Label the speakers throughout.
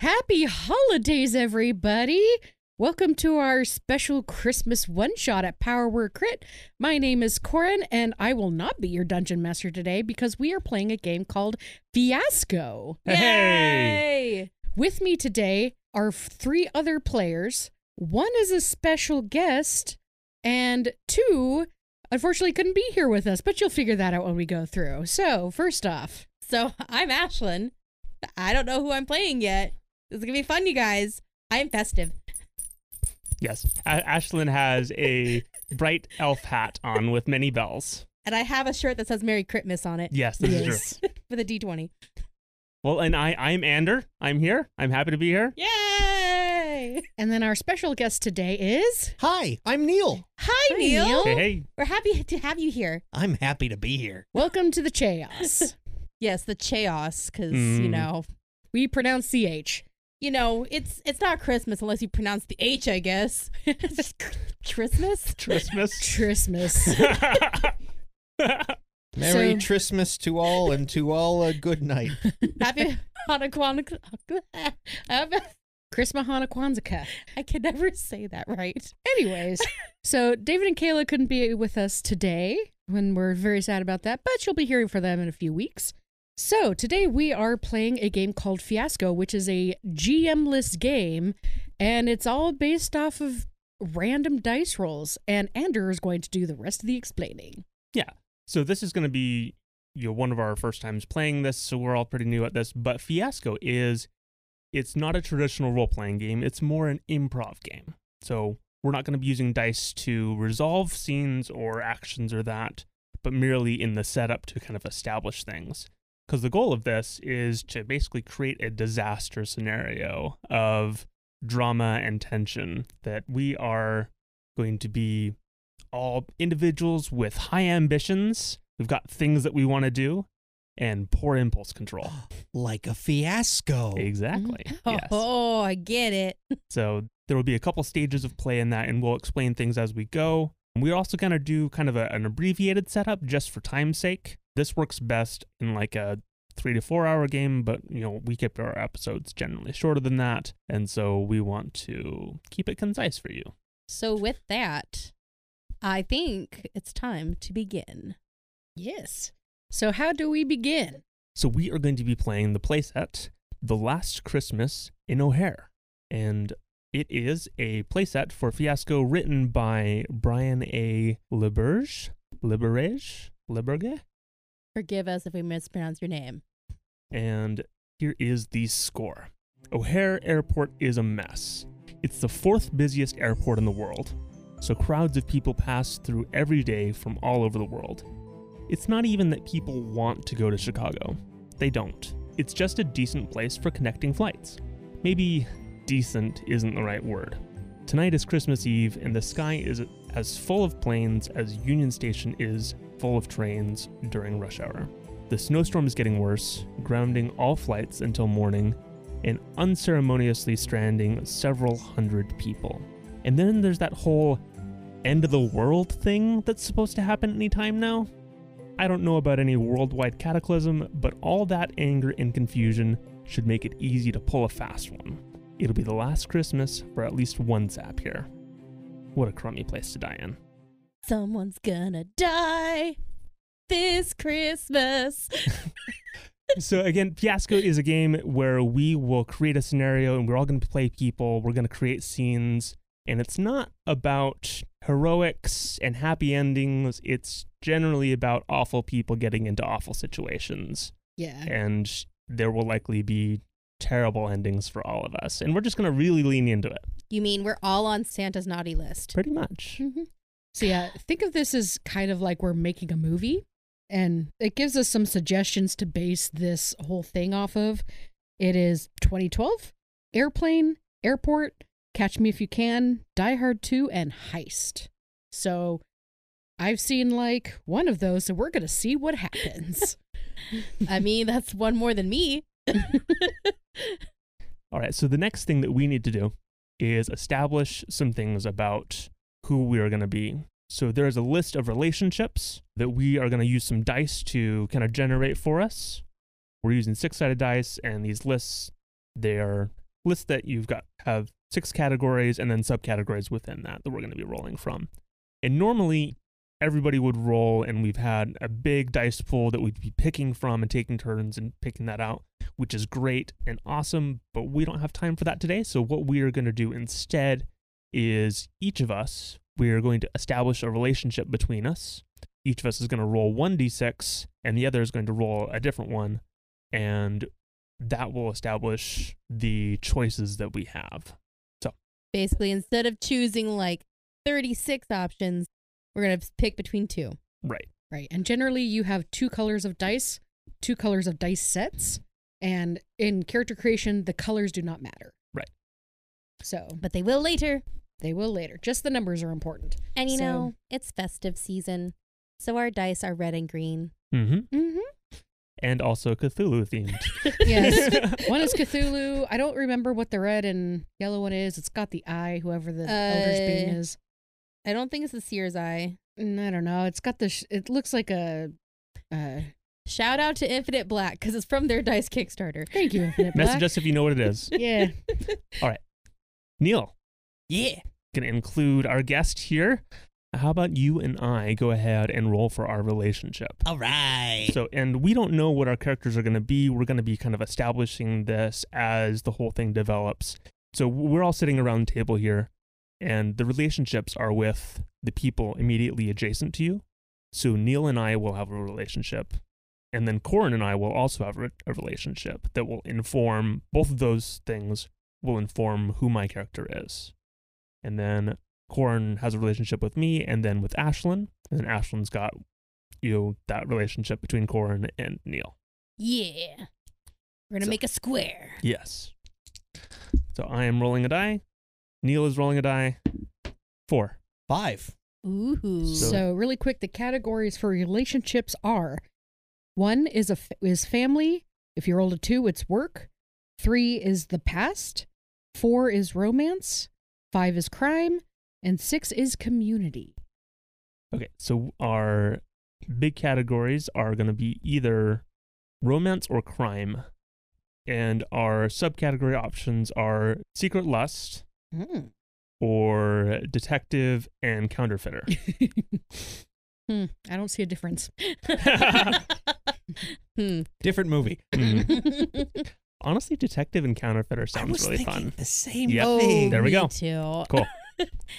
Speaker 1: Happy holidays, everybody! Welcome to our special Christmas one shot at Power Word Crit. My name is Corin, and I will not be your dungeon master today because we are playing a game called Fiasco.
Speaker 2: Hey!
Speaker 1: With me today are three other players. One is a special guest, and two, unfortunately, couldn't be here with us, but you'll figure that out when we go through. So, first off,
Speaker 3: So I'm Ashlyn. I don't know who I'm playing yet. This is gonna be fun, you guys. I am festive.
Speaker 2: Yes. A- Ashlyn has a bright elf hat on with many bells.
Speaker 3: And I have a shirt that says Merry Christmas on it
Speaker 2: Yes, this is true.
Speaker 3: with a D20.
Speaker 2: Well, and I, I'm Ander. I'm here. I'm happy to be here.
Speaker 3: Yay!
Speaker 1: and then our special guest today is
Speaker 4: Hi, I'm Neil.
Speaker 3: Hi,
Speaker 1: Hi,
Speaker 3: Neil.
Speaker 1: Neil.
Speaker 2: Hey, hey.
Speaker 3: We're happy to have you here.
Speaker 4: I'm happy to be here.
Speaker 1: Welcome to the Chaos.
Speaker 3: Yes, the chaos, because you
Speaker 2: Mm.
Speaker 3: know,
Speaker 1: we pronounce CH.
Speaker 3: you know, it's it's not Christmas unless you pronounce the H, I guess. It's just Christmas.
Speaker 2: Christmas.
Speaker 1: Christmas.
Speaker 4: Merry
Speaker 1: So-
Speaker 4: Christmas to all and to all a good night.
Speaker 3: Happy Hanukkah. I
Speaker 1: Christmas Hanukkah.
Speaker 3: can never say that right.
Speaker 1: Anyways, so David and Kayla couldn't be with us today, and we're very sad about that, but you'll be hearing from them in a few weeks. So today we are playing a game called Fiasco, which is a GM-less game, and it's all based off of random dice rolls. And Andrew is going to do the rest of the explaining.
Speaker 2: so this is going to be you know, one of our first times playing this, so we're all pretty new at this. But Fiasco is, it's not a traditional role-playing game. It's more an improv game. So we're not going to be using dice to resolve scenes or actions or that, but merely in the setup to kind of establish things. Because the goal of this is to basically create a disaster scenario of drama and tension that we are going to be all individuals with high ambitions. We've got things that we want to do and poor impulse control.
Speaker 4: Like a fiasco.
Speaker 2: Exactly. Yes.
Speaker 3: Oh, I get it.
Speaker 2: So there will be a couple stages of play in that, and we'll explain things as we go. We're also going to do kind of a, an abbreviated setup just for time's sake. This works best in like a three to four hour game, but you know, we kept our episodes generally shorter than that. And so we want to keep it concise for you.
Speaker 3: So, with that, I think it's time to begin.
Speaker 1: Yes. So how do we begin?
Speaker 2: So we are going to be playing the playset The Last Christmas in O'Hare. And it is a playset for Fiasco written by Brian A. Liberge. Liberge? Liberge?
Speaker 3: Forgive us if we mispronounce your name.
Speaker 2: And here is the score O'Hare Airport is a mess. It's the fourth busiest airport in the world, so crowds of people pass through every day from all over the world. It's not even that people want to go to Chicago, they don't. It's just a decent place for connecting flights. Maybe decent isn't the right word. Tonight is Christmas Eve, and the sky is as full of planes as Union Station is full of trains during rush hour. The snowstorm is getting worse, grounding all flights until morning and unceremoniously stranding several hundred people. And then there's that whole end of the world thing that's supposed to happen anytime now. I don't know about any worldwide cataclysm, but all that anger and confusion should make it easy to pull a fast one. It'll be the last Christmas for at least one sap here. What a crummy place to die in.
Speaker 3: Someone's gonna die this Christmas.
Speaker 2: so again, Fiasco is a game where we will create a scenario and we're all going to play people. We're going to create scenes, and it's not about heroics and happy endings. It's generally about awful people getting into awful situations,
Speaker 1: Yeah.
Speaker 2: and there will likely be terrible endings for all of us. And we're just going to really lean into it,
Speaker 3: You mean we're all on Santa's naughty list?
Speaker 2: pretty much.
Speaker 1: Mhm. So yeah, think of this as kind of like we're making a movie, and it gives us some suggestions to base this whole thing off of. It is 2012, Airplane, Airport, Catch Me If You Can, Die Hard 2, and Heist. So I've seen like one of those, so we're gonna see what happens.
Speaker 3: I mean, that's one more than me.
Speaker 2: All right, so the next thing that we need to do is establish some things about who we are going to be. So there is a list of relationships that we are going to use some dice to kind of generate for us. We're using six sided dice, and these lists, they are list that you've got have six categories and then subcategories within that that we're going to be rolling from. And normally everybody would roll and we've had a big dice pool that we'd be picking from and taking turns and picking that out, which is great and awesome, but we don't have time for that today. So what we are going to do instead is each of us we are going to establish a relationship between us. Each of us is going to roll one d6 and the other is going to roll a different one and that will establish the choices that we have.
Speaker 3: Basically, instead of choosing like 36 options, we're going to pick between two.
Speaker 2: Right.
Speaker 1: Right. And generally, you have two colors of dice, two colors of dice sets. And in character creation, the colors do not matter.
Speaker 2: Right.
Speaker 1: So
Speaker 3: But they will later.
Speaker 1: they will later. Just the numbers are important.
Speaker 3: And you
Speaker 1: So-
Speaker 3: know, it's festive season. So our dice are red and green.
Speaker 2: Mm-hmm.
Speaker 1: Mm-hmm.
Speaker 2: And also Cthulhu themed.
Speaker 1: Yes. one is Cthulhu. I don't remember what the red and yellow one is. It's got the eye, whoever the elder's being
Speaker 3: Uh,
Speaker 1: is.
Speaker 3: I don't think it's the seer's eye.
Speaker 1: Mm, I don't know. It's got the. Sh- it looks like a. Uh,
Speaker 3: Shout out to Infinite Black because it's from their dice Kickstarter.
Speaker 1: thank you, Infinite Black.
Speaker 2: Message us if you know what it is.
Speaker 1: Yeah.
Speaker 2: Neil,
Speaker 4: Yeah.
Speaker 2: gonna include our guest here. How about you and I go ahead and roll for our relationship?
Speaker 4: All right.
Speaker 2: So, and we don't know what our characters are going to be. We're going to be kind of establishing this as the whole thing develops. So, we're all sitting around the table here, and the relationships are with the people immediately adjacent to you. So, Neil and I will have a relationship, and then Corin and I will also have a a relationship that will inform both of those things, will inform who my character is. And then Corin has a relationship with me, and then with Ashlyn, and then Ashlyn's got you know, that relationship between Corin and Neil.
Speaker 3: Yeah. We're going to
Speaker 2: So-
Speaker 3: make a square.
Speaker 2: Yes. So I am rolling a die. Neil is rolling a die. Four.
Speaker 4: Five.
Speaker 3: Ooh.
Speaker 2: So-
Speaker 1: So really quick, the categories for relationships are: one is a f- is family. If you rolled a two, it's work. Three is the past. Four is romance. Five is crime, and six is community.
Speaker 2: Okay. So our big categories are going to be either romance or crime. And our subcategory options are secret lust or detective and counterfeiter.
Speaker 1: Hmm, I don't see a difference.
Speaker 3: hmm.
Speaker 4: Different movie.
Speaker 2: Mm. Honestly, detective and counterfeiter sounds really fun.
Speaker 4: the same
Speaker 2: Yep.
Speaker 4: thing.
Speaker 2: There we
Speaker 3: me
Speaker 2: go.
Speaker 3: Too.
Speaker 2: Cool.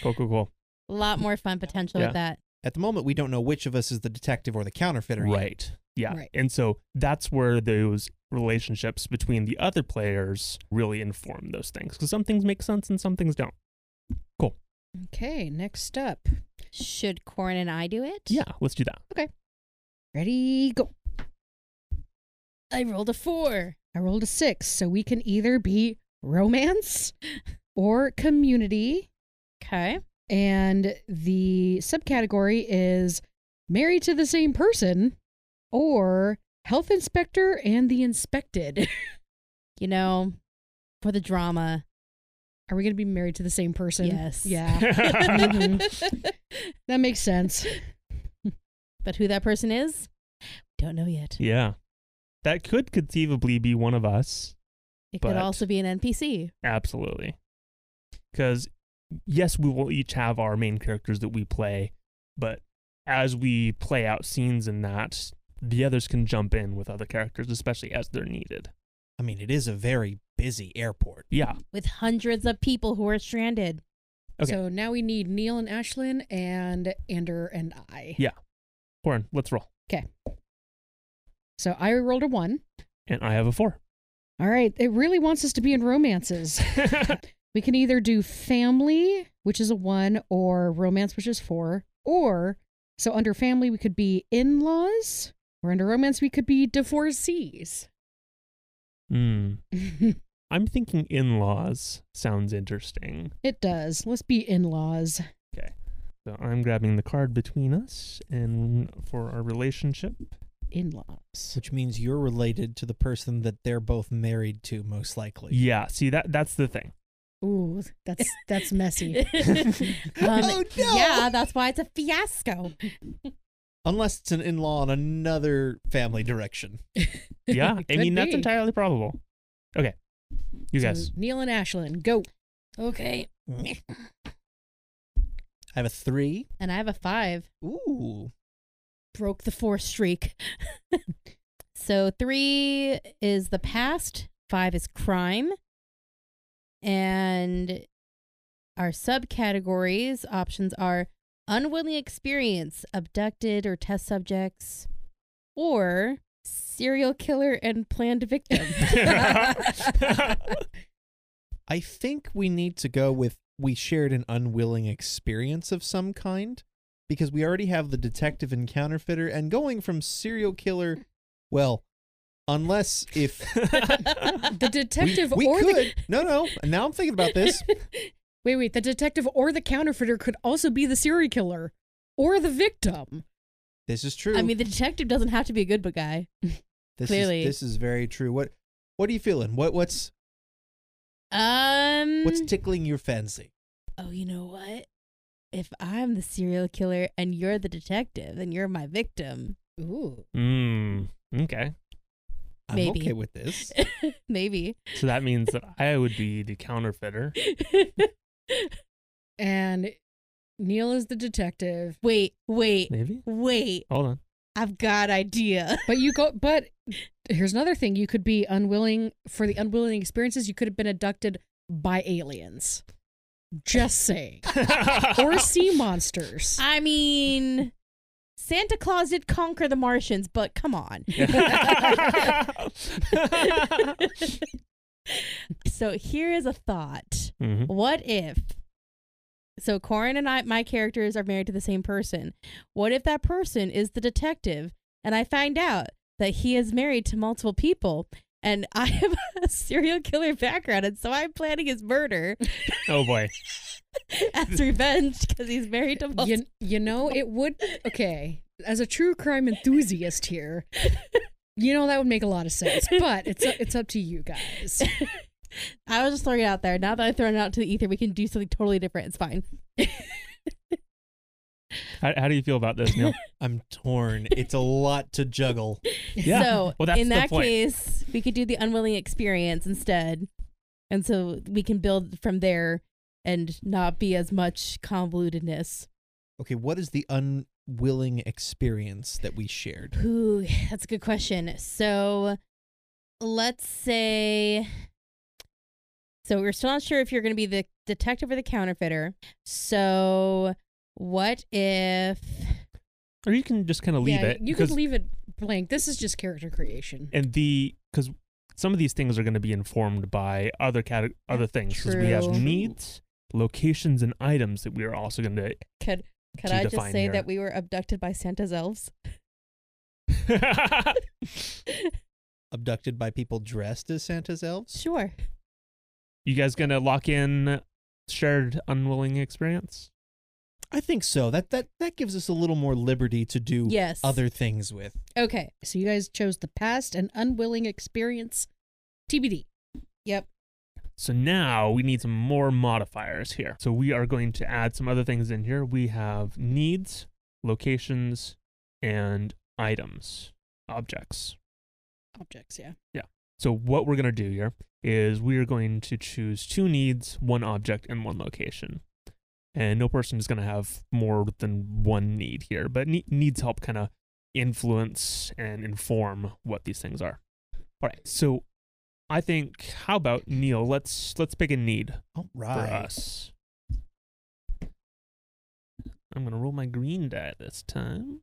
Speaker 2: Cool, cool, cool.
Speaker 3: A lot more fun potential
Speaker 2: Yeah.
Speaker 3: with that.
Speaker 4: At the moment, we don't know which of us is the detective or the counterfeiter. yet.
Speaker 2: Right. Yeah.
Speaker 1: Right.
Speaker 2: And so that's where those relationships between the other players really inform those things because some things make sense and some things don't.
Speaker 1: Okay, next up,
Speaker 3: Should Corin and I do it?
Speaker 2: Yeah. Let's do that.
Speaker 1: ready go.
Speaker 3: I rolled a four.
Speaker 1: I rolled a six, so we can either be romance or community.
Speaker 3: Okay.
Speaker 1: And the subcategory is married to the same person or health inspector and the inspected.
Speaker 3: You know, for the drama.
Speaker 1: Are we going to be married to the same person?
Speaker 3: Yes.
Speaker 1: Yeah, Mm-hmm. that makes sense.
Speaker 3: But who that person is, don't know yet.
Speaker 2: yeah. That could conceivably be one of us.
Speaker 3: It
Speaker 2: but-
Speaker 3: could also be an NPC.
Speaker 2: Absolutely. Because, yes, we will each have our main characters that we play, but as we play out scenes in that, the others can jump in with other characters, especially as they're needed.
Speaker 4: I mean, it is a very busy airport.
Speaker 2: Yeah.
Speaker 3: with hundreds of people who are stranded.
Speaker 2: Okay.
Speaker 1: So now we need Neil and Ashlyn and Ander and I.
Speaker 2: Yeah. Corin, let's roll.
Speaker 1: So I rolled a one.
Speaker 2: And I have a four.
Speaker 1: All right. It really wants us to be in romances. We can either do family, which is a one, or romance, which is four. Or, so under family, we could be in laws, or under romance, we could be divorcees.
Speaker 2: Hmm.
Speaker 1: it
Speaker 2: I'm thinking in laws sounds interesting.
Speaker 1: does. Let's be in laws.
Speaker 2: So I'm grabbing the card between us and for our relationship.
Speaker 1: In laws.
Speaker 4: Which means you're related to the person that they're both married to, most likely.
Speaker 2: Yeah, see that that's the thing.
Speaker 1: Ooh, that's that's messy.
Speaker 3: Um,
Speaker 4: Oh, no!
Speaker 3: Yeah, that's why it's a fiasco.
Speaker 4: Unless it's an in law in another family direction.
Speaker 2: Yeah. I
Speaker 1: Could
Speaker 2: mean that's
Speaker 1: be.
Speaker 2: entirely probable. Okay. You
Speaker 1: So,
Speaker 2: guys.
Speaker 1: Neil and Ashlyn, go.
Speaker 3: Okay.
Speaker 4: I have a three.
Speaker 3: And I have a five.
Speaker 4: Ooh.
Speaker 3: Broke the four streak. so three is the past, five is crime. And our subcategories options are unwilling experience, abducted or test subjects, or serial killer and planned victim.
Speaker 4: I think we need to go with we shared an unwilling experience of some kind because we already have the detective and counterfeiter and going from serial killer well unless if
Speaker 1: The detective
Speaker 4: we, we
Speaker 1: or
Speaker 4: could
Speaker 1: the
Speaker 4: no no now I'm thinking about this
Speaker 1: wait, wait. The detective or the counterfeiter could also be the serial killer or the victim.
Speaker 4: this is true
Speaker 3: I mean, the detective doesn't have to be a good guy.
Speaker 4: this
Speaker 3: clearly.
Speaker 4: is this is very true what what are you feeling what what's
Speaker 3: Um,
Speaker 4: what's tickling your fancy
Speaker 3: oh, you know what? If I'm the serial killer and you're the detective, then you're my victim.
Speaker 1: Ooh,
Speaker 2: Mm, okay.
Speaker 4: I'm
Speaker 3: Maybe.
Speaker 4: okay with this
Speaker 3: Maybe.
Speaker 2: So that means that I would be the counterfeiter.
Speaker 1: and Neil is the detective,
Speaker 3: wait, wait,
Speaker 2: Maybe?
Speaker 3: wait.
Speaker 2: Hold on.
Speaker 3: I've got idea.
Speaker 1: but you go. But here's another thing: you could be unwilling for the unwilling experiences. You could have been abducted by aliens. Just saying, or sea monsters.
Speaker 3: I mean, Santa Claus did conquer the Martians, but come on.
Speaker 2: Mm-hmm.
Speaker 3: so here is a thought.
Speaker 2: Mhm.
Speaker 3: What if? So Corin and I, my characters are married to the same person. What if that person is the detective, and I find out that he is married to multiple people, and I have a serial killer background, and so I'm planning his murder
Speaker 2: Oh boy.
Speaker 3: as revenge because he's married to multiple.
Speaker 1: you, you know it would okay as a true crime enthusiast here you know that would make a lot of sense but it's it's up to you guys
Speaker 3: I was just throwing it out there. Now that I've thrown it out to the ether, we can do something totally different. It's fine.
Speaker 2: How, how do you feel about this, Neil?
Speaker 4: I'm torn it's a lot to juggle
Speaker 2: Yeah.
Speaker 3: So
Speaker 2: Well, that's
Speaker 3: in
Speaker 2: the
Speaker 3: that
Speaker 2: point.
Speaker 3: case, we could do the unwilling experience instead, and so we can build from there and not be as much convolutedness.
Speaker 4: okay what is the unwilling experience that we shared
Speaker 3: Ooh, that's a good question. So let's say. So we're still not sure if you're going to be the detective or the counterfeiter. So what if?
Speaker 2: Or you can just kind of leave
Speaker 1: yeah,
Speaker 2: it.
Speaker 1: you could
Speaker 2: 'cause-
Speaker 1: leave it blank this is just character creation
Speaker 2: And the because some of these things are going to be informed by other cate- other things. 'cause we have
Speaker 3: True.
Speaker 2: needs, locations, and items that we are also going to.
Speaker 3: Could could
Speaker 2: To
Speaker 3: I just
Speaker 2: define
Speaker 3: say
Speaker 2: your-
Speaker 3: that we were abducted by Santa's elves?
Speaker 4: abducted by people dressed as Santa's elves
Speaker 3: Sure.
Speaker 2: you guys going to lock in shared unwilling experience?
Speaker 4: I think so. That that that gives us a little more liberty to do
Speaker 3: Yes.
Speaker 4: other things with.
Speaker 3: Okay.
Speaker 1: so you guys chose the past and unwilling experience tbd
Speaker 3: Yep.
Speaker 2: So now we need some more modifiers here. So we are going to add some other things in here. We have needs, locations, and items, objects.
Speaker 1: objects yeah
Speaker 2: So what we're going to do here is we are going to choose two needs, one object, and one location. And no person is going to have more than one need here, but ne- needs help kind of influence and inform what these things are. All right. So I think how about Neil, let's let's pick a need
Speaker 4: All
Speaker 2: for
Speaker 4: right.
Speaker 2: us. I'm gonna roll my green die this time.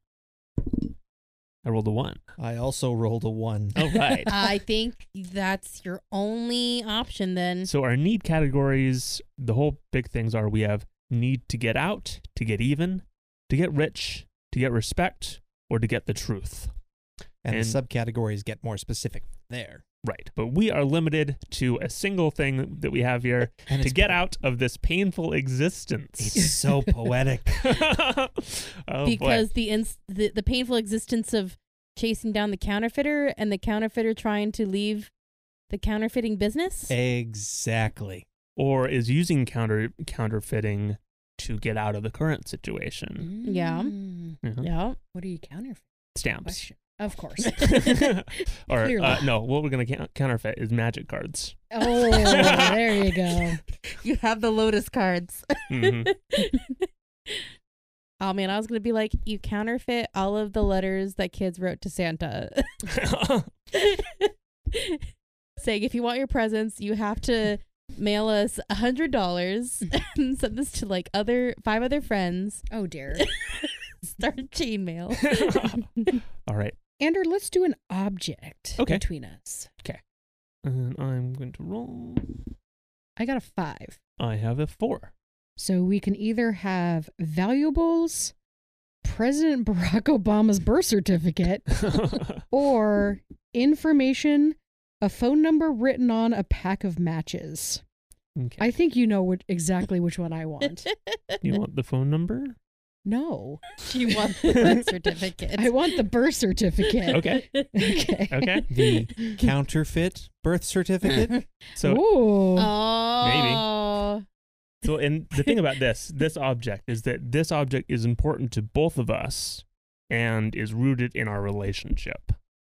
Speaker 2: I rolled a one.
Speaker 4: I also rolled a one.
Speaker 2: All right.
Speaker 3: I think that's your only option then.
Speaker 2: so our need categories, the whole big things are we have need to get out, to get even, to get rich, to get respect, or to get the truth.
Speaker 4: And,
Speaker 2: And-
Speaker 4: the subcategories get more specific there.
Speaker 2: Right. But we are limited to a single thing that we have here
Speaker 4: And
Speaker 2: to
Speaker 4: it's
Speaker 2: get
Speaker 4: po-
Speaker 2: out of this painful existence.
Speaker 4: It's so poetic.
Speaker 2: oh, boy.
Speaker 3: because the, ins- the the painful existence of chasing down the counterfeiter and the counterfeiter trying to leave the counterfeiting business.
Speaker 2: Eh.
Speaker 4: Exactly.
Speaker 2: or is using counter counterfeiting to get out of the current situation.
Speaker 3: Yeah.
Speaker 1: Mm.
Speaker 2: Mhm.
Speaker 3: Mm-hmm. yeah.
Speaker 1: what are you counterfeiting
Speaker 2: Stamps.
Speaker 1: question Of course.
Speaker 2: or
Speaker 1: Clearly.
Speaker 2: uh, no, what we're gonna coun- counterfeit is magic cards.
Speaker 1: Oh, there you go.
Speaker 3: You have the Lotus cards.
Speaker 2: Mhm.
Speaker 3: Oh man, I was gonna be like, you counterfeit all of the letters that kids wrote to Santa, saying if you want your presents, you have to mail us a hundred dollars and send this to like other five other friends.
Speaker 1: Oh dear.
Speaker 3: Start chain mail.
Speaker 2: All right,
Speaker 1: Andrew, let's do an object
Speaker 2: Okay.
Speaker 1: between us.
Speaker 2: and I'm going to roll.
Speaker 1: I got a five.
Speaker 2: I have a four.
Speaker 1: So we can either have valuables, President Barack Obama's birth certificate, or information, a phone number written on a pack of matches.
Speaker 2: okay.
Speaker 1: I think you know what, exactly which one I want.
Speaker 2: you want the phone number?
Speaker 1: No,
Speaker 3: you want the birth certificate.
Speaker 1: I want the birth certificate.
Speaker 2: Okay.
Speaker 1: Okay.
Speaker 2: Okay.
Speaker 4: The counterfeit birth certificate.
Speaker 2: So
Speaker 1: Ooh.
Speaker 3: um, Oh,
Speaker 2: So, and the thing about this, this object is that this object is important to both of us and is rooted in our relationship.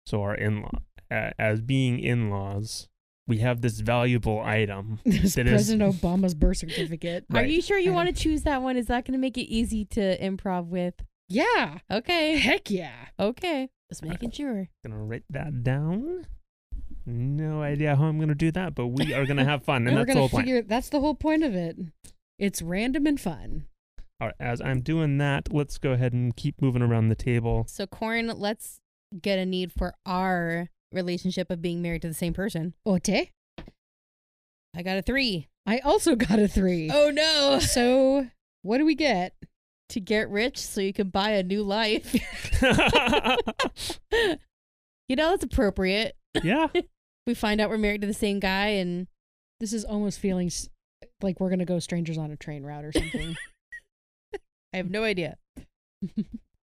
Speaker 2: So, our in law, uh, as being in laws, we have this valuable item.
Speaker 1: this
Speaker 2: That is-
Speaker 1: President Obama's birth certificate.
Speaker 3: Are
Speaker 2: Right.
Speaker 3: you sure you
Speaker 1: I
Speaker 3: want to choose that one? Is that going to make it easy to improv with?
Speaker 1: Yeah.
Speaker 3: Okay.
Speaker 1: Heck yeah.
Speaker 3: Okay. Just making sure.
Speaker 2: Gonna write that down. No idea how I'm gonna do that, but we are gonna have fun, and
Speaker 1: we're
Speaker 2: that's the
Speaker 1: gonna
Speaker 2: whole point.
Speaker 1: figure that's the whole point of it. It's random and fun.
Speaker 2: All right, as I'm doing that, let's go ahead and keep moving around the table.
Speaker 3: So, Corin, let's get a need for our relationship of being married to the same person.
Speaker 1: Ote.
Speaker 3: I got a three.
Speaker 1: I also got a three.
Speaker 3: Oh, no.
Speaker 1: So what do we get?
Speaker 3: To get rich so you can buy a new life. you know, that's appropriate.
Speaker 2: yeah,
Speaker 3: We find out we're married to the same guy and
Speaker 1: This is almost feeling s- like we're gonna go strangers on a train route or something.
Speaker 3: I have no idea.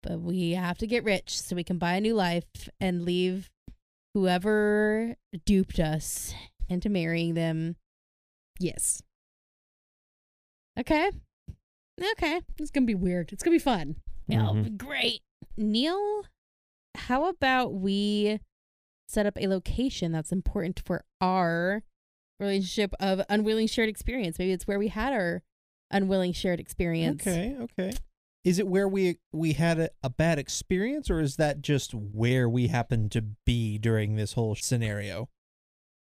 Speaker 3: but we have to get rich so we can buy a new life and leave whoever duped us into marrying them.
Speaker 1: yes.
Speaker 3: Okay. Okay.
Speaker 1: It's gonna be weird. It's gonna be fun.
Speaker 3: That'll
Speaker 4: Mm-hmm.
Speaker 2: Mhm.
Speaker 3: be great. Neil, how about we set up a location that's important for our relationship of unwilling shared experience? Maybe it's where we had our unwilling shared experience.
Speaker 4: okay, okay. Is it where we we had a, a bad experience, or is that just where we happened to be during this whole scenario?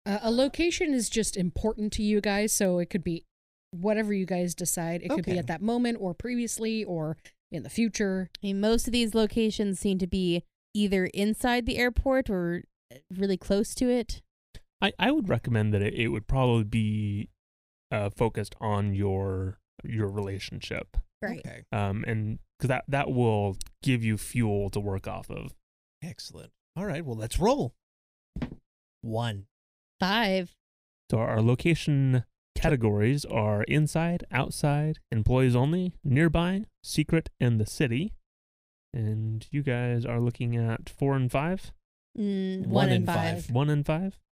Speaker 1: Uh, a location is just important to you guys, so it could be whatever you guys decide. It could be
Speaker 4: Okay.
Speaker 1: at that moment or previously or in the future.
Speaker 3: I mean, most of these locations seem to be either inside the airport or uh, really close to it.
Speaker 2: I, I would recommend that it, it would probably be uh, focused on your your relationship.
Speaker 4: Okay.
Speaker 2: um, and because that that will give you fuel to work off of.
Speaker 4: Excellent. All right. Well, let's roll. One.
Speaker 3: Five.
Speaker 2: So our location categories are inside, outside, employees only, nearby, secret, and the city. And you guys are looking at four and five.
Speaker 3: Mm, one,
Speaker 4: One
Speaker 3: and
Speaker 4: in
Speaker 3: five.
Speaker 4: five.
Speaker 2: One and five.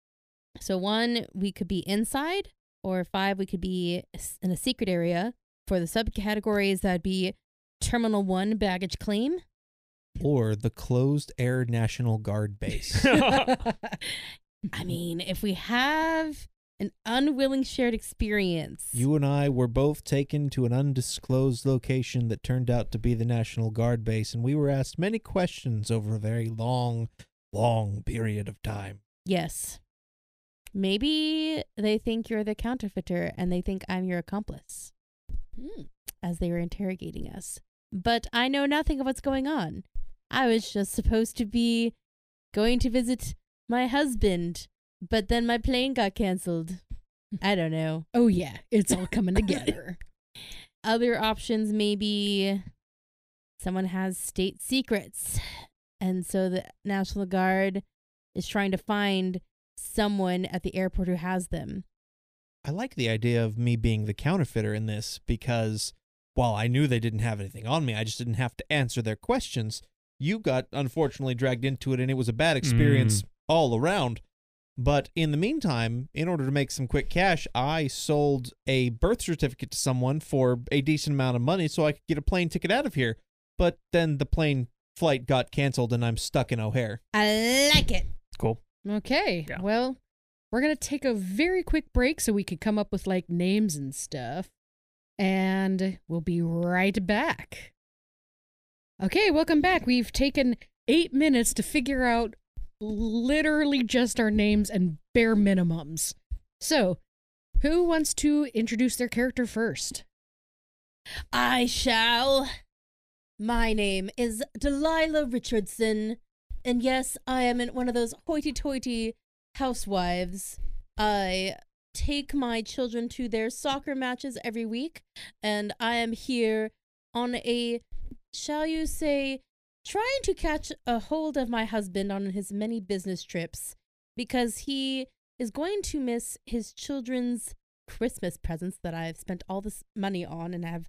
Speaker 3: So one, we could be inside, or five, we could be s- in a secret area. For the subcategories, that'd be Terminal One baggage claim.
Speaker 4: Or the closed air National Guard base.
Speaker 3: I mean, if we have an unwilling shared experience,
Speaker 4: you and I were both taken to an undisclosed location that turned out to be the National Guard base, and we were asked many questions over a very long, long period of time.
Speaker 3: yes, maybe they think you're the counterfeiter and they think I'm your accomplice
Speaker 1: Mm.
Speaker 3: as they were interrogating us. But I know nothing of what's going on. I was just supposed to be going to visit my husband, but then my plane got canceled. I don't know.
Speaker 1: Oh yeah, it's all coming together.
Speaker 3: Other options maybe someone has state secrets, and so the National Guard is trying to find someone at the airport who has them.
Speaker 4: I like the idea of me being the counterfeiter in this because while I knew they didn't have anything on me, I just didn't have to answer their questions. You got unfortunately dragged into it and it was a bad experience all around. But in the meantime, in order to make some quick cash, I sold a birth certificate to someone for a decent amount of money so I could get a plane ticket out of here. But then the plane flight got canceled and I'm stuck in O'Hare.
Speaker 3: I like it.
Speaker 2: Cool.
Speaker 1: Okay.
Speaker 2: Yeah.
Speaker 1: Well, we're going to take a very quick break so we could come up with like names and stuff. And we'll be right back. Okay, welcome back. We've taken eight minutes to figure out literally just our names and bare minimums. So, who wants to introduce their character first?
Speaker 3: I shall. My name is Delilah Richardson, and yes, I am in one of those hoity toity housewives. I take my children to their soccer matches every week, and I am here on a, shall you say, trying to catch a hold of my husband on his many business trips because he is going to miss his children's Christmas presents that I've spent all this money on and have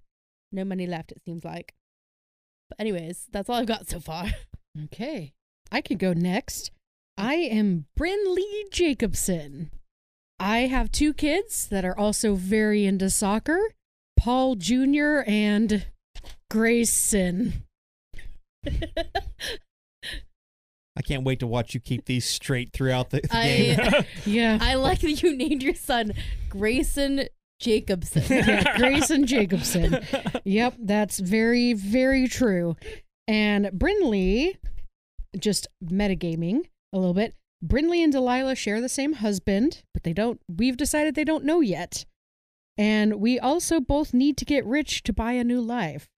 Speaker 3: no money left, it seems like. But, anyways, that's all I've got so far.
Speaker 1: Okay, I could go next. I am Bryn Lee Jacobson. I have two kids that are also very into soccer Paul Jr. and Grayson.
Speaker 4: I can't wait to watch you keep these straight throughout the, the game.
Speaker 3: I,
Speaker 1: Yeah.
Speaker 3: I like that you named your son Grayson Jacobson.
Speaker 1: yeah, Grayson Jacobson. Yep, that's very, very true. And Brinley, just metagaming a little bit. Brinley and Delilah share the same husband, but they don't, we've decided they don't know yet. And we also both need to get rich to buy a new life.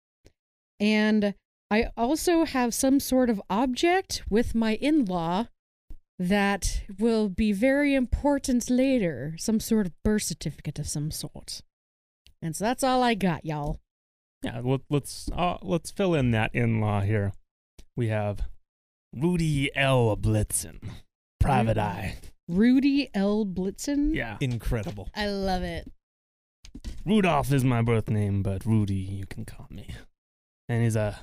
Speaker 1: And I also have some sort of object with my in law that will be very important later some sort of birth certificate of some sort. And so that's all I got, y'all.
Speaker 2: Yeah, let, let's uh, let's fill in that in law here. We have Rudy L. Blitzen, Private
Speaker 1: Rudy.
Speaker 2: Eye.
Speaker 1: Rudy L. Blitzen.
Speaker 2: Yeah,
Speaker 4: Incredible.
Speaker 3: I love it.
Speaker 2: Rudolph is my birth name, but Rudy you can call me. And he's a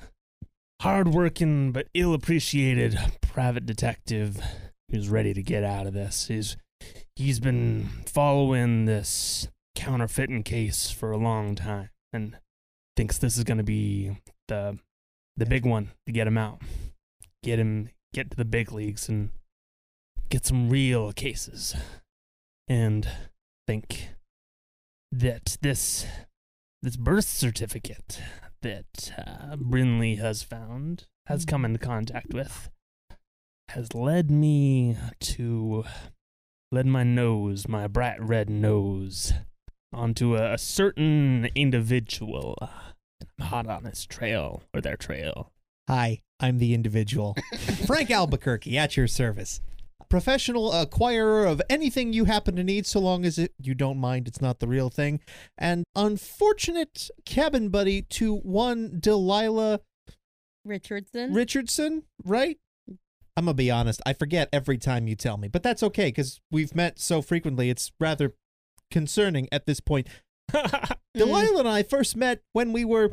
Speaker 2: hard-working but ill-appreciated private detective who's ready to get out of this. He's he's been following this counterfeiting case for a long time and thinks this is going to be the the big one to get him out. Get him get to the big leagues and get some real cases. And think that this this birth certificate that uh, Brinley has found has come into contact with has led me to led my nose, my bright red nose, onto a, a certain individual. I'm hot on his trail or their trail.
Speaker 4: Hi, I'm the individual. Frank Albuquerque at your service. Professional acquirer of anything you happen to need, so long as it, you don't mind it's not the real thing. And unfortunate cabin buddy to one Delilah
Speaker 3: Richardson.
Speaker 4: Richardson, right? I'm going to be honest. I forget every time you tell me, but that's okay because we've met so frequently. It's rather concerning at this point. Delilah and I first met when we were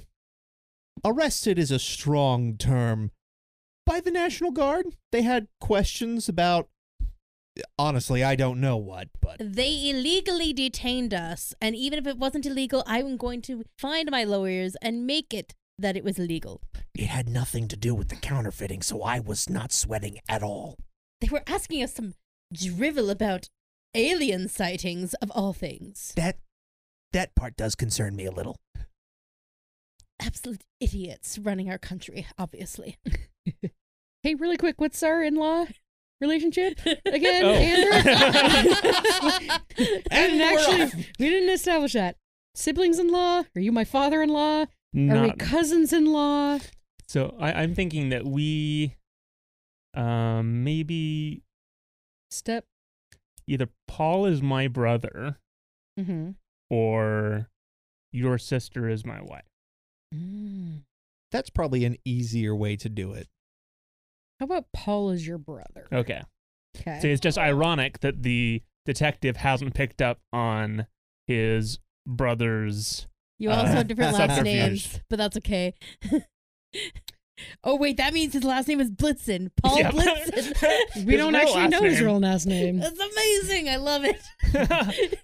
Speaker 4: arrested is a strong term by the National Guard. They had questions about honestly, I don't know what, but
Speaker 3: They illegally detained us, and even if it wasn't illegal, I'm going to find my lawyers and make it that it was illegal.
Speaker 4: it had nothing to do with the counterfeiting, so I was not sweating at all.
Speaker 3: They were asking us some drivel about alien sightings of all things.
Speaker 4: That that part does concern me a little.
Speaker 3: Absolute idiots running our country, obviously.
Speaker 1: Hey, really quick, what's our in law relationship? Again,
Speaker 2: Oh.
Speaker 1: Andrew. we didn't actually we didn't establish that. Siblings in law? Are you my father in law? Are we
Speaker 2: Not
Speaker 1: cousins in law?
Speaker 2: so. I, I'm thinking that we, um, maybe
Speaker 1: Step.
Speaker 2: either Paul is my brother
Speaker 1: Mm-hmm.
Speaker 2: or your sister is my wife.
Speaker 1: Mm.
Speaker 4: That's probably an easier way to do it.
Speaker 1: How about Paul is your brother?
Speaker 2: Okay.
Speaker 1: Okay.
Speaker 2: So it's just ironic that the detective hasn't picked up on his brother's.
Speaker 3: You also
Speaker 2: Uh,
Speaker 3: have different last
Speaker 2: subterfuge.
Speaker 3: names, but that's okay. oh wait, that means his last name is Blitzen.
Speaker 1: Oh,
Speaker 3: Paul
Speaker 2: Yeah.
Speaker 3: Blitzen.
Speaker 1: we don't
Speaker 2: real
Speaker 1: actually
Speaker 2: last
Speaker 1: know his
Speaker 2: name.
Speaker 1: real last name.
Speaker 3: that's amazing. I love it.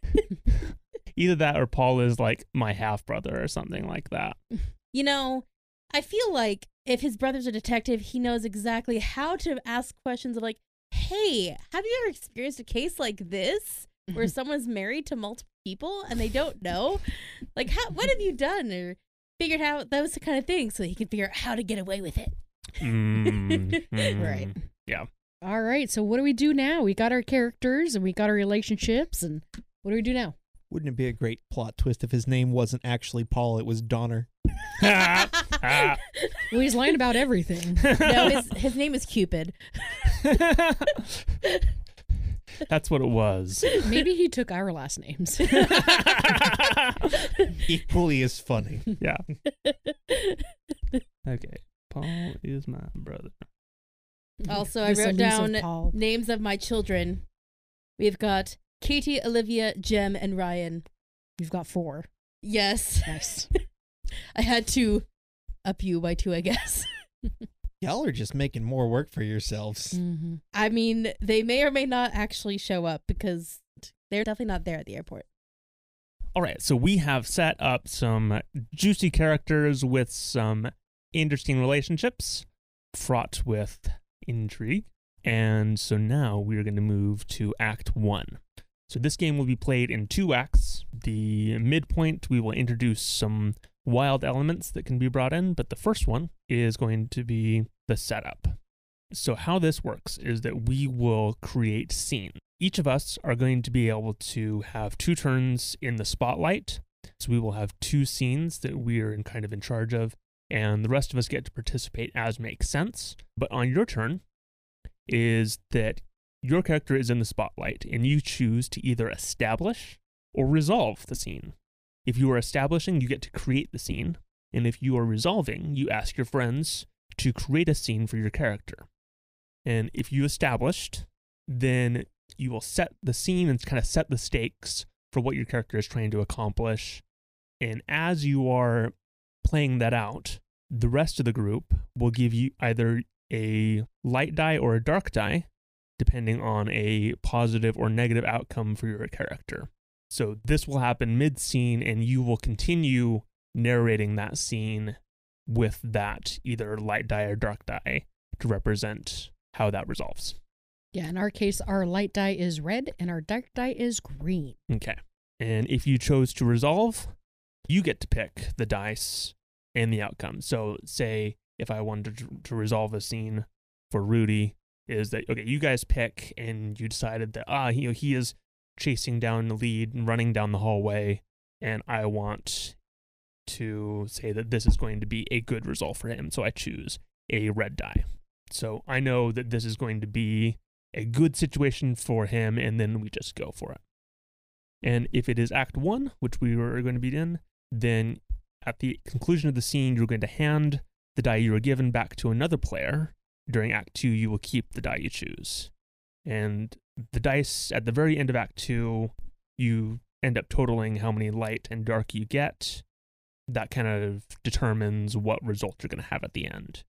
Speaker 2: Either that or Paul is like my half brother or something like that.
Speaker 3: You know, I feel like if his brother's a detective, he knows exactly how to ask questions of like, "Hey, have you ever experienced a case like this where someone's married to multiple people and they don't know? Like, how what have you done or figured out that was the kind of thing so he can figure out how to get away with it."
Speaker 2: Mm, mm.
Speaker 1: Right.
Speaker 2: Yeah.
Speaker 1: All right. So what do we do now? We got our characters and we got our relationships and what do we do now?
Speaker 4: Wouldn't it be a great plot twist if his name wasn't actually Paul? It was Donner.
Speaker 2: Ah.
Speaker 1: Well, he's lying about everything.
Speaker 3: no, his his name is Cupid.
Speaker 2: That's what it was.
Speaker 1: Maybe he took our last names.
Speaker 4: Equally as funny.
Speaker 2: yeah. Okay. Paul is my brother.
Speaker 3: Also, I
Speaker 1: This
Speaker 3: wrote
Speaker 1: elusive
Speaker 3: down
Speaker 1: Paul.
Speaker 3: names of my children. We've got Katie, Olivia, Jem, and Ryan.
Speaker 1: You've got four.
Speaker 3: Yes,
Speaker 1: Nice.
Speaker 3: I had to up you by two, I guess.
Speaker 4: Y'all are just making more work for yourselves.
Speaker 1: hmm
Speaker 3: I mean, they may or may not actually show up because they're definitely not there at the airport.
Speaker 2: All right, so we have set up some juicy characters with some interesting relationships, fraught with intrigue. And so now we're going to move to Act 1. So this game will be played in two acts. The midpoint, we will introduce some wild elements that can be brought in, but the first one is going to be the setup. So, how this works is that we will create scenes. Each of us are going to be able to have two turns in the spotlight. So, we will have two scenes that we are in kind of in charge of, and the rest of us get to participate as makes sense. But on your turn, is that your character is in the spotlight and you choose to either establish or resolve the scene. If you are establishing, you get to create the scene. And if you are resolving, you ask your friends to create a scene for your character. And if you established, then you will set the scene and kind of set the stakes for what your character is trying to accomplish. And as you are playing that out, the rest of the group will give you either a light die or a dark die, depending on a positive or negative outcome for your character. So this will happen mid scene, and you will continue narrating that scene with that either light die or dark die to represent how that resolves.
Speaker 1: Yeah, in our case, our light die is red and our dark die is green.
Speaker 2: Okay. And if you chose to resolve, you get to pick the dice and the outcome. So, say if I wanted to, to resolve a scene for Rudy, is that okay? You guys pick, and you decided that ah, he, he is chasing down the lead and running down the hallway, and I want to say that this is going to be a good result for him. So I choose a red die. So I know that this is going to be a good situation for him, and then we just go for it. And if it is Act 1, which we are going to be in, then at the conclusion of the scene, you're going to hand the die you were given back to another player. During Act 2, you will keep the die you choose. And the dice at the very end of Act 2, you end up totaling how many light and dark you get. That kind of determines what result you're going to have at the end.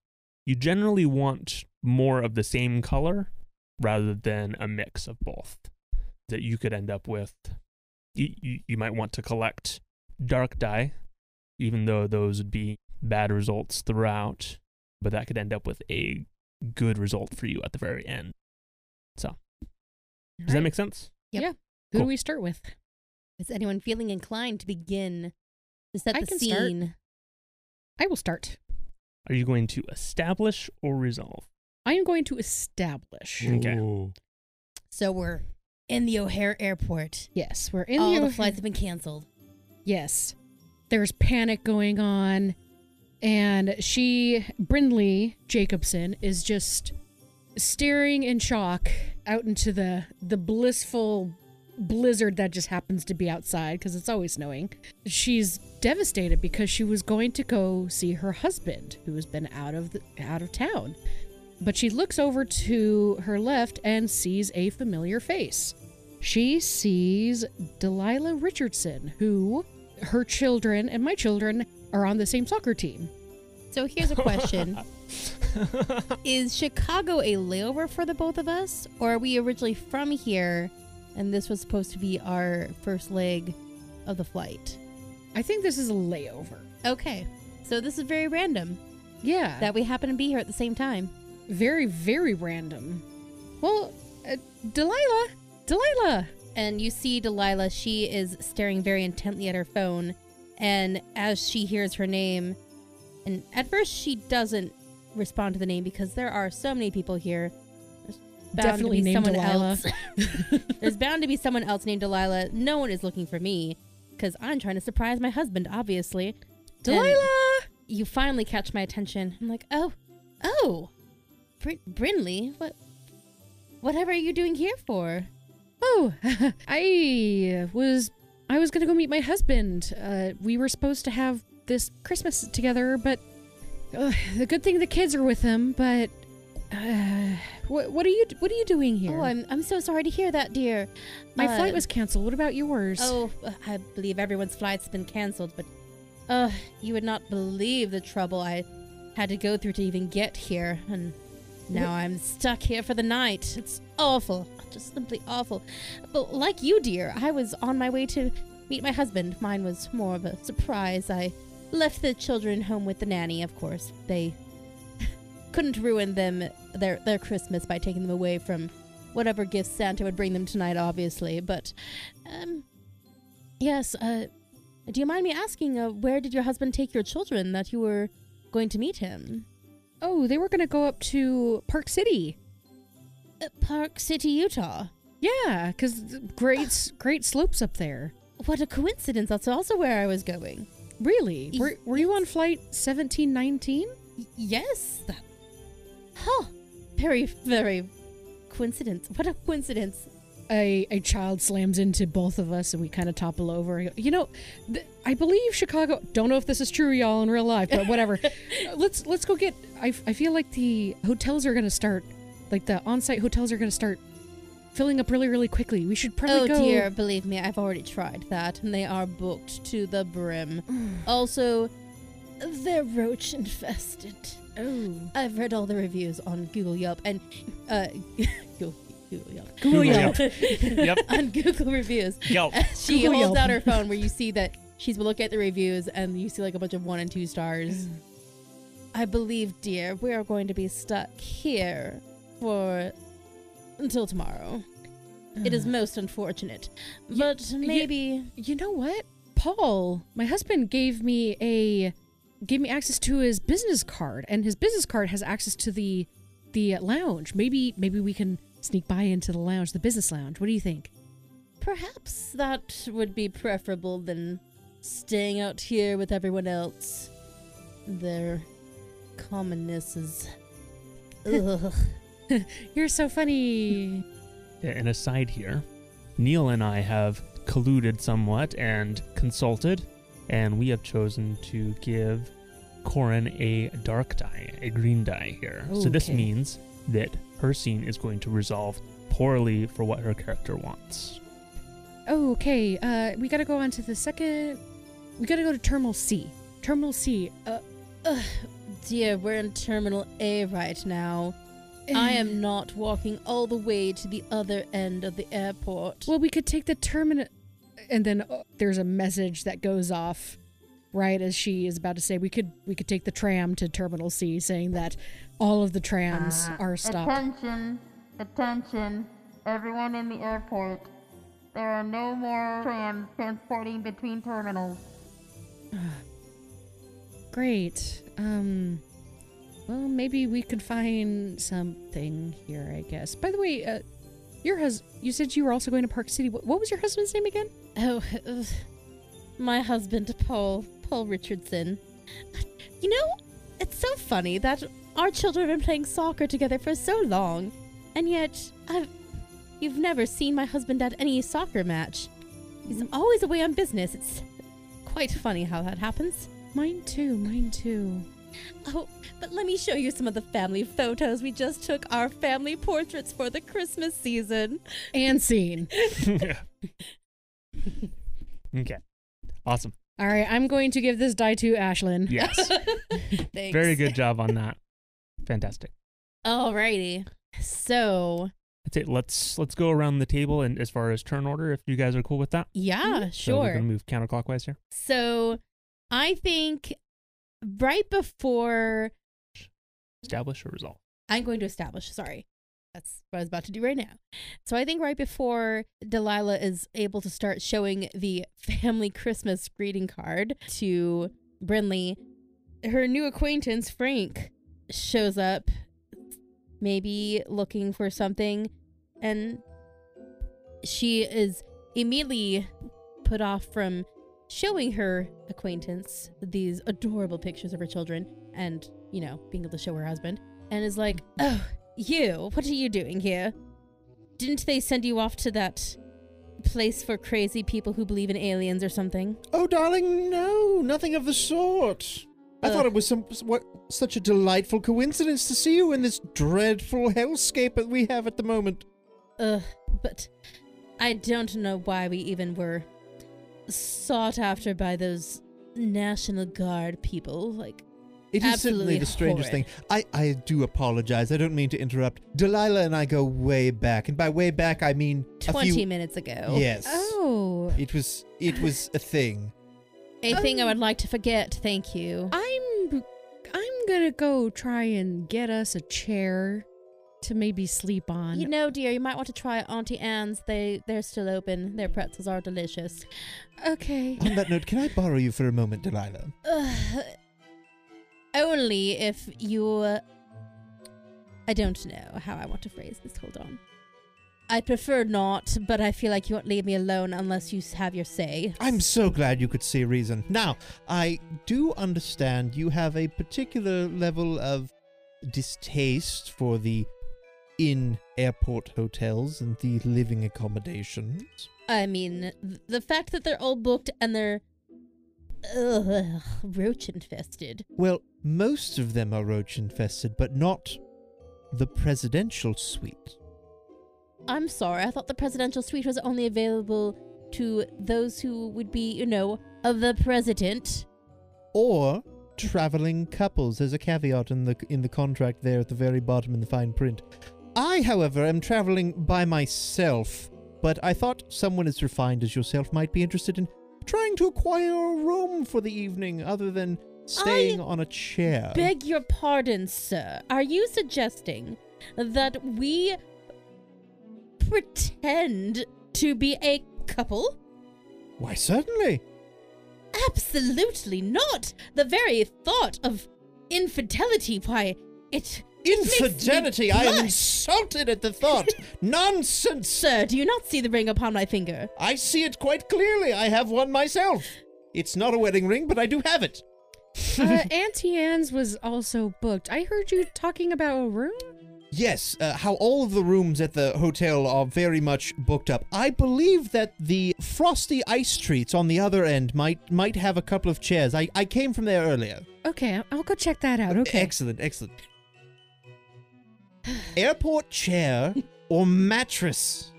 Speaker 2: You generally want more of the same color rather than a mix of both that you could end up with you, you, you might want to collect dark die, even though those would be bad results throughout, but that could end up with a good result for you at the very end. Does that make sense?
Speaker 1: Who
Speaker 2: Cool.
Speaker 1: do we start with?
Speaker 3: Is anyone feeling inclined to begin to set
Speaker 1: I
Speaker 3: the
Speaker 1: can start.
Speaker 3: scene?
Speaker 1: I will start.
Speaker 2: Are you going to establish or resolve?
Speaker 1: I am going to establish.
Speaker 3: Mm.
Speaker 2: Okay.
Speaker 3: So we're in the O'Hare Airport.
Speaker 1: Yes, we're in
Speaker 3: All
Speaker 1: the,
Speaker 3: the
Speaker 1: O'Hare-
Speaker 3: flights have been canceled.
Speaker 1: Yes. There's panic going on. And she, Brindley Jacobson, is just staring in shock out into the, the blissful blizzard that just happens to be outside because it's always snowing. She's devastated because she was going to go see her husband who has been out of the, out of town. But she looks over to her left and sees a familiar face. She sees Delilah Richardson, who her children and my children are on the same soccer team.
Speaker 3: So here's a question. Is Chicago a layover for the both of us, or are we originally from here and this was supposed to be our first leg of the flight?
Speaker 1: I think this is a layover.
Speaker 3: Okay, so this is very random.
Speaker 1: Yeah.
Speaker 3: that we happen to be here at the same time.
Speaker 1: very, very random. Well, uh, Delilah, Delilah.
Speaker 3: And you see Delilah, she is staring very intently at her phone. And as she hears her name, and at first she doesn't respond to the name because there are so many people here. There's bound
Speaker 1: Definitely
Speaker 3: to be
Speaker 1: named
Speaker 3: someone
Speaker 1: Delilah.
Speaker 3: else. There's bound to be someone else named Delilah. No one is looking for me because I'm trying to surprise my husband, obviously.
Speaker 1: Delilah.
Speaker 3: You finally catch my attention. I'm like, oh, oh, Br- Brinley, what, whatever are you doing here for?
Speaker 1: Oh, I was I was gonna go meet my husband. Uh, we were supposed to have this Christmas together, but uh, the good thing the kids are with him. But uh, what what are you what are you doing here?
Speaker 3: Oh, I'm, I'm so sorry to hear that, dear.
Speaker 1: my
Speaker 3: uh,
Speaker 1: flight was canceled. What about yours?
Speaker 3: Oh, uh, I believe everyone's flight's been canceled, but uh, you would not believe the trouble I had to go through to even get here, and now I'm stuck here for the night. It's awful, just simply awful. But like you, dear, I was on my way to meet my husband. Mine was more of a surprise. I left the children home with the nanny, of course. They couldn't ruin them their their Christmas by taking them away from whatever gifts Santa would bring them tonight, obviously. But um, yes. Uh, do you mind me asking? Uh, where did your husband take your children that you were going to meet him?
Speaker 1: oh, they were gonna go up to Park City.
Speaker 3: Uh, Park City, Utah.
Speaker 1: Yeah, because great s- great slopes up there.
Speaker 3: What a coincidence! That's also where I was going.
Speaker 1: Really?
Speaker 3: Y-
Speaker 1: Were, were you on flight seventeen nineteen?
Speaker 3: Y- yes. That. Huh. Very, very coincidence. What a coincidence.
Speaker 1: a, a child slams into both of us and we kind of topple over. and go, You know, th- I believe Chicago. Don't know if this is true, y'all, in real life, but whatever. Uh, let's let's go get. I, I feel like the hotels are gonna start, like the on-site hotels are gonna start filling up really really quickly. We should probably
Speaker 3: oh
Speaker 1: go.
Speaker 3: dear, believe me, I've already tried that, and they are booked to the brim. also, they're roach infested.
Speaker 1: Oh.
Speaker 3: I've read all the reviews on Google Yelp and uh, Google, Google Yelp.
Speaker 1: Google
Speaker 2: Yelp. Yep.
Speaker 3: on Google reviews.
Speaker 2: Yelp.
Speaker 3: She
Speaker 1: Google
Speaker 3: holds
Speaker 1: Yelp.
Speaker 3: out her phone where you see that she's looking at the reviews and you see like a bunch of one and two stars. I believe, dear, we are going to be stuck here for until tomorrow. It is most unfortunate,
Speaker 1: You-
Speaker 3: but
Speaker 1: you-
Speaker 3: maybe.
Speaker 1: You know what? Paul, my husband gave me a gave me access to his business card and his business card has access to the the lounge. Maybe maybe we can sneak by into the lounge, the business lounge. What do you think?
Speaker 3: Perhaps that would be preferable than staying out here with everyone else. Their commonness is. Ugh.
Speaker 1: You're so funny.
Speaker 2: An aside here, Neil and I have colluded somewhat and consulted, and we have chosen to give Corin a dark dye, a green dye here. So this
Speaker 1: Okay.
Speaker 2: means that her scene is going to resolve poorly for what her character wants.
Speaker 1: okay, uh we got to go on to the second we got to go to terminal C. Terminal C. Uh,
Speaker 3: Dear, we're in Terminal A right now. I
Speaker 1: Eh.
Speaker 3: am not walking all the way to the other end of the airport.
Speaker 1: Well, we could take the terminal, and then uh, there's a message that goes off right as she is about to say we could we could take the tram to Terminal C, saying that all of Uh, the trams are stopped.
Speaker 5: Attention, attention, everyone in the airport. There are no more trams transporting between terminals.
Speaker 1: Great. Um. Well, maybe we could find something here, I guess. By the way, uh, your hus you said you were also going to Park City. What, what was your husband's name again?
Speaker 3: Oh, ugh. my husband, Paul, Paul Richardson. You know, it's so funny that our children have been playing soccer together for so long, and yet I've you've never seen my husband at any soccer match. He's always away on business. It's quite funny how that happens.
Speaker 1: Mine too. Mine too.
Speaker 3: Oh, but let me show you some of the family photos we just took our family portraits for the Christmas season.
Speaker 1: And scene.
Speaker 2: Okay. Awesome.
Speaker 1: All right, I'm going to give this die to Ashlyn.
Speaker 2: Yes.
Speaker 3: Thanks.
Speaker 2: Very good job on that. Fantastic.
Speaker 3: Alrighty. So,
Speaker 2: That's it. Let's let's go around the table and as far as turn order, if you guys are cool with that.
Speaker 3: yeah,
Speaker 2: So we're
Speaker 3: sure.
Speaker 2: gonna move counterclockwise here.
Speaker 3: So I think right before
Speaker 2: Establish or resolve?
Speaker 3: I'm going to establish. Sorry. That's what I was about to do right now. So I think right before Delilah is able to start showing the family Christmas greeting card to Brinley, her new acquaintance, Frank, shows up, maybe looking for something, and she is immediately put off from showing her acquaintance these adorable pictures of her children and, you know, being able to show her husband, and is like, oh, you, what are you doing here? Didn't they send you off to that place for crazy people who believe in aliens or something?
Speaker 4: Oh, darling, no, nothing of the sort. I
Speaker 3: Ugh.
Speaker 4: thought it was some what such a delightful coincidence to see you in this dreadful hellscape that we have at the moment.
Speaker 3: Ugh, but I don't know why we even were sought after by those National Guard people. Like,
Speaker 4: It is certainly
Speaker 3: Absolutely
Speaker 4: the strangest
Speaker 3: horrid.
Speaker 4: thing. I, I do apologize. I don't mean to interrupt. Delilah and I go way back, and by way back I mean a
Speaker 3: 20
Speaker 4: few-
Speaker 3: minutes ago.
Speaker 4: Yes.
Speaker 1: Oh.
Speaker 4: It was it was a thing.
Speaker 3: A thing I
Speaker 1: Oh.
Speaker 3: would like to forget, thank you.
Speaker 1: I'm I'm going to go try and get us a chair to maybe sleep on.
Speaker 3: You know, dear, you might want to try Auntie Anne's. They they're still open. Their pretzels are delicious.
Speaker 1: okay.
Speaker 4: On that note, can I borrow you for a moment, Delilah?
Speaker 3: Ugh. Only if you. uh, I don't know how I want to phrase this. Hold on. I prefer not, but I feel like you won't leave me alone unless you s- have your say.
Speaker 4: I'm so glad you could see reason. Now, I do understand you have a particular level of distaste for the in airport hotels and the living accommodations.
Speaker 3: I mean, th- the fact that they're all booked and they're. Ugh, roach infested.
Speaker 4: Well, most of them are roach infested, but not the presidential suite.
Speaker 3: I'm sorry, I thought the presidential suite was only available to those who would be, you know, of the president.
Speaker 4: Or traveling couples. There's a caveat in the in the contract there at the very bottom in the fine print. I, however, am traveling by myself, but I thought someone as refined as yourself might be interested in trying to acquire a room for the evening other than staying on a chair.
Speaker 3: Beg your pardon, sir. Are you suggesting that we pretend to be a couple?
Speaker 4: Why, certainly.
Speaker 3: Absolutely not. The very thought of infidelity, why it makes me
Speaker 4: Infidelity! I am
Speaker 3: blush.
Speaker 4: insulted at the thought. Nonsense!
Speaker 3: Sir, do you not see the ring upon my finger?
Speaker 4: I see it quite clearly. I have one myself. It's not a wedding ring, but I do have it.
Speaker 1: uh, Auntie Anne's was also booked. I heard you talking about a room.
Speaker 4: Yes, uh, how all of the rooms at the hotel are very much booked up. I believe that the frosty ice treats on the other end might might have a couple of chairs. I, I came from there earlier.
Speaker 1: Okay, I- I'll go check that out. Okay.
Speaker 4: Excellent, excellent. Airport chair or mattress?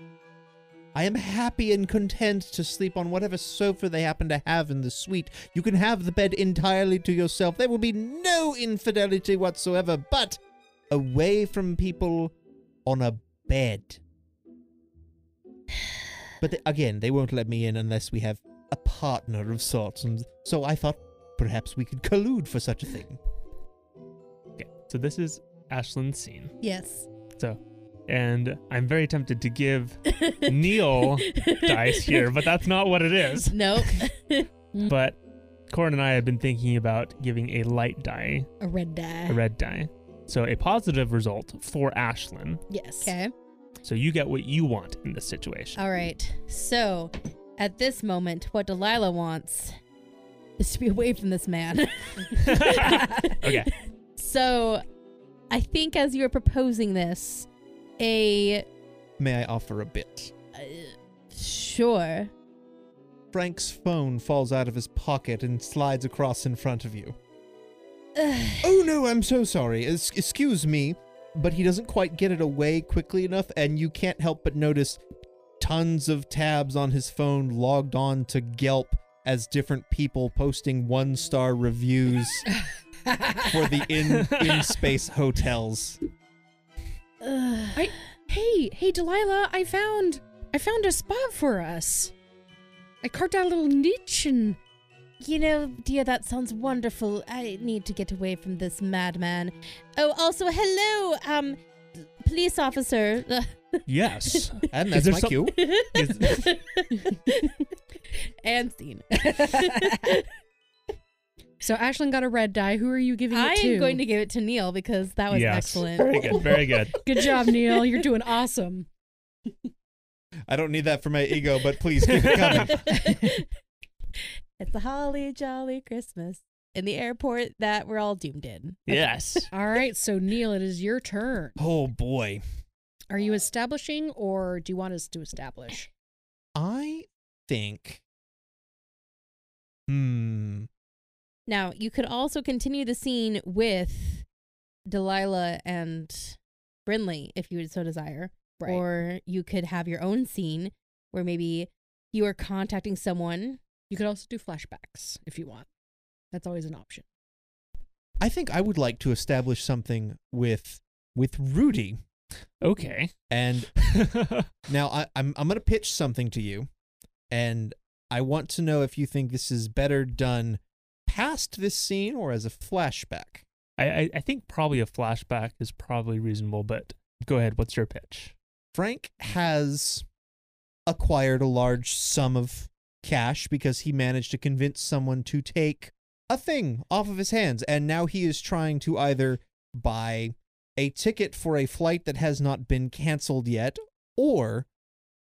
Speaker 4: I am happy and content to sleep on whatever sofa they happen to have in the suite. You can have the bed entirely to yourself. There will be no infidelity whatsoever, but away from people on a bed. But th- again, they won't let me in unless we have a partner of sorts, and so I thought perhaps we could collude for such a thing.
Speaker 2: Okay, so this is Ashlyn's scene.
Speaker 3: Yes.
Speaker 2: So, and I'm very tempted to give Neil dice here, but that's not what it is.
Speaker 3: Nope.
Speaker 2: But Corin and I have been thinking about giving a light die,
Speaker 1: A red die.
Speaker 3: Uh-huh.
Speaker 2: a red die. So a positive result for Ashlyn.
Speaker 1: Yes.
Speaker 3: Okay.
Speaker 2: So you get what you want in this situation.
Speaker 3: All right. So, at this moment, what Delilah wants is to be away from this man.
Speaker 2: Okay.
Speaker 3: So, I think as you're proposing this, a
Speaker 4: May I offer a bit?
Speaker 3: uh, sure.
Speaker 4: Frank's phone falls out of his pocket and slides across in front of you.
Speaker 3: Ugh,
Speaker 4: Oh no, I'm so sorry. Es- excuse me. But he doesn't quite get it away quickly enough, and you can't help but notice tons of tabs on his phone logged on to Yelp as different people posting one star reviews for the in in space hotels.
Speaker 3: ugh.
Speaker 1: Hey, hey, Delilah! I found I found a spot for us. I carved out a little niche and
Speaker 3: You know, dear, that sounds wonderful. I need to get away from this madman. Oh, also, hello, um, police officer.
Speaker 2: Yes.
Speaker 4: And
Speaker 2: Is
Speaker 4: that's
Speaker 2: there
Speaker 4: my
Speaker 2: some-
Speaker 4: cue.
Speaker 2: Is-
Speaker 3: and scene.
Speaker 1: So Ashlyn got a red die. Who are you giving
Speaker 3: I
Speaker 1: it to?
Speaker 3: am going to give it to Neil because that was
Speaker 2: yes.
Speaker 3: excellent.
Speaker 2: Very good. Very good.
Speaker 1: Good job, Neil. You're doing awesome.
Speaker 4: I don't need that for my ego, but please keep it coming.
Speaker 3: it's a holly jolly Christmas in the airport that we're all doomed in.
Speaker 2: Yes.
Speaker 1: All right, so Neil, it is your turn.
Speaker 4: oh boy.
Speaker 1: Are you establishing or do you want us to establish?
Speaker 4: I think. Hmm.
Speaker 3: Now, you could also continue the scene with Delilah and Brinley if you would so desire. Or you could have your own scene where maybe you are contacting someone.
Speaker 1: you could also do flashbacks if you want. That's always an option.
Speaker 4: I think I would like to establish something with with Rudy.
Speaker 2: Okay.
Speaker 4: And now I, I'm I'm gonna pitch something to you, and I want to know if you think this is better done past this scene or as a flashback.
Speaker 2: I, I, I think probably a flashback is probably reasonable, but go ahead. What's your pitch?
Speaker 4: Frank has acquired a large sum of cash because he managed to convince someone to take a thing off of his hands. And now he is trying to either buy a ticket for a flight that has not been canceled yet or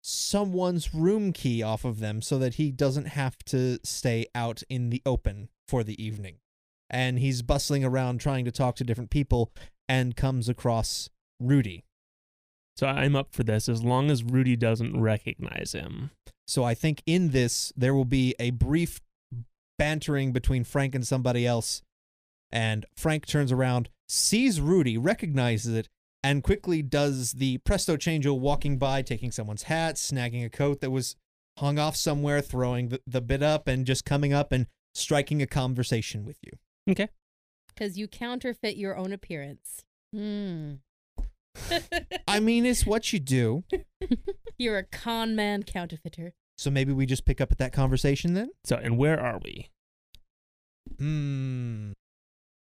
Speaker 4: someone's room key off of them so that he doesn't have to stay out in the open for the evening. And he's bustling around trying to talk to different people and comes across Rudy.
Speaker 2: So I'm up for this as long as Rudy doesn't recognize him.
Speaker 4: So I think in this there will be a brief bantering between Frank and somebody else, and Frank turns around, sees Rudy, recognizes it, and quickly does the presto changeo walking by, taking someone's hat, snagging a coat that was hung off somewhere, throwing the, the bit up, and just coming up and striking a conversation with you.
Speaker 2: Okay.
Speaker 3: Because you counterfeit your own appearance.
Speaker 1: Hmm.
Speaker 4: I mean, it's what you do.
Speaker 3: You're a con man counterfeiter.
Speaker 4: So maybe we just pick up at that conversation then?
Speaker 2: So and where are we?
Speaker 4: Hmm.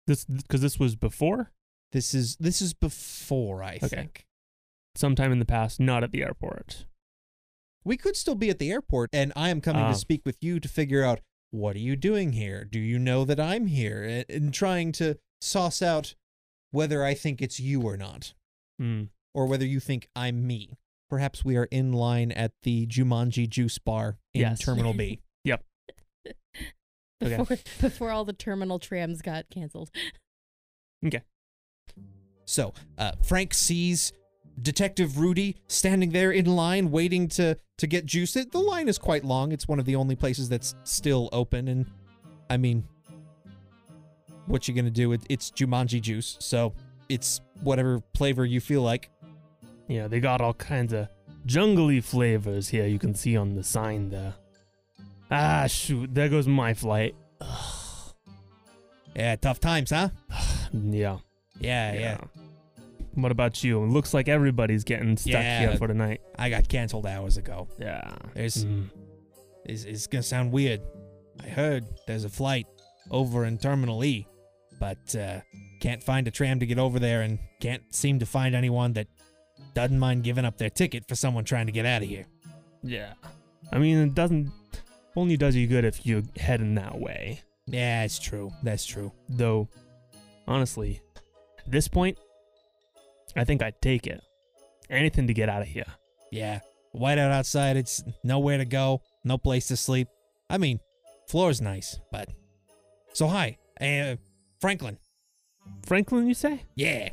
Speaker 2: This because this was before,
Speaker 4: This is this is before I
Speaker 2: Okay.
Speaker 4: think.
Speaker 2: sometime in the past, not at the airport.
Speaker 4: We could still be at the airport, and I am coming
Speaker 2: Ah.
Speaker 4: to speak with you to figure out what are you doing here? Do you know that I'm here? A- And trying to sauce out whether I think it's you or not,
Speaker 2: Hmm.
Speaker 4: or whether you think I'm me. Perhaps we are in line at the Jumanji Juice Bar in
Speaker 2: Yes.
Speaker 4: Terminal B.
Speaker 2: Okay.
Speaker 3: Before, before all the terminal trams got canceled.
Speaker 4: So uh, Frank sees Detective Rudy standing there in line waiting to to get juice. It, the line is quite long. It's one of the only places that's still open, and I mean, what you gonna do? It, it's Jumanji juice, so it's whatever flavor you feel like.
Speaker 2: Yeah, they got all kinds of jungly flavors here. You can see on the sign there. Ah, shoot! There goes my flight.
Speaker 4: Yeah, tough times, huh?
Speaker 2: Yeah.
Speaker 4: Yeah, yeah.
Speaker 2: What about you? Looks like everybody's getting stuck
Speaker 4: Yeah.
Speaker 2: here for tonight.
Speaker 4: I got canceled hours ago.
Speaker 2: Yeah.
Speaker 4: There's-
Speaker 2: Mm.
Speaker 4: It's, it's gonna sound weird. I heard there's a flight over in Terminal E, but uh, can't find a tram to get over there, and can't seem to find anyone that doesn't mind giving up their ticket for someone trying to get out of here.
Speaker 2: Yeah. I mean, it doesn't only does you good if you're heading that way.
Speaker 4: Yeah, it's true. That's true.
Speaker 2: Though, honestly, at this point, I think I'd take it. Anything to get out of here.
Speaker 4: Yeah, whiteout outside. It's nowhere to go, no place to sleep. I mean, floor's nice, but so hi, uh, Franklin.
Speaker 2: Franklin, you say?
Speaker 4: Yeah,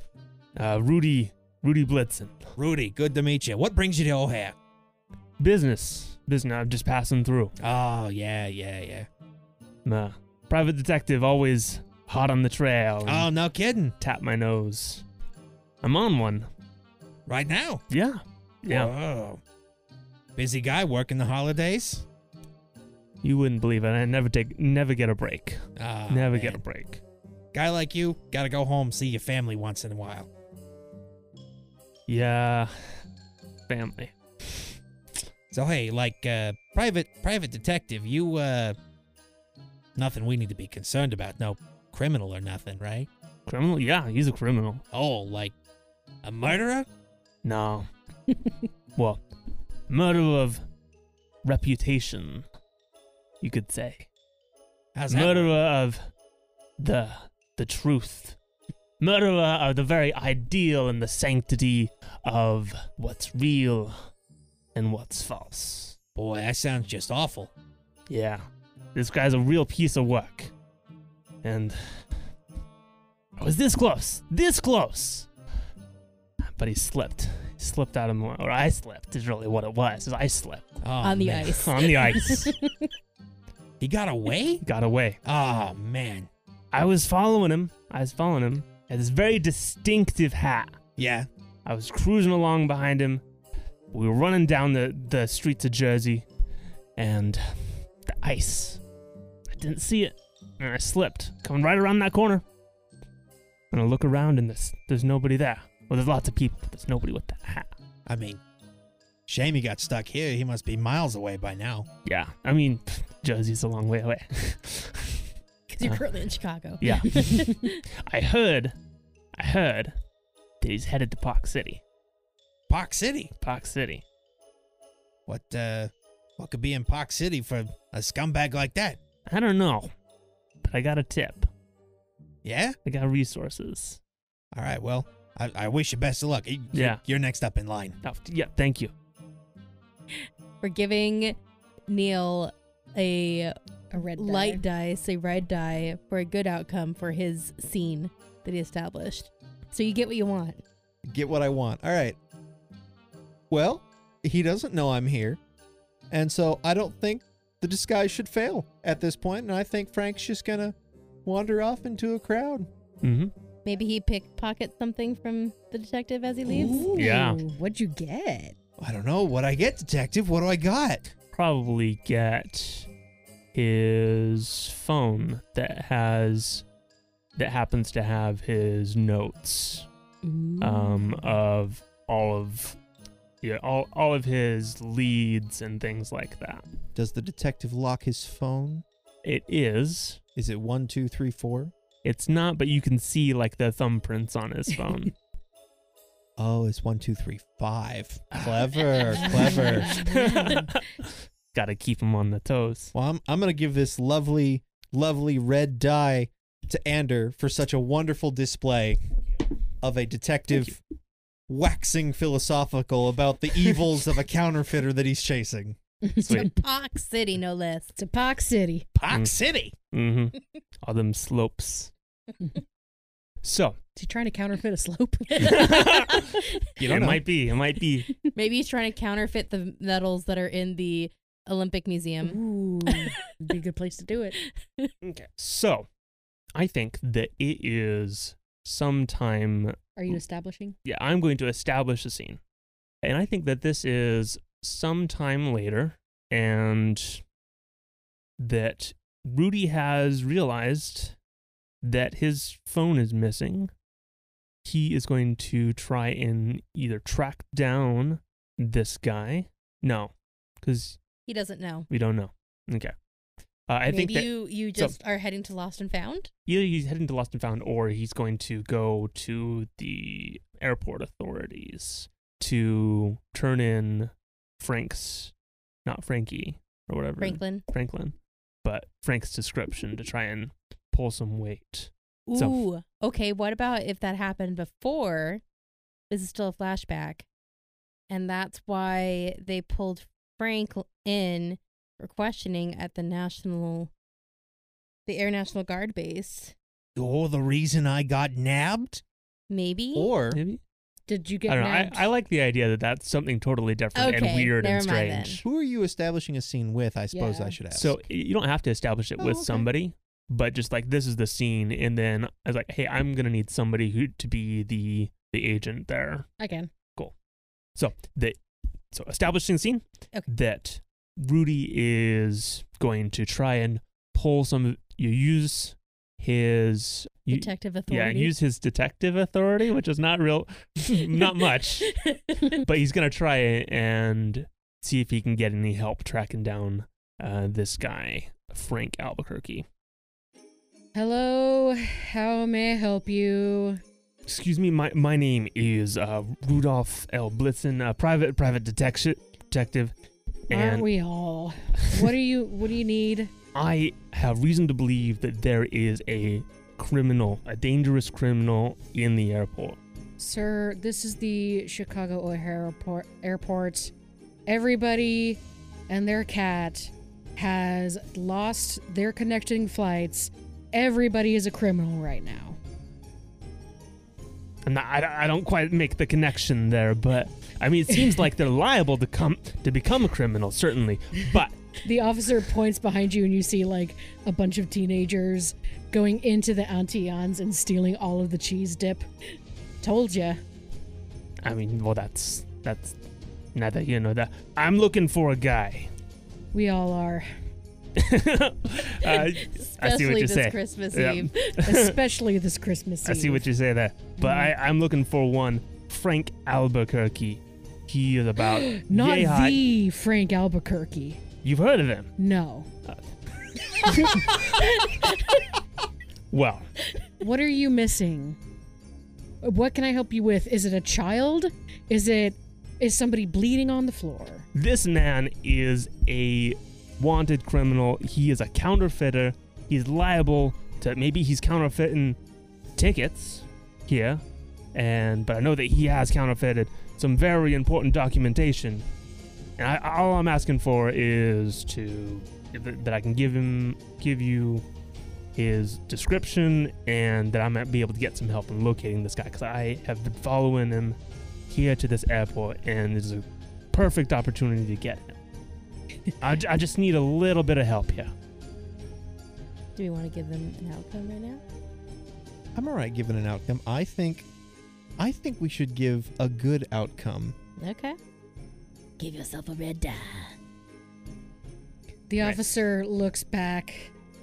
Speaker 2: Uh, Rudy, Rudy Blitzen.
Speaker 4: Rudy. Good to meet you. What brings you to O'Hare?
Speaker 2: Business, business. I'm just passing through.
Speaker 4: Oh yeah, yeah, yeah.
Speaker 2: Uh, private detective, always hot on the trail. and
Speaker 4: Oh, no kidding.
Speaker 2: Tap my nose. I'm on one.
Speaker 4: Right now.
Speaker 2: Yeah. Yeah.
Speaker 4: Whoa. Busy guy working the holidays.
Speaker 2: You wouldn't believe it. I never take, never get a break.
Speaker 4: Ah,
Speaker 2: never
Speaker 4: man.
Speaker 2: get a break.
Speaker 4: Guy like you, gotta go home, see your family once in a while.
Speaker 2: Yeah. Family.
Speaker 4: So hey, like uh private private detective, you uh Nothing we need to be concerned about. No criminal or nothing, right?
Speaker 2: Criminal? Yeah, he's a criminal.
Speaker 4: Oh, like a murderer?
Speaker 2: No. well, murder of reputation, you could say.
Speaker 4: How's that?
Speaker 2: Murderer of the the truth. Murderer of the very ideal and the sanctity of what's real and what's false.
Speaker 4: Boy, that sounds just awful.
Speaker 2: Yeah. This guy's a real piece of work. And I was this close. This close. But he slipped. He slipped out of my or I slipped is really what it was. Is I slipped
Speaker 4: Oh,
Speaker 3: on the
Speaker 4: man.
Speaker 3: ice.
Speaker 2: on the ice.
Speaker 4: He got away?
Speaker 2: Got away.
Speaker 4: Oh, man.
Speaker 2: I was following him. I was following him. Had this very distinctive hat.
Speaker 4: Yeah.
Speaker 2: I was cruising along behind him. We were running down the, the streets of Jersey and the ice. I didn't see it. And I slipped, coming right around that corner. And I look around and there's, there's nobody there. Well, there's lots of people, but there's nobody with that hat.
Speaker 4: I mean, shame he got stuck here. He must be miles away by now.
Speaker 2: Yeah, I mean, pfft, Jersey's a long way away.
Speaker 3: Because you're currently in Chicago.
Speaker 2: Yeah. I heard, I heard that he's headed to Park City.
Speaker 4: Park City.
Speaker 2: Park City.
Speaker 4: What, uh, what could be in Park City for a scumbag like that?
Speaker 2: I don't know, but I got a tip.
Speaker 4: Yeah?
Speaker 2: I got resources.
Speaker 4: All right, well, I, I wish you best of luck. You- you-
Speaker 2: Yeah.
Speaker 4: You're next up in line.
Speaker 2: Oh, yeah, thank you.
Speaker 3: We're giving Neil a
Speaker 1: A red dye.
Speaker 3: light dice, a red die for a good outcome for his scene that he established. So you get what you want.
Speaker 4: Get what I want. All right. Well, he doesn't know I'm here. And so I don't think the disguise should fail at this point. And I think Frank's just going to wander off into a crowd.
Speaker 2: Mm-hmm.
Speaker 3: Maybe he pickpockets something from the detective as he leaves.
Speaker 1: Ooh,
Speaker 2: Yeah.
Speaker 1: What'd you get?
Speaker 4: I don't know what I get, detective. What do I got?
Speaker 2: Probably get his phone that has that happens to have his notes um, of all of yeah all all of his leads and things like that.
Speaker 4: Does the detective lock his phone?
Speaker 2: It is.
Speaker 4: Is it one, two, three, four?
Speaker 2: It's not, but you can see like the thumbprints on his phone.
Speaker 4: Oh, it's one, two, three, five. Clever, clever.
Speaker 2: Got to keep him on the toes.
Speaker 4: Well, I'm, I'm going to give this lovely, lovely red die to Ander for such a wonderful display of a detective waxing philosophical about the evils of a counterfeiter that he's chasing.
Speaker 2: Sweet.
Speaker 3: Park City, no less.
Speaker 1: It's a Pox City.
Speaker 4: Park
Speaker 2: Mm.
Speaker 4: City.
Speaker 2: Mm-hmm. All them slopes. so
Speaker 1: Is he trying to counterfeit a slope?
Speaker 4: You
Speaker 2: it
Speaker 4: don't know.
Speaker 2: might be. It might be.
Speaker 3: Maybe he's trying to counterfeit the medals that are in the Olympic Museum.
Speaker 1: Ooh, would be a good place to do it.
Speaker 2: Okay. So, I think that it is sometime.
Speaker 1: Are you establishing?
Speaker 2: Yeah, I'm going to establish a scene. And I think that this is sometime later, and that Rudy has realized that his phone is missing. He is going to try and either track down this guy. No, because
Speaker 3: He doesn't know.
Speaker 2: we don't know. Okay. Uh, I
Speaker 3: Maybe
Speaker 2: think that
Speaker 3: you you
Speaker 2: so-
Speaker 3: just are heading to Lost and Found.
Speaker 2: either he's heading to Lost and Found or he's going to go to the airport authorities to turn in Frank's, not Frankie or whatever.
Speaker 3: Franklin.
Speaker 2: Franklin. But Frank's description to try and pull some weight.
Speaker 3: Ooh.
Speaker 2: So-
Speaker 3: Okay. What about if that happened before? This is still a flashback, and that's why they pulled Frank in for questioning at the national, the Air National Guard base.
Speaker 4: Or Oh, the reason I got nabbed?
Speaker 3: Maybe.
Speaker 4: Or
Speaker 2: Maybe?
Speaker 1: Did you
Speaker 2: I
Speaker 1: get
Speaker 2: don't know. I,
Speaker 1: nabbed?
Speaker 2: I like the idea that that's something totally different and
Speaker 3: Okay,
Speaker 2: weird and
Speaker 3: never mind then.
Speaker 2: strange.
Speaker 4: who are you establishing a scene with? I suppose
Speaker 1: Yeah.
Speaker 4: I should ask.
Speaker 2: So y- you don't have to establish it
Speaker 4: Oh,
Speaker 2: with
Speaker 4: okay.
Speaker 2: somebody, but just like this is the scene, and then I was like, hey, I'm gonna need somebody who to be the the agent there.
Speaker 1: I can.
Speaker 2: So that so establishing the scene
Speaker 3: Okay.
Speaker 2: that Rudy is going to try and pull some. of- You use his you,
Speaker 3: Detective
Speaker 2: yeah,
Speaker 3: authority.
Speaker 2: use his detective authority, which is not real, not much, but he's gonna try and see if he can get any help tracking down uh, this guy Frank Albuquerque.
Speaker 1: Hello, how may I help you?
Speaker 2: Excuse me, my, my name is uh, Rudolph L. Blitzen, a private private detection detective,
Speaker 1: Aren't
Speaker 2: and
Speaker 1: we all? What do you What do you need?
Speaker 2: I have reason to believe that there is a criminal, a dangerous criminal in the airport.
Speaker 1: Sir, this is the Chicago O'Hare airport, airport. Everybody and their cat has lost their connecting flights. Everybody is a criminal right now.
Speaker 2: And I, I- I don't quite make the connection there, but I mean, it seems like they're liable to come to become a criminal, certainly. But
Speaker 1: The officer points behind you, and you see like a bunch of teenagers going into the Antillans and stealing all of the cheese dip. Told ya.
Speaker 2: I mean, well, that's that's neither you know that. I'm looking for a guy.
Speaker 1: We all are,
Speaker 2: Uh, I see what
Speaker 3: Especially
Speaker 2: you
Speaker 3: this
Speaker 2: say.
Speaker 3: Christmas
Speaker 2: Yeah.
Speaker 3: Eve.
Speaker 1: especially this Christmas
Speaker 2: I
Speaker 1: Eve.
Speaker 2: see what you say there, but I, I'm looking for one Frank Albuquerque. He is about
Speaker 1: Not
Speaker 2: yay high-
Speaker 1: the Frank Albuquerque.
Speaker 2: You've heard of him.
Speaker 1: No.
Speaker 2: Well,
Speaker 1: What are you missing? What can I help you with? Is it a child? Is it is somebody bleeding on the floor?
Speaker 2: this man is a wanted criminal. He is a counterfeiter. He's liable to maybe he's counterfeiting tickets here, and but I know that he has counterfeited some very important documentation. And I, all I'm asking for is to that I can give him give you his description and that I might be able to get some help in locating this guy because I have been following him here to this airport and this is a perfect opportunity to get him. I, j- I just need a little bit of help here.
Speaker 3: Do we want to give them an outcome right now?
Speaker 4: I'm all right giving an outcome. I think, I think we should give a good outcome.
Speaker 3: Okay. Give yourself a red dye.
Speaker 1: The
Speaker 2: Right.
Speaker 1: officer looks back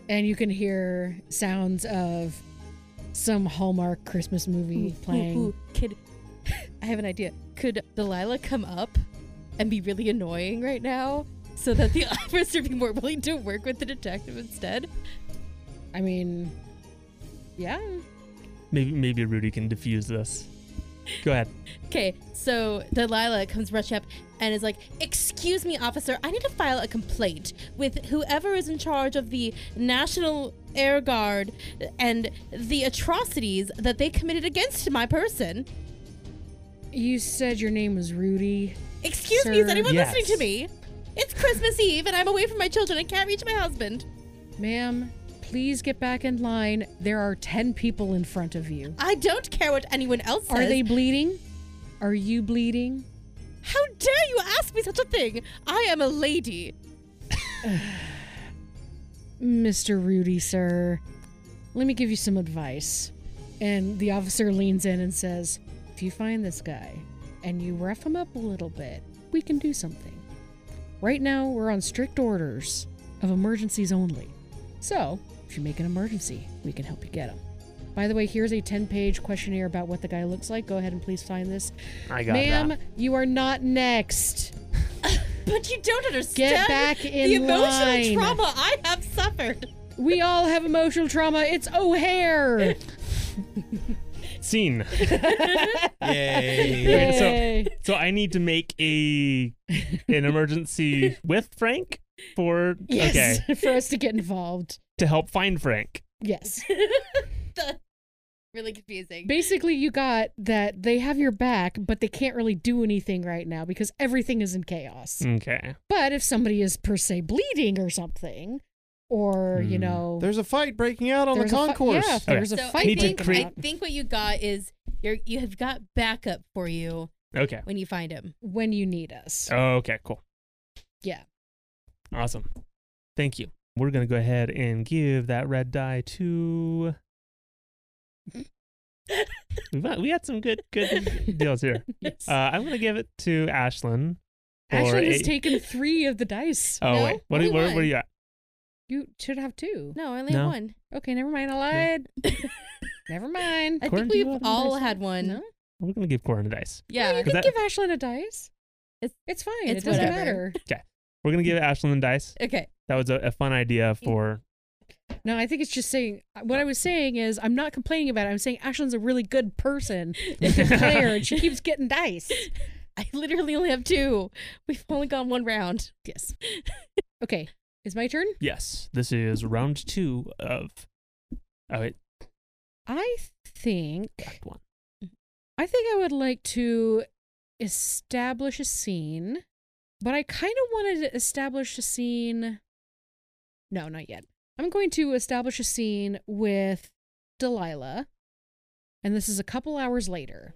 Speaker 1: and you can hear sounds of some Hallmark Christmas movie playing.
Speaker 3: Could I have an idea? Could Delilah come up and be really annoying right now, so that the officer be more willing to work with the detective instead?
Speaker 1: I mean, yeah.
Speaker 2: Maybe maybe Rudy can defuse this. Go ahead.
Speaker 3: Okay, so Delilah comes rushing up and is like, "Excuse me, officer, I need to file a complaint with whoever is in charge of the National Air Guard and the atrocities that they committed against my person."
Speaker 1: You said your name was Rudy.
Speaker 3: Excuse me, is
Speaker 1: Sir.
Speaker 3: anyone
Speaker 2: Yes.
Speaker 3: listening to me? It's Christmas Eve and I'm away from my children. I can't reach my husband.
Speaker 1: Ma'am, please get back in line. There are 10 people in front of you.
Speaker 3: I don't care what anyone else says.
Speaker 1: Are they bleeding? Are you bleeding?
Speaker 3: How dare you ask me such a thing? I am a lady.
Speaker 1: Mr. Rudy, sir, let me give you some advice. And the officer leans in and says, If you find this guy and you rough him up a little bit, we can do something. Right now, we're on strict orders of emergencies only. So, if you make an emergency, we can help you get him. By the way, here's a 10 page questionnaire about what the guy looks like. Go ahead and please sign this.
Speaker 2: I got
Speaker 1: Ma'am,
Speaker 2: that.
Speaker 1: you are not next.
Speaker 3: But you don't understand
Speaker 1: Get back in
Speaker 3: the emotional
Speaker 1: line.
Speaker 3: trauma I have suffered.
Speaker 1: We all have emotional trauma. It's O'Hare.
Speaker 2: Scene.
Speaker 4: Yay!
Speaker 2: Wait, so-
Speaker 1: Yay.
Speaker 2: So I need to make a an emergency with Frank for
Speaker 1: Yes,
Speaker 2: okay
Speaker 1: for us to get involved.
Speaker 2: to help find Frank.
Speaker 1: Yes.
Speaker 3: That's really confusing.
Speaker 1: Basically, you got that they have your back, but they can't really do anything right now because everything is in chaos.
Speaker 2: Okay.
Speaker 1: But if somebody is per se bleeding or something, or you
Speaker 2: Hmm.
Speaker 1: know,
Speaker 4: There's a fight breaking out on
Speaker 1: there's
Speaker 4: the
Speaker 1: a fi-
Speaker 4: concourse.
Speaker 1: yeah, if there's a
Speaker 3: so
Speaker 1: fight.
Speaker 3: I
Speaker 2: Need to
Speaker 1: breaking
Speaker 3: think,
Speaker 2: create-
Speaker 1: out-
Speaker 3: I think what you got is you're, you have got backup for you
Speaker 2: Okay.
Speaker 3: when you find him.
Speaker 1: when you need
Speaker 2: Oh.
Speaker 1: us.
Speaker 2: Okay. Cool.
Speaker 1: Yeah.
Speaker 2: Awesome. Thank you. We're gonna go ahead and give that red dye to. We've got, we had some good good deals here.
Speaker 1: Yes.
Speaker 2: Uh, I'm gonna give it to Ashlyn. for
Speaker 1: Ashley has
Speaker 2: a-
Speaker 1: taken three of the dice.
Speaker 2: Oh
Speaker 3: No,
Speaker 2: wait, what,
Speaker 3: only
Speaker 2: are- where, where
Speaker 3: one.
Speaker 2: are you at?
Speaker 1: You should have two.
Speaker 3: No, I only
Speaker 2: No.
Speaker 3: have one.
Speaker 1: Okay, never mind. I lied. never mind.
Speaker 3: I
Speaker 2: Corin,
Speaker 3: think
Speaker 2: do you
Speaker 3: we've
Speaker 2: have any
Speaker 3: all
Speaker 2: dice?
Speaker 3: had one.
Speaker 1: No?
Speaker 2: We're gonna give Corin a dice.
Speaker 3: Yeah.
Speaker 1: You
Speaker 2: Is
Speaker 1: can
Speaker 2: that-
Speaker 1: give Ashlyn a dice. It's,
Speaker 3: It's-
Speaker 1: it's fine.
Speaker 3: it's
Speaker 1: it doesn't
Speaker 3: whatever.
Speaker 1: matter.
Speaker 2: Mm. We're gonna give Ashlyn a dice.
Speaker 3: Okay.
Speaker 2: Mm. That was a, a fun idea for
Speaker 1: No, I think it's just saying uh, what I was saying is I'm not complaining about it. I'm saying Ashlyn's a really good person, a good player, and she keeps getting dice.
Speaker 3: I literally only have two. We've only gone one round.
Speaker 1: Yes. Okay, it's my turn.
Speaker 2: Yes, this is round two of. Oh, wait,
Speaker 1: I think
Speaker 2: act one.
Speaker 1: I think I would like to establish a scene, but I kind of wanted to establish a scene. No, not yet. I'm going to establish a scene with Delilah, and this is a couple hours later.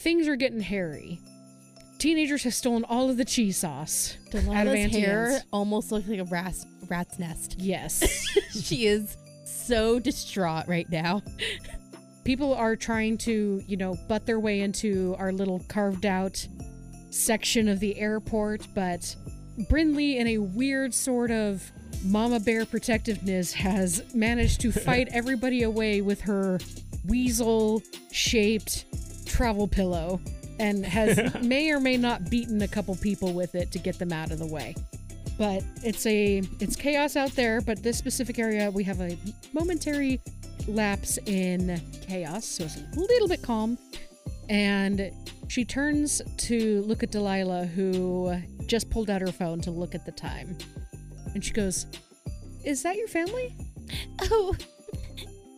Speaker 1: Things are getting hairy. Teenagers have stolen all of the cheese sauce. out of
Speaker 3: Delilah's
Speaker 1: Auntie's
Speaker 3: hair
Speaker 1: hands.
Speaker 3: almost looks like a rat's, rat's nest.
Speaker 1: Yes.
Speaker 3: she is so distraught right now.
Speaker 1: people are trying to, you know, butt their way into our little carved out section of the airport, but Brindley, in a weird sort of mama bear protectiveness, has managed to fight everybody away with her weasel shaped travel pillow and has may or may not beaten a couple people with it to get them out of the way. But it's a it's chaos out there, but this specific area we have a momentary lapse in chaos, so it's a little bit calm. And she turns to look at Delilah, who just pulled out her phone to look at the time. And she goes, Is that your family?
Speaker 3: Oh,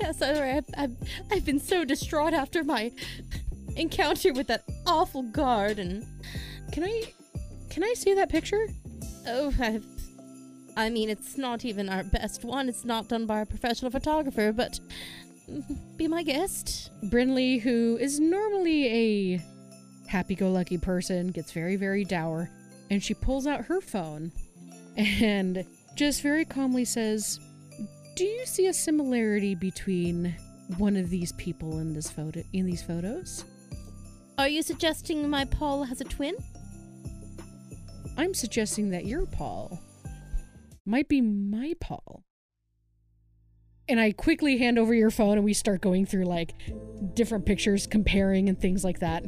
Speaker 3: yes, sorry. I've, I've, I've been so distraught after my encounter with that awful guard, and
Speaker 1: Can I can I see that picture?
Speaker 3: oh, I've, I mean, it's not even our best one. It's not done by a professional photographer, but mm, be my guest.
Speaker 1: Brinley, who is normally a happy go lucky person, gets very, very dour, and she pulls out her phone and just very calmly says, Do you see a similarity between one of these people in this photo in these photos?
Speaker 3: Are you suggesting my Paul has a twin?
Speaker 1: I'm suggesting that your Paul might be my Paul. And I quickly hand over your phone and we start going through like different pictures, comparing and things like that.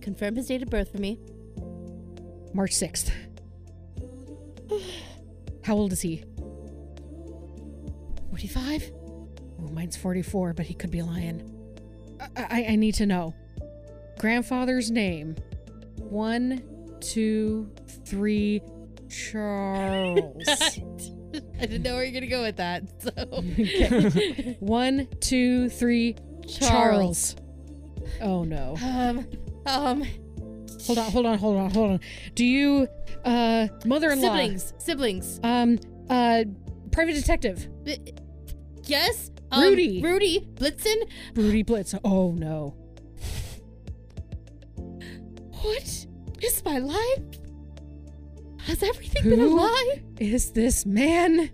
Speaker 3: Confirm his date of birth for me.
Speaker 1: March 6th. How old is he? 45? Oh, mine's 44, but he could be lying. I, I, I need to know. Grandfather's name. One, two, three, Charles.
Speaker 3: I didn't know where you're gonna go with that. So
Speaker 1: Okay. One, two, three, Charles. Oh no.
Speaker 3: Um, um,
Speaker 1: Hold on, hold on, hold on, hold on. Do you uh mother-in-law
Speaker 3: siblings, siblings.
Speaker 1: um uh private detective
Speaker 3: B- Yes. Um,
Speaker 1: Rudy.
Speaker 3: Rudy. Blitzen.
Speaker 1: Rudy Blitz. Oh no.
Speaker 3: What is my life? Has everything been a
Speaker 1: Who?
Speaker 3: lie?
Speaker 1: Is this man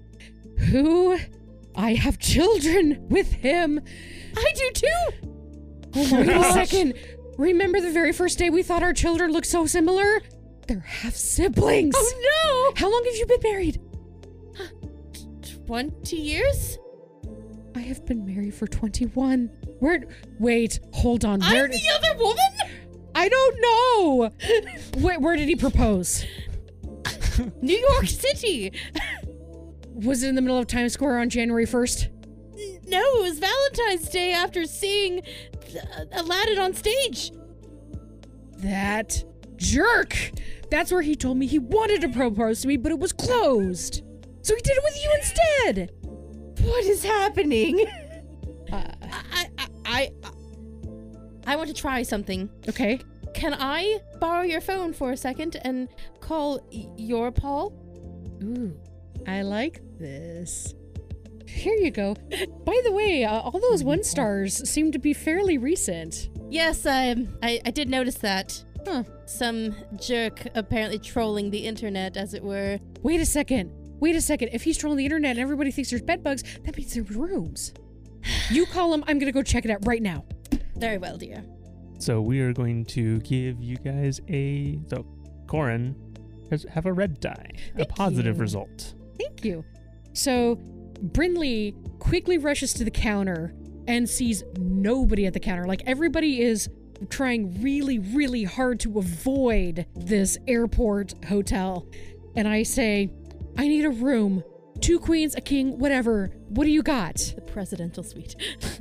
Speaker 1: who I have children with him?
Speaker 3: I do too.
Speaker 1: Oh my Wait a second. Remember the very first day we thought our children looked so similar? They're half siblings.
Speaker 3: Oh
Speaker 1: How long have you been married?
Speaker 3: no. Twenty years.
Speaker 1: I have been married for 21. Where? Wait, hold on. Where?
Speaker 3: I'm the other woman.
Speaker 1: I don't know. Wait, where did he propose?
Speaker 3: New York City.
Speaker 1: Was it in the middle of Times Square on January 1st?
Speaker 3: No, it was Valentine's Day after seeing uh, Aladdin on stage.
Speaker 1: That jerk. That's where he told me he wanted to propose to me, but it was closed. So he did it with you instead.
Speaker 3: What is happening?
Speaker 1: Uh,
Speaker 3: I I I, I, I want to try something.
Speaker 1: okay.
Speaker 3: Can I borrow your phone for a second and call y- your Paul?
Speaker 1: Ooh, I like this. Here you go. By the way, uh, all those one stars seem to be fairly recent.
Speaker 3: Yes, um, I, I did notice that.
Speaker 1: Huh.
Speaker 3: Some jerk apparently trolling the internet, as it were.
Speaker 1: Wait a second. Wait a second. If he's trolling the internet and everybody thinks there's bed bugs, that means there's rooms. You call him. I'm gonna go check it out right now.
Speaker 3: Very well, dear.
Speaker 2: So we are going to give you guys a so Corin has have a red die, a
Speaker 1: Thank
Speaker 2: positive
Speaker 1: you.
Speaker 2: result.
Speaker 1: Thank you. So Brindley quickly rushes to the counter and sees nobody at the counter. Like everybody is trying really, really hard to avoid this airport hotel. And I say, I need a room two queens, a king, whatever. What do you got?
Speaker 3: The presidential suite.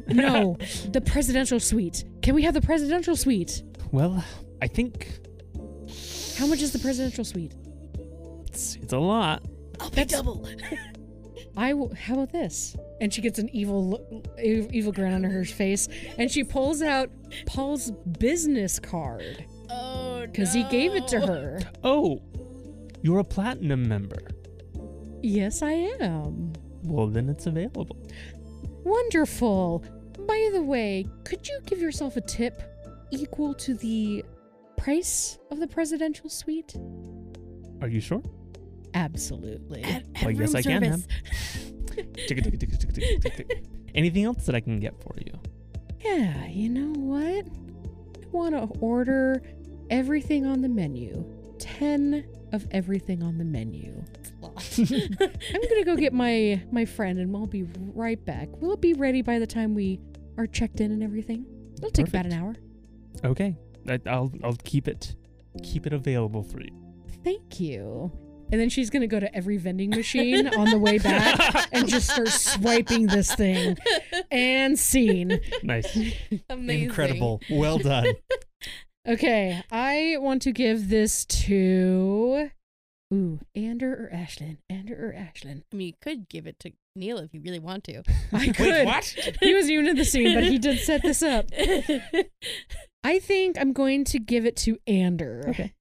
Speaker 1: No, the presidential suite. Can we have the presidential suite?
Speaker 2: Well, I think
Speaker 1: How much is the presidential suite?
Speaker 2: it's, it's a lot.
Speaker 3: I'll pay double.
Speaker 1: I will. How about this? And she gets an evil, lo- ev- evil grin on her face, and she pulls out Paul's business card
Speaker 3: Oh,
Speaker 1: because he gave it to her.
Speaker 2: Oh, you're a platinum member.
Speaker 1: Yes, I am.
Speaker 2: Well, then it's available.
Speaker 1: Wonderful. By the way, could you give yourself a tip equal to the price of the presidential suite?
Speaker 2: Are you sure?
Speaker 1: Absolutely.
Speaker 2: Well, yes, I can, Tick, tick, tick, tick, tick, tick, tick. Anything else that I can get for you?
Speaker 1: Yeah, you know what? I want to order everything on the menu. 10 of everything on the menu. I'm going to go get my my friend and we'll be right back. Will it be ready by the time we are checked in and everything? It'll take about an hour.
Speaker 2: Okay, I, I'll I'll keep it keep it available for you.
Speaker 1: Thank you. And then she's going to go to every vending machine on the way back and just start swiping this thing. And scene.
Speaker 2: Nice.
Speaker 3: Amazing.
Speaker 4: Incredible. Well done.
Speaker 1: Okay, I want to give this to ooh, Ander or Ashlyn. Ander or Ashlyn.
Speaker 3: I mean, you could give it to Neil if you really want to.
Speaker 1: I could. He wasn't even in the scene, but he did set this up. I think I'm going to give it to Ander
Speaker 3: okay.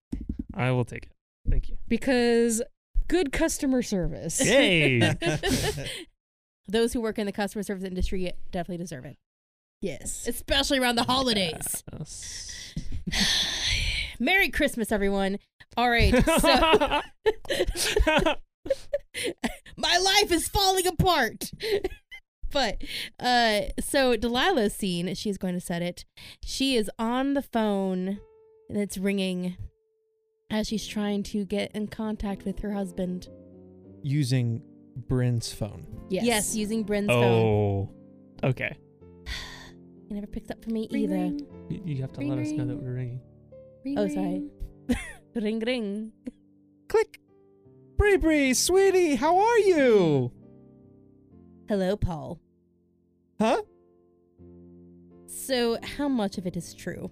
Speaker 2: I will take it. Thank you.
Speaker 1: because good customer service.
Speaker 2: Yay!
Speaker 3: Those who work in the customer service industry definitely deserve it,
Speaker 1: Yes.
Speaker 3: especially around the holidays.
Speaker 2: Yes.
Speaker 3: Merry Christmas, everyone. All right. So my life is falling apart. but uh so Delilah's scene, she's going to set it. She is on the phone and it's ringing as she's trying to get in contact with her husband.
Speaker 4: Using Bryn's phone.
Speaker 1: Yes.
Speaker 3: using Bryn's phone.
Speaker 2: oh, okay.
Speaker 3: He never picks up for me
Speaker 1: Ring,
Speaker 3: either.
Speaker 1: ring,
Speaker 2: You, you have to
Speaker 1: Ring,
Speaker 2: let us know that
Speaker 1: ring.
Speaker 2: we're ringing.
Speaker 1: ring,
Speaker 3: Oh, sorry.
Speaker 1: ring.
Speaker 3: Ring ring.
Speaker 4: Click. Bree Bree, sweetie, how are you?
Speaker 3: Hello, Paul.
Speaker 4: Huh?
Speaker 3: So how much of it is true?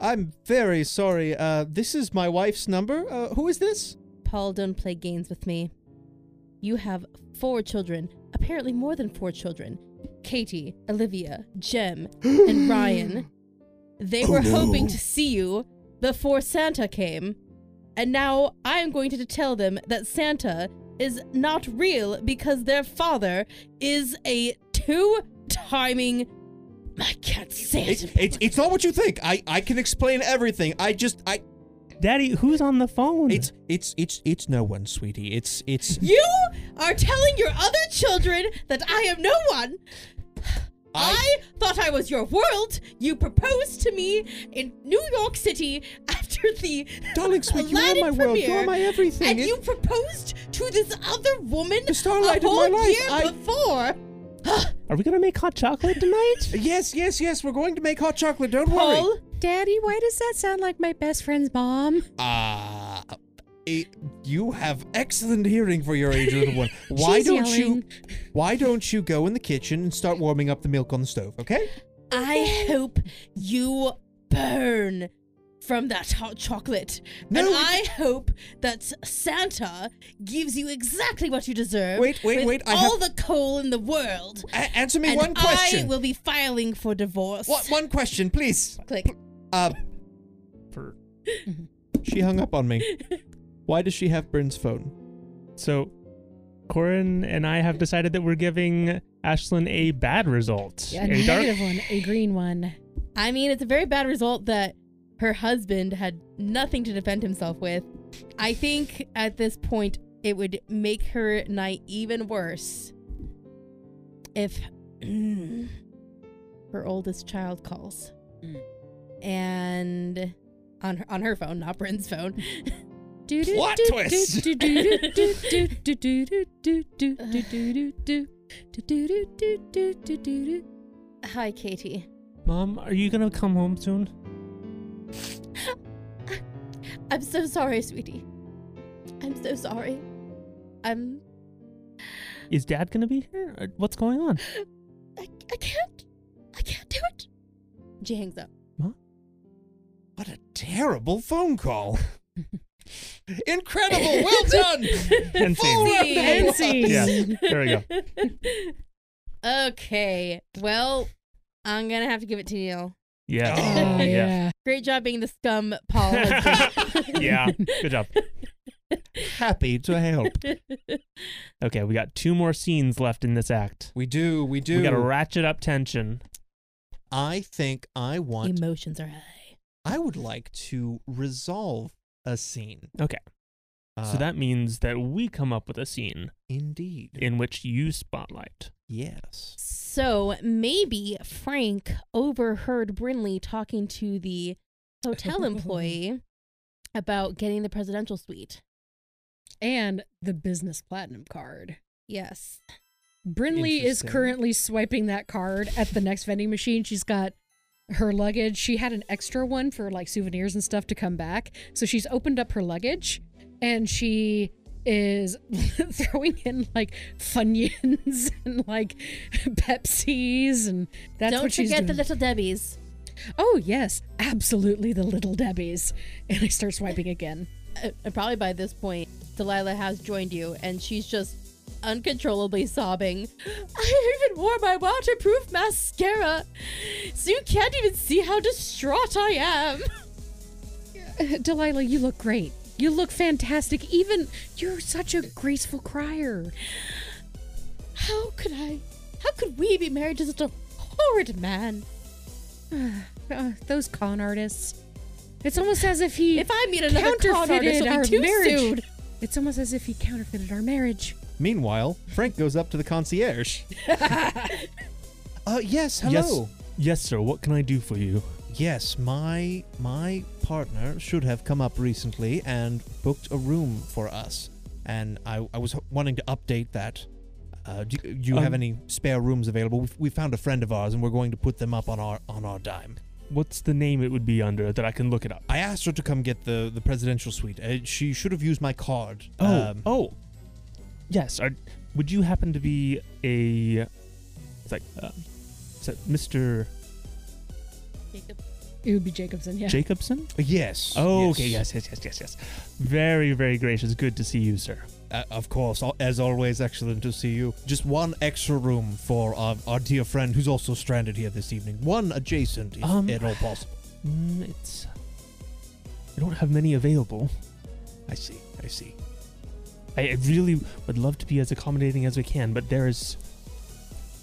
Speaker 4: I'm very sorry. Uh, this is my wife's number. Uh, who is this?
Speaker 3: Paul, don't play games with me. You have four children, apparently more than four children Katie, Olivia, Jem, and Ryan. They
Speaker 4: Oh,
Speaker 3: were
Speaker 4: no.
Speaker 3: hoping to see you before Santa came, and now I am going to tell them that Santa is not real because their father is a two timing. I can't say it.
Speaker 4: It- it's, it's not what you think. I, I can explain everything. I just I
Speaker 2: Daddy, who's on the phone?
Speaker 4: it's it's it's it's no one, sweetie. It's it's
Speaker 3: You are telling your other children that I am no one. I,
Speaker 4: I
Speaker 3: thought I was your world. You proposed to me in New York City after the
Speaker 4: darling, sweetie, you are
Speaker 3: Aladdin
Speaker 4: my world. You
Speaker 3: premiere,
Speaker 4: are my everything.
Speaker 3: and
Speaker 4: It-
Speaker 3: you proposed to this other woman
Speaker 4: The starlight
Speaker 3: a
Speaker 4: of my
Speaker 3: whole
Speaker 4: life.
Speaker 3: year
Speaker 4: I-
Speaker 3: before.
Speaker 2: Are we gonna make hot chocolate tonight?
Speaker 4: Yes, yes, yes. We're going to make hot chocolate. Don't worry.
Speaker 3: Paul,
Speaker 1: Daddy, why does that sound like my best friend's mom?
Speaker 4: Ah, it- you have excellent hearing for your age, little one. Why
Speaker 1: She's
Speaker 4: don't you?
Speaker 1: yelling.
Speaker 4: Why don't you go in the kitchen and start warming up the milk on the stove? Okay.
Speaker 3: I hope you burn from that hot chocolate.
Speaker 4: No,
Speaker 3: and
Speaker 4: it-
Speaker 3: I hope that Santa gives you exactly what you deserve.
Speaker 4: Wait, wait,
Speaker 3: with
Speaker 4: wait, I
Speaker 3: all the coal in the world.
Speaker 4: A- answer me
Speaker 3: and
Speaker 4: one question.
Speaker 3: I will be filing for divorce.
Speaker 4: What? One question, please.
Speaker 3: Click.
Speaker 4: Uh,
Speaker 2: For
Speaker 4: she hung up on me. Why does she have Bryn's phone?
Speaker 2: so, Corin and I have decided that we're giving Ashlyn a bad result.
Speaker 1: A
Speaker 2: a dark
Speaker 1: negative one, a green one.
Speaker 3: I mean, it's a very bad result that her husband had nothing to defend himself with. I think at this point, it would make her night even worse if her oldest child calls
Speaker 1: Mm.
Speaker 3: and on her, on her phone, not Bryn's phone.
Speaker 4: Plot twist.
Speaker 3: Hi, Katie.
Speaker 2: Mom, are you gonna come home soon?
Speaker 3: I'm so sorry, sweetie. I'm so sorry. I'm
Speaker 2: Is Dad gonna be here? Uh, What's going on?
Speaker 3: I, I can't. I can't do it. She hangs up.
Speaker 4: What a terrible phone call. Incredible. Well done.
Speaker 2: And
Speaker 4: Full
Speaker 2: scene.
Speaker 4: round of
Speaker 1: And
Speaker 4: applause.
Speaker 1: scene.
Speaker 2: Yeah. There we go.
Speaker 3: okay. Well, I'm going to have to give it to Neil.
Speaker 2: Yes.
Speaker 1: Oh,
Speaker 2: yeah.
Speaker 1: yeah.
Speaker 3: Great job being the scum, Paul. has been.
Speaker 2: Yeah. Good job.
Speaker 4: Happy to help.
Speaker 2: Okay, we got two more scenes left in this act.
Speaker 4: We do. We do.
Speaker 2: We gotta ratchet up tension.
Speaker 4: I think I want.
Speaker 3: Emotions are high.
Speaker 4: I would like to resolve a scene.
Speaker 2: Okay.
Speaker 4: Uh,
Speaker 2: so that means that we come up with a scene
Speaker 4: indeed.
Speaker 2: in which you spotlight.
Speaker 4: yes.
Speaker 3: So maybe Frank overheard Brinley talking to the hotel employee about getting the presidential suite.
Speaker 1: And the business platinum card.
Speaker 3: Yes.
Speaker 1: Brinley is
Speaker 4: Interesting.
Speaker 1: currently swiping that card at the next vending machine. She's got her luggage. She had an extra one for like souvenirs and stuff to come back. So she's opened up her luggage and she is throwing in like Funyuns and like Pepsis and that's
Speaker 3: Don't
Speaker 1: what she's
Speaker 3: forget the
Speaker 1: doing.
Speaker 3: little Debbie's.
Speaker 1: oh yes, absolutely the little Debbies. And I start swiping again.
Speaker 3: Uh, and probably by this point, Delilah has joined you, and she's just uncontrollably sobbing. I even wore my waterproof mascara, so you can't even see how distraught I am.
Speaker 1: Delilah, you look great. You look fantastic. Even you're such a graceful crier.
Speaker 3: How could I? How could we be married to such a horrid man?
Speaker 1: Uh, those con artists. It's almost as if he
Speaker 3: If I meet another con artist,
Speaker 1: counterfeited
Speaker 3: it'll
Speaker 1: our
Speaker 3: be too
Speaker 1: marriage.
Speaker 3: soon.
Speaker 1: It's almost as if he counterfeited our marriage.
Speaker 4: Meanwhile, Frank goes up to the concierge. uh, yes,
Speaker 2: Yes,
Speaker 4: hello.
Speaker 2: yes, sir. What can I do for you?
Speaker 4: Yes. my my partner should have come up recently and booked a room for us, and I, I was wanting to update that. Uh, do, you- do you have
Speaker 2: Um,
Speaker 4: any spare rooms available? We've, we found a friend of ours, and we're going to put them up on our on our dime.
Speaker 2: What's the name it would be under that I can look it up?
Speaker 4: I asked her to come get the the presidential suite. Uh, she should have used my card.
Speaker 2: Oh,
Speaker 4: Um,
Speaker 2: oh, yes. Are, would you happen to be a? It's like, uh, is that Mr.
Speaker 1: It would be Jacobson, yeah.
Speaker 2: Jacobson?
Speaker 4: yes.
Speaker 2: Oh, okay. Yes, yes, yes, yes, yes. Very, very gracious. Good to see you, sir.
Speaker 4: Uh, of course, al- as always, excellent to see you. Just one extra room for our, our dear friend who's also stranded here this evening. One adjacent, if
Speaker 2: Um,
Speaker 4: at all possible.
Speaker 2: Mm, it's. I don't have many available.
Speaker 4: I see. I see.
Speaker 2: I I really would love to be as accommodating as we can, but there's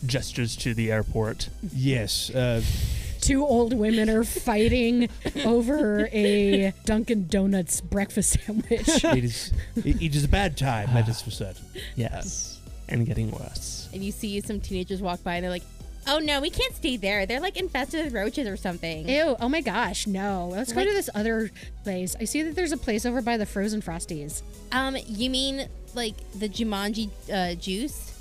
Speaker 2: gestures to the airport.
Speaker 4: Yes. Uh,
Speaker 1: Two old women are fighting over a Dunkin' Donuts breakfast sandwich.
Speaker 4: it is. It, it is a bad time. That is for certain.
Speaker 2: Yes, and getting worse.
Speaker 3: And you see some teenagers walk by, and they're like, "Oh no, we can't stay there. They're like infested with roaches or something."
Speaker 1: Ew, oh my gosh, no. Let's go
Speaker 3: Like-
Speaker 1: to this other place. I see that there's a place over by the frozen frosties.
Speaker 3: Um, you mean like the Jumanji uh, juice?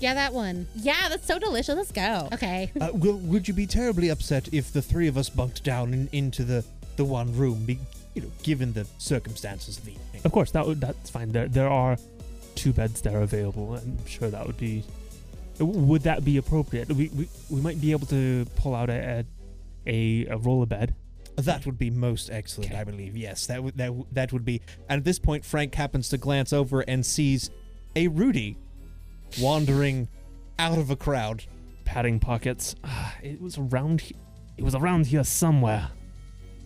Speaker 1: Yeah, that one.
Speaker 3: Yeah, that's so delicious. Let's go.
Speaker 1: Okay.
Speaker 4: Uh, will, would you be terribly upset if the three of us bunked down in, into the the one room? Be, you know, given the circumstances of the evening.
Speaker 2: Of course, that would, that's fine. There, there are two beds there available. I'm sure that would be. w- Would that be appropriate? We, we, we might be able to pull out a a, a roller bed.
Speaker 4: That would be most excellent, I believe. Yes, that would that, would- that would be. And at this point, Frank happens to glance over and sees a Rudy wandering out of a crowd.
Speaker 2: padding pockets. Ah, it was around. He- it was around here somewhere.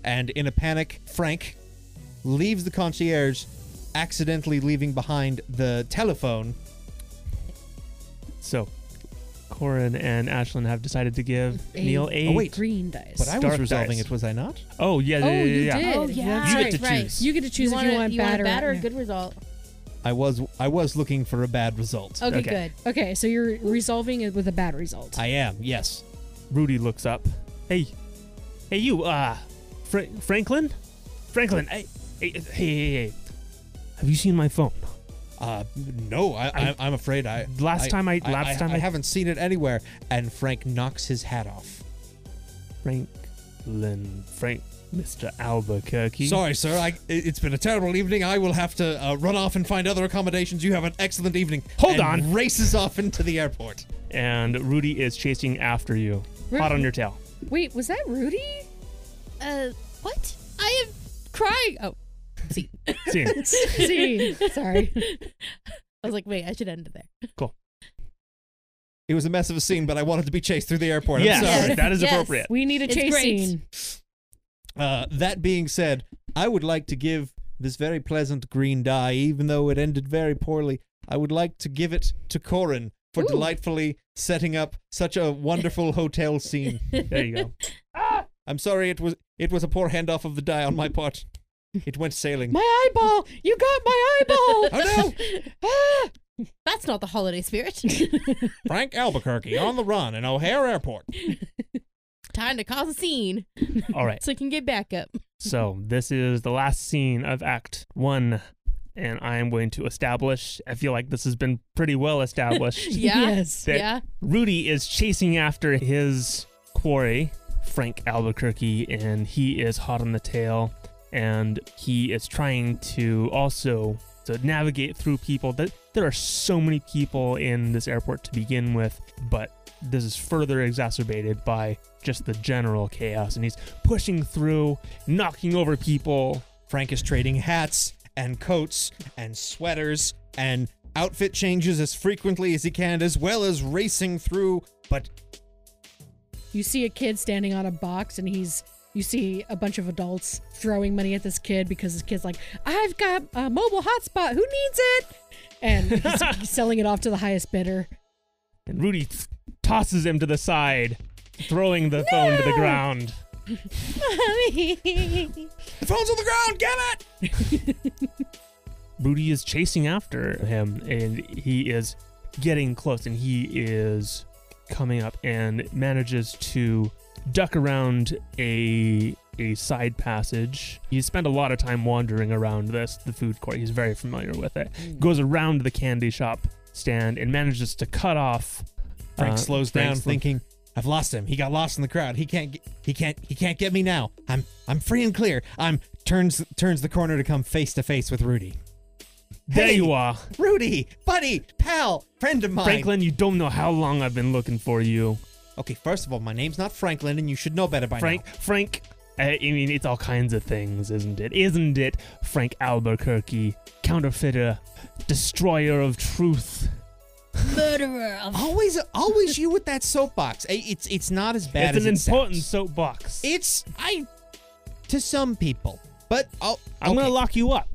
Speaker 4: And in a panic, Frank leaves the concierge, accidentally leaving behind the telephone.
Speaker 2: So, Corin and Ashlyn have decided to give
Speaker 1: A-
Speaker 2: Neil a.
Speaker 4: Oh, wait.
Speaker 1: Green dice.
Speaker 4: But I was
Speaker 2: Dark
Speaker 4: resolving
Speaker 2: dice.
Speaker 4: it, was I not?
Speaker 2: Oh yeah,
Speaker 1: oh,
Speaker 2: yeah,
Speaker 1: you
Speaker 2: yeah, yeah.
Speaker 1: did.
Speaker 3: Oh, yeah.
Speaker 1: That's
Speaker 2: You
Speaker 1: right.
Speaker 2: get to
Speaker 3: right.
Speaker 2: choose.
Speaker 1: You get to choose if you want bad or
Speaker 3: bad or a
Speaker 1: yeah.
Speaker 3: good result.
Speaker 4: I was I was looking for a bad result.
Speaker 3: Okay,
Speaker 2: Okay.
Speaker 3: good.
Speaker 1: Okay, so you're resolving it with a bad result.
Speaker 4: I am, yes.
Speaker 2: Rudy looks up. Hey, hey, you. Uh, Fra- Franklin, Franklin. Hey, hey, hey, hey, hey. Have you seen my phone?
Speaker 4: Uh, no, I, I, I'm afraid I.
Speaker 2: Last time I- last time
Speaker 4: I
Speaker 2: I-
Speaker 4: haven't seen it anywhere. And Frank knocks his hat off.
Speaker 2: Frank Lynn Frank, Mr. Albuquerque.
Speaker 4: Sorry, sir. I, it- it's been a terrible evening. I will have to uh, run off and find other accommodations. You have an excellent evening.
Speaker 2: Hold
Speaker 4: And
Speaker 2: on.
Speaker 4: Races off into the airport.
Speaker 2: And Rudy is chasing after you. Hot
Speaker 1: Rudy.
Speaker 2: on your tail.
Speaker 1: Wait, was that Rudy?
Speaker 3: Uh, what? I am crying. Oh, see. I
Speaker 2: See,
Speaker 1: Scene. Sorry.
Speaker 3: was like, wait, I should end it there.
Speaker 4: It was a mess of a scene, but I wanted to be chased through the airport.
Speaker 2: yes,
Speaker 4: I'm sorry.
Speaker 3: Yes.
Speaker 2: that is
Speaker 3: Yes.
Speaker 2: appropriate.
Speaker 1: We need a
Speaker 3: It's
Speaker 1: chase
Speaker 3: great.
Speaker 1: scene.
Speaker 4: Uh, that being said, I would like to give this very pleasant green dye, even though it ended very poorly, I would like to give it to Corin for
Speaker 1: Ooh.
Speaker 4: delightfully setting up such a wonderful hotel scene.
Speaker 2: There you go.
Speaker 4: I'm sorry it was it was a poor handoff of the dye on my part. It went sailing.
Speaker 1: My eyeball! You got my eyeball! Ah.
Speaker 4: oh no!
Speaker 3: That's not the holiday spirit.
Speaker 4: Frank Albuquerque on the run in O'Hare Airport.
Speaker 3: Time to cause a scene
Speaker 2: All right.
Speaker 3: so I can get back up.
Speaker 2: So this is the last scene of Act One, and I am going to establish. I feel like this has been pretty well established.
Speaker 3: Yeah.
Speaker 1: Yes.
Speaker 2: That
Speaker 3: Yeah.
Speaker 2: Rudy is chasing after his quarry, Frank Albuquerque, and he is hot on the tail, and he is trying to also to navigate through people. That there are so many people in this airport to begin with, but this is further exacerbated by just the general chaos, and he's pushing through, knocking over people.
Speaker 4: Frank is trading hats and coats and sweaters and outfit changes as frequently as he can, as well as racing through. But
Speaker 1: You see a kid standing on a box and he's you see a bunch of adults throwing money at this kid because this kid's like, I've got a mobile hotspot. Who needs it? And he's selling it off to the highest bidder.
Speaker 2: And Rudy th- tosses him to the side, throwing the phone to the ground.
Speaker 4: the phone's on the ground, get it!
Speaker 2: Rudy is chasing after him and he is getting close and he is coming up and manages to duck around a a side passage. He spent a lot of time wandering around this the food court. He's very familiar with it. Goes around the candy shop stand and manages to cut off
Speaker 4: Frank
Speaker 2: uh,
Speaker 4: slows down,
Speaker 2: Frank's-
Speaker 4: thinking, "I've lost him. He got lost in the crowd. He can't. Get, he can't. He can't get me now. I'm. I'm free and clear. I'm." Turns turns the corner to come face to face with Rudy.
Speaker 2: There
Speaker 4: "Hey,
Speaker 2: you are.
Speaker 4: Rudy, buddy, pal, friend of mine.
Speaker 2: Franklin, you don't know how long I've been looking for you.
Speaker 4: Okay, first of all, my name's not Franklin, and you should know better by
Speaker 2: Frank,
Speaker 4: now.
Speaker 2: Frank. I I mean, it's all kinds of things, isn't it? Isn't it? Frank Albuquerque, counterfeiter, destroyer of truth.
Speaker 3: Murderer of
Speaker 4: Always, always you with that soapbox. I- It's it's not as bad
Speaker 2: it's
Speaker 4: as
Speaker 2: an
Speaker 4: it
Speaker 2: important
Speaker 4: sounds.
Speaker 2: soapbox.
Speaker 4: It's I to some people, but oh,
Speaker 2: I'm gonna lock you up.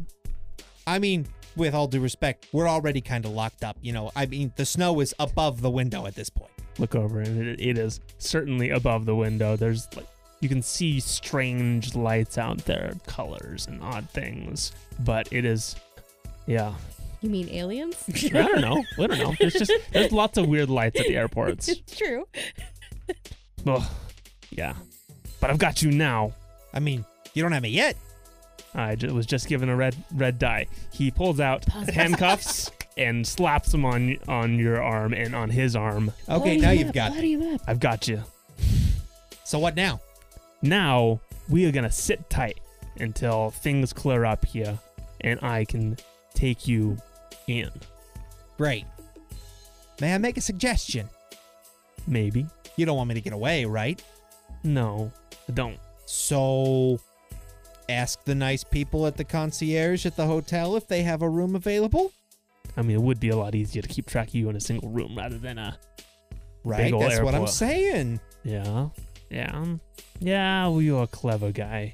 Speaker 4: I mean, with all due respect, we're already kind of locked up. You know, I mean, the snow is above the window at this point.
Speaker 2: Look over, and it, it is certainly above the window. There's like you can see strange lights out there, colors and odd things, but it is, yeah.
Speaker 3: You mean aliens?
Speaker 2: I don't know. I don't know. There's just there's lots of weird lights at the airports.
Speaker 3: it's true.
Speaker 2: Ugh. Yeah, but I've got you now.
Speaker 4: I mean, you don't have me yet.
Speaker 2: I ju- was just given a red red die. He pulls out handcuffs and slaps them on on your arm and on his arm.
Speaker 1: Bloody
Speaker 4: Okay, now
Speaker 1: him
Speaker 4: you've
Speaker 1: up,
Speaker 4: got.
Speaker 1: bloody
Speaker 4: Me.
Speaker 1: him up.
Speaker 2: I've got you.
Speaker 4: So what now?
Speaker 2: Now we are gonna sit tight until things clear up here, and I can take you in.
Speaker 4: Great. May I make a suggestion?
Speaker 2: Maybe.
Speaker 4: You don't want me to get away, right?
Speaker 2: No, I don't.
Speaker 4: So, ask the nice people at the concierge at the hotel if they have a room available.
Speaker 2: I mean, it would be a lot easier to keep track of you in a single room rather than a
Speaker 4: Right,
Speaker 2: ol'
Speaker 4: that's what I'm
Speaker 2: airport.
Speaker 4: saying.
Speaker 2: yeah, yeah, um, yeah. Well, you're a clever guy.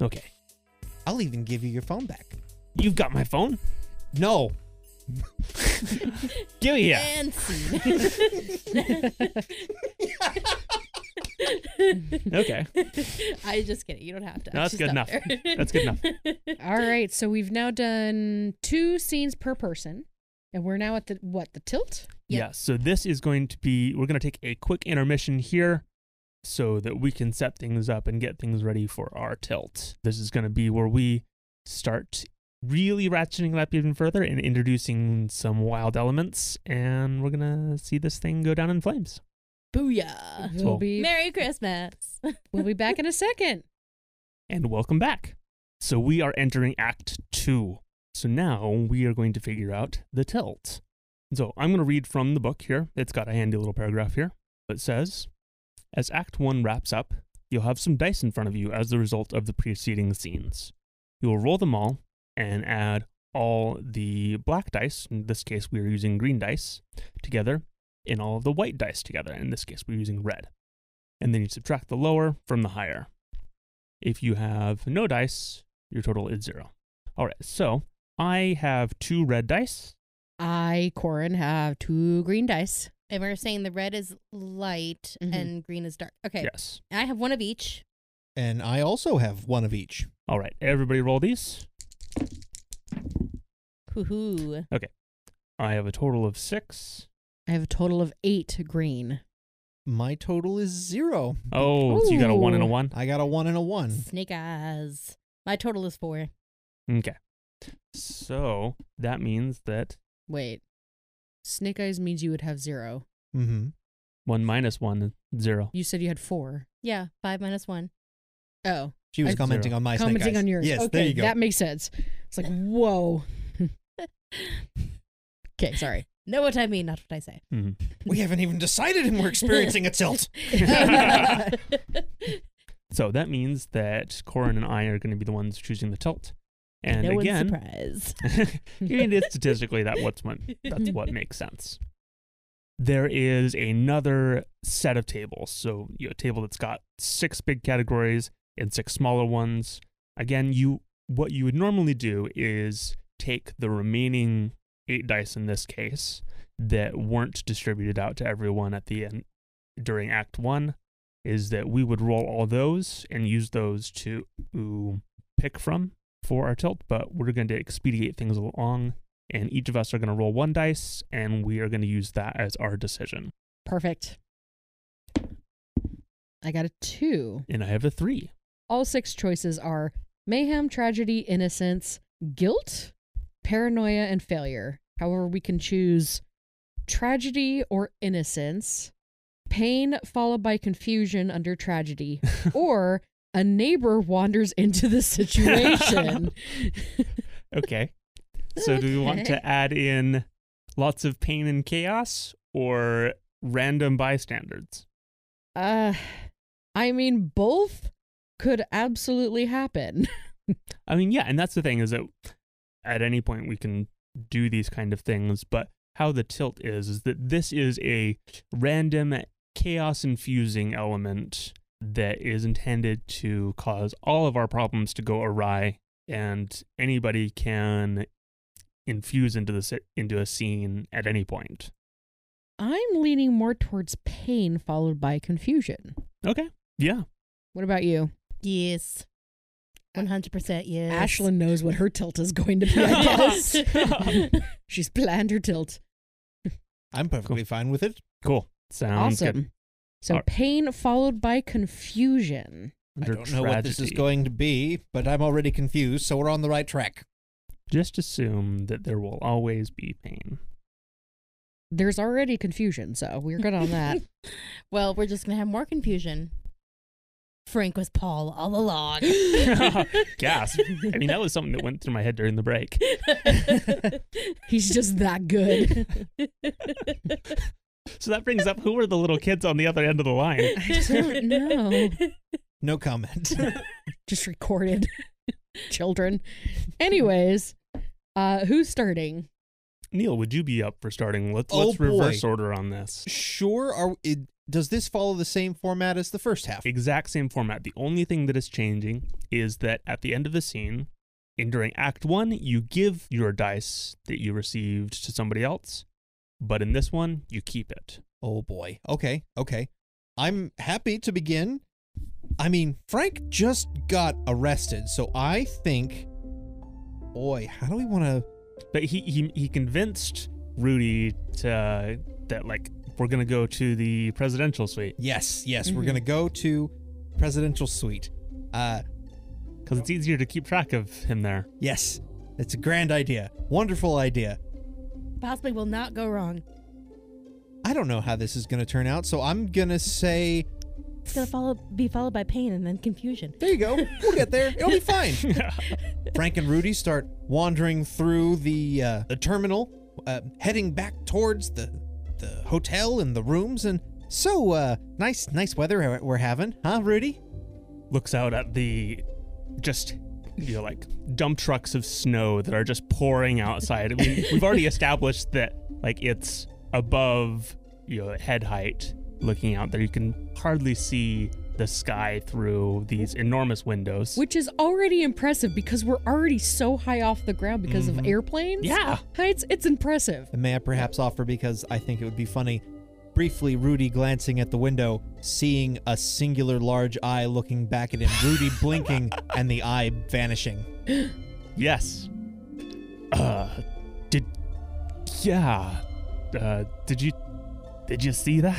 Speaker 2: Okay,
Speaker 4: I'll even give you your phone back.
Speaker 2: you've got my phone.
Speaker 4: No,
Speaker 2: Give it here.
Speaker 3: And scene.
Speaker 2: Okay,
Speaker 3: I just kidding. You don't have to.
Speaker 2: No, that's
Speaker 3: She's
Speaker 2: good
Speaker 3: not
Speaker 2: enough.
Speaker 3: there.
Speaker 2: that's good enough.
Speaker 1: All right, so we've now done two scenes per person, and we're now at the what the tilt.
Speaker 3: Yep.
Speaker 2: Yeah, so this is going to be, we're going to take a quick intermission here so that we can set things up and get things ready for our tilt. This is going to be where we start really ratcheting it up even further and introducing some wild elements, and we're going to see this thing go down in flames.
Speaker 3: Booyah.
Speaker 1: We'll
Speaker 2: Cool.
Speaker 1: be
Speaker 3: Merry Christmas.
Speaker 1: we'll be back in a second.
Speaker 2: And welcome back. So we are entering Act 2. So now we are going to figure out the tilt. So I'm going to read from the book here. It's got a handy little paragraph here. It says As Act 1 wraps up, you'll have some dice in front of you as the result of the preceding scenes. You will roll them all and add all the black dice, in this case, we are using green dice, together, and all of the white dice together, in this case, we're using red. And then you subtract the lower from the higher. If you have no dice, your total is zero. All right, so I have two red dice.
Speaker 1: I, Corin, have two green dice.
Speaker 3: And we're saying the red is light
Speaker 1: Mhm.
Speaker 3: and green is dark. Okay.
Speaker 2: Yes.
Speaker 3: And I have one of each.
Speaker 4: And I also have one of each.
Speaker 2: All right, everybody roll these.
Speaker 3: Hoo-hoo.
Speaker 2: I have a total of six.
Speaker 1: I have a total of eight green.
Speaker 4: My total is zero.
Speaker 2: Oh, so you got a one and a
Speaker 1: Ooh.
Speaker 2: one.
Speaker 4: I got a one and a one.
Speaker 3: Snake eyes. My total is four.
Speaker 2: Okay. So that means that
Speaker 1: Wait. Snake eyes means you would have zero.
Speaker 4: Mm-hmm.
Speaker 2: one minus one is zero.
Speaker 1: You said you had four.
Speaker 3: Yeah. Five minus one.
Speaker 1: Oh.
Speaker 4: She was
Speaker 1: I-
Speaker 4: commenting
Speaker 2: Zero.
Speaker 4: on my snake
Speaker 1: commenting
Speaker 4: eyes.
Speaker 1: on yours.
Speaker 4: Yes,
Speaker 1: okay,
Speaker 4: there you go.
Speaker 1: That makes sense. It's like, whoa. okay, sorry.
Speaker 3: Know what I mean, not what I say.
Speaker 2: Mhm.
Speaker 4: we haven't even decided and we're experiencing a tilt.
Speaker 2: So that means that Corin and I are going to be the ones choosing the tilt. And
Speaker 3: no
Speaker 2: again,
Speaker 3: one's surprised.
Speaker 2: it is statistically that what's what that's what makes sense. There is another set of tables. So you know, a table that's got six big categories and six smaller ones. Again, you what you would normally do is take the remaining eight dice in this case that weren't distributed out to everyone at the end during Act One. Is that we would roll all those and use those to ooh, pick from for our tilt, but we're going to expedite things along, and each of us are going to roll one dice, and we are going to use that as our decision.
Speaker 1: Perfect. I got a two.
Speaker 2: And I have a three.
Speaker 1: All six choices are mayhem, tragedy, innocence, guilt, paranoia, and failure. However, we can choose tragedy or innocence, pain followed by confusion under tragedy, or a neighbor wanders into the situation.
Speaker 2: Okay. So do we want to add in lots of pain and chaos or random bystanders?
Speaker 1: Uh, I mean, both could absolutely happen.
Speaker 2: I mean, yeah, and that's the thing is that at any point we can do these kind of things, but how the tilt is is that this is a random chaos infusing element that is intended to cause all of our problems to go awry and anybody can infuse into the si- into a scene at any point.
Speaker 1: I'm leaning more towards pain followed by confusion.
Speaker 2: Okay. Yeah.
Speaker 1: What about you?
Speaker 3: yes. 100% yes.
Speaker 1: Ashlyn knows what her tilt is going to be, I guess. She's planned her tilt.
Speaker 4: I'm perfectly fine with it.
Speaker 2: Cool. Sounds
Speaker 1: awesome.
Speaker 2: good.
Speaker 1: So
Speaker 2: All right.
Speaker 1: pain followed by confusion.
Speaker 4: I
Speaker 2: Under
Speaker 4: don't know what this is
Speaker 2: tragedy.
Speaker 4: going to be, but I'm already confused, so we're on the right track.
Speaker 2: Just assume that there will always be pain.
Speaker 1: There's already confusion, so we're good on that.
Speaker 3: Well, we're just going to have more confusion. Frank was Paul all along.
Speaker 2: Gasp. I mean, that was something that went through my head during the break.
Speaker 1: He's just that good.
Speaker 2: So that brings up who were the little kids on the other end of the line?
Speaker 1: I don't know.
Speaker 4: No comment.
Speaker 1: Just recorded children. Anyways, uh who's starting?
Speaker 2: Neil, would you be up for starting? Let's
Speaker 4: Oh,
Speaker 2: let's
Speaker 4: boy.
Speaker 2: reverse order on this.
Speaker 4: sure, are it, does this follow the same format as the first half?
Speaker 2: Exact same format. The only thing that is changing is that at the end of the scene, and during Act One, you give your dice that you received to somebody else, but in this one, you keep it.
Speaker 4: Oh boy. Okay. Okay. I'm happy to begin. I mean, Frank just got arrested, so I think. Boy, how do we want to?
Speaker 2: But he he he convinced Rudy to that like we're gonna go to the presidential suite
Speaker 4: Yes, yes, we're gonna go to presidential suite. Uh,
Speaker 2: because it's easier to keep track of him there.
Speaker 4: yes, it's a grand idea, wonderful idea.
Speaker 3: Possibly will not go wrong.
Speaker 4: I don't know how this is going to turn out, so I'm going to say,
Speaker 3: It's gonna follow, be followed by pain and then confusion.
Speaker 4: there you go. We'll get there. It'll be fine.
Speaker 2: Yeah.
Speaker 4: Frank and Rudy start wandering through the uh, the terminal, uh, heading back towards the the hotel and the rooms. And so, uh, nice nice weather we're having, huh, Rudy?
Speaker 2: Looks out at the just you know like dump trucks of snow that are just pouring outside. I mean, we've already established that like it's above you know head height. Looking out there, you can hardly see the sky through these enormous windows.
Speaker 1: which is already impressive because we're already so high off the ground because of airplanes.
Speaker 2: Mm-hmm. Yeah.
Speaker 1: It's it's impressive.
Speaker 4: And may I perhaps offer, because I think it would be funny, briefly Rudy glancing at the window, seeing a singular large eye looking back at him, Rudy blinking, and the eye vanishing.
Speaker 2: Yes. Uh, did. Yeah. Uh, did you. Did you see that?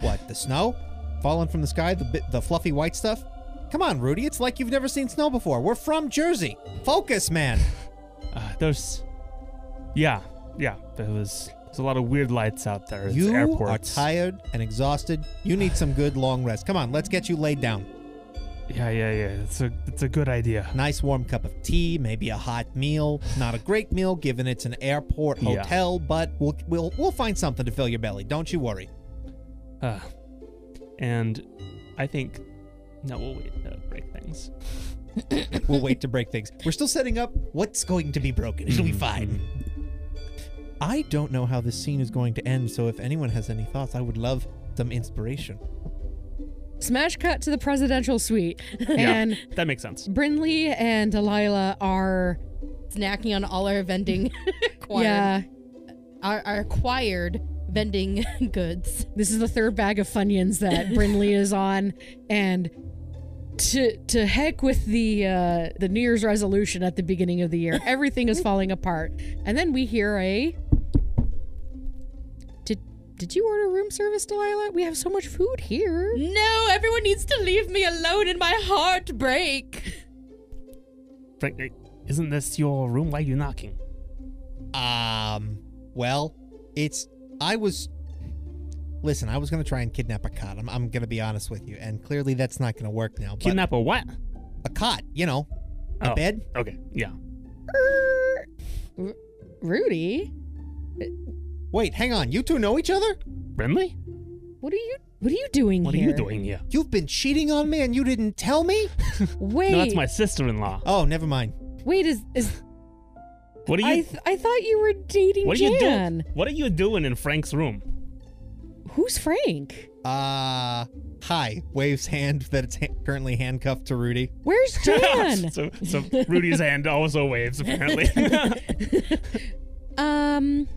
Speaker 4: What, the snow? Falling from the sky, the, bi- the fluffy white stuff? Come on, Rudy, it's like you've never seen snow before. We're from Jersey. Focus, man.
Speaker 2: Uh, there's. Yeah. Yeah. There was. There's a lot of weird lights out there. It's
Speaker 4: you
Speaker 2: airports.
Speaker 4: are tired and exhausted. You need some good long rest. Come on, let's get you laid down.
Speaker 2: Yeah, yeah, yeah. It's a. It's a good idea.
Speaker 4: Nice warm cup of tea, maybe a hot meal. Not a great meal given it's an airport
Speaker 2: Yeah.
Speaker 4: hotel, but we'll, we'll we'll find something to fill your belly. Don't you worry.
Speaker 2: Uh, and, I think. No, we'll wait. No, break things.
Speaker 4: We'll wait to break things. We're still setting up what's going to be broken. It'll be fine. I don't know how this scene is going to end, so if anyone has any thoughts, I would love some inspiration.
Speaker 1: Smash cut to the presidential suite. And
Speaker 2: yeah, that makes sense.
Speaker 1: Brinley and Delilah are
Speaker 3: Snacking on all our vending, acquired,
Speaker 1: yeah.
Speaker 3: our, our acquired vending goods.
Speaker 1: This is the third bag of Funyuns that Brinley is on, and to to heck with the uh, the New Year's resolution at the beginning of the year. Everything is falling apart, and then we hear a. Did did you order room service, Delilah? We have so much food here.
Speaker 3: No, everyone needs to leave me alone and my heart break.
Speaker 2: Frank, isn't this your room? Why are you knocking?
Speaker 4: Um, well, it's I was Listen, I was going to try and kidnap a cot. I'm, I'm going to be honest with you, and clearly that's not going to work now. But
Speaker 2: Kidnap a what?
Speaker 4: a cot, you know, a
Speaker 2: Oh,
Speaker 4: bed.
Speaker 2: Okay. Yeah.
Speaker 1: R- Rudy,
Speaker 4: Wait, hang on. You two know each other?
Speaker 2: Brinley?
Speaker 1: what are you what are you doing
Speaker 2: What are
Speaker 1: here?
Speaker 2: you doing here?
Speaker 4: You've been cheating on me and you didn't tell me?
Speaker 1: Wait,
Speaker 2: No, that's my sister-in-law.
Speaker 4: Oh, never mind.
Speaker 1: wait. Is is
Speaker 2: What are you?
Speaker 1: I th- I thought you were dating
Speaker 2: What are you
Speaker 1: Jan.
Speaker 2: doing? What are you doing in Frank's room?
Speaker 1: Who's Frank?
Speaker 4: Uh, hi. Waves hand that it's ha- currently handcuffed to Rudy.
Speaker 1: Where's Jan?
Speaker 2: so, so Rudy's hand also waves apparently.
Speaker 1: Um.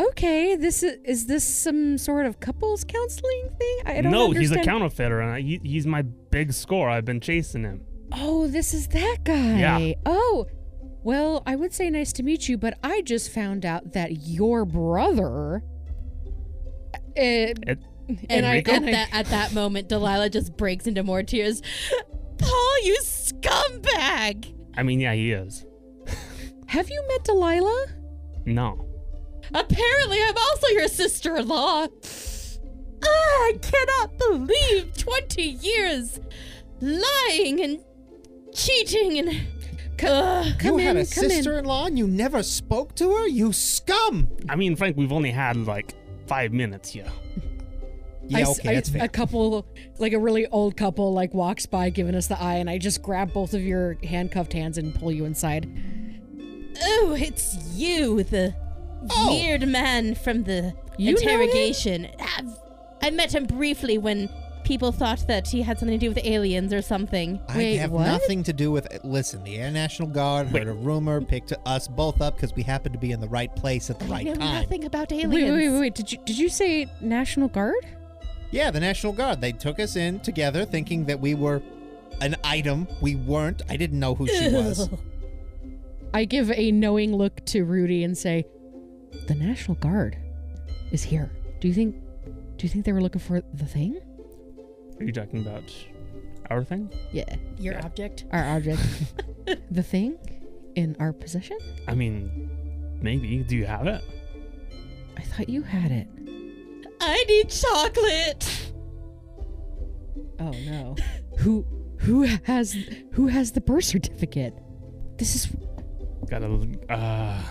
Speaker 1: Okay, this is, is this some sort of couples counseling thing? I don't
Speaker 2: no, he's a
Speaker 1: understand-
Speaker 2: counterfeiter, and I, he, he's my big score. I've been chasing him.
Speaker 1: Oh, this is that guy.
Speaker 2: Yeah.
Speaker 1: Oh, well, I would say nice to meet you, but I just found out that your brother. Uh,
Speaker 3: And, I,
Speaker 2: Enrico?
Speaker 3: at, that, at that moment, Delilah just breaks into more tears. Paul, you scumbag!
Speaker 2: I mean, yeah, he is.
Speaker 1: have you met Delilah?
Speaker 2: No,
Speaker 3: Apparently, I'm also your sister in law. I cannot believe 20 years lying and cheating and. Ugh.
Speaker 1: Come
Speaker 4: you
Speaker 1: in,
Speaker 4: had a
Speaker 1: come in.
Speaker 4: sister-in-law and you never spoke to her? You scum!
Speaker 2: I mean, Frank, we've only had like five minutes here.
Speaker 4: Yeah,
Speaker 1: I s-
Speaker 4: okay,
Speaker 1: I-
Speaker 4: that's fair.
Speaker 1: A couple, like a really old couple, like walks by giving us the eye, and I just grab both of your handcuffed hands and pull you inside.
Speaker 3: Oh, it's you, the
Speaker 4: Oh.
Speaker 3: weird man from the
Speaker 1: You know him?
Speaker 3: interrogation. I've, I met him briefly when people thought that he had something to do with aliens or something.
Speaker 4: I
Speaker 1: Wait,
Speaker 4: have
Speaker 1: what?
Speaker 4: nothing to do with it. Listen, the Air National Guard heard
Speaker 2: Wait.
Speaker 4: a rumor, picked us both up because we happened to be in the right place at the
Speaker 3: I
Speaker 4: right
Speaker 3: know
Speaker 4: time.
Speaker 3: nothing about
Speaker 1: Wait,
Speaker 3: aliens.
Speaker 1: wait, wait, wait. Did you did you say National Guard?
Speaker 4: Yeah, the National Guard. They took us in together thinking that we were an item. We weren't. I didn't know who she was.
Speaker 3: Ugh.
Speaker 1: I give a knowing look to Rudy and say, "The National Guard is here. Do you think? Do you think they were looking for the thing?
Speaker 2: Are you talking about our thing?
Speaker 1: Yeah,
Speaker 3: Your
Speaker 2: Yeah.
Speaker 3: object.
Speaker 1: our object, the thing, in our possession.
Speaker 2: I mean, maybe. Do you have it?
Speaker 1: I thought you had it.
Speaker 3: I need chocolate.
Speaker 1: Oh no. who who has who has the birth certificate? This is
Speaker 2: Got a uh,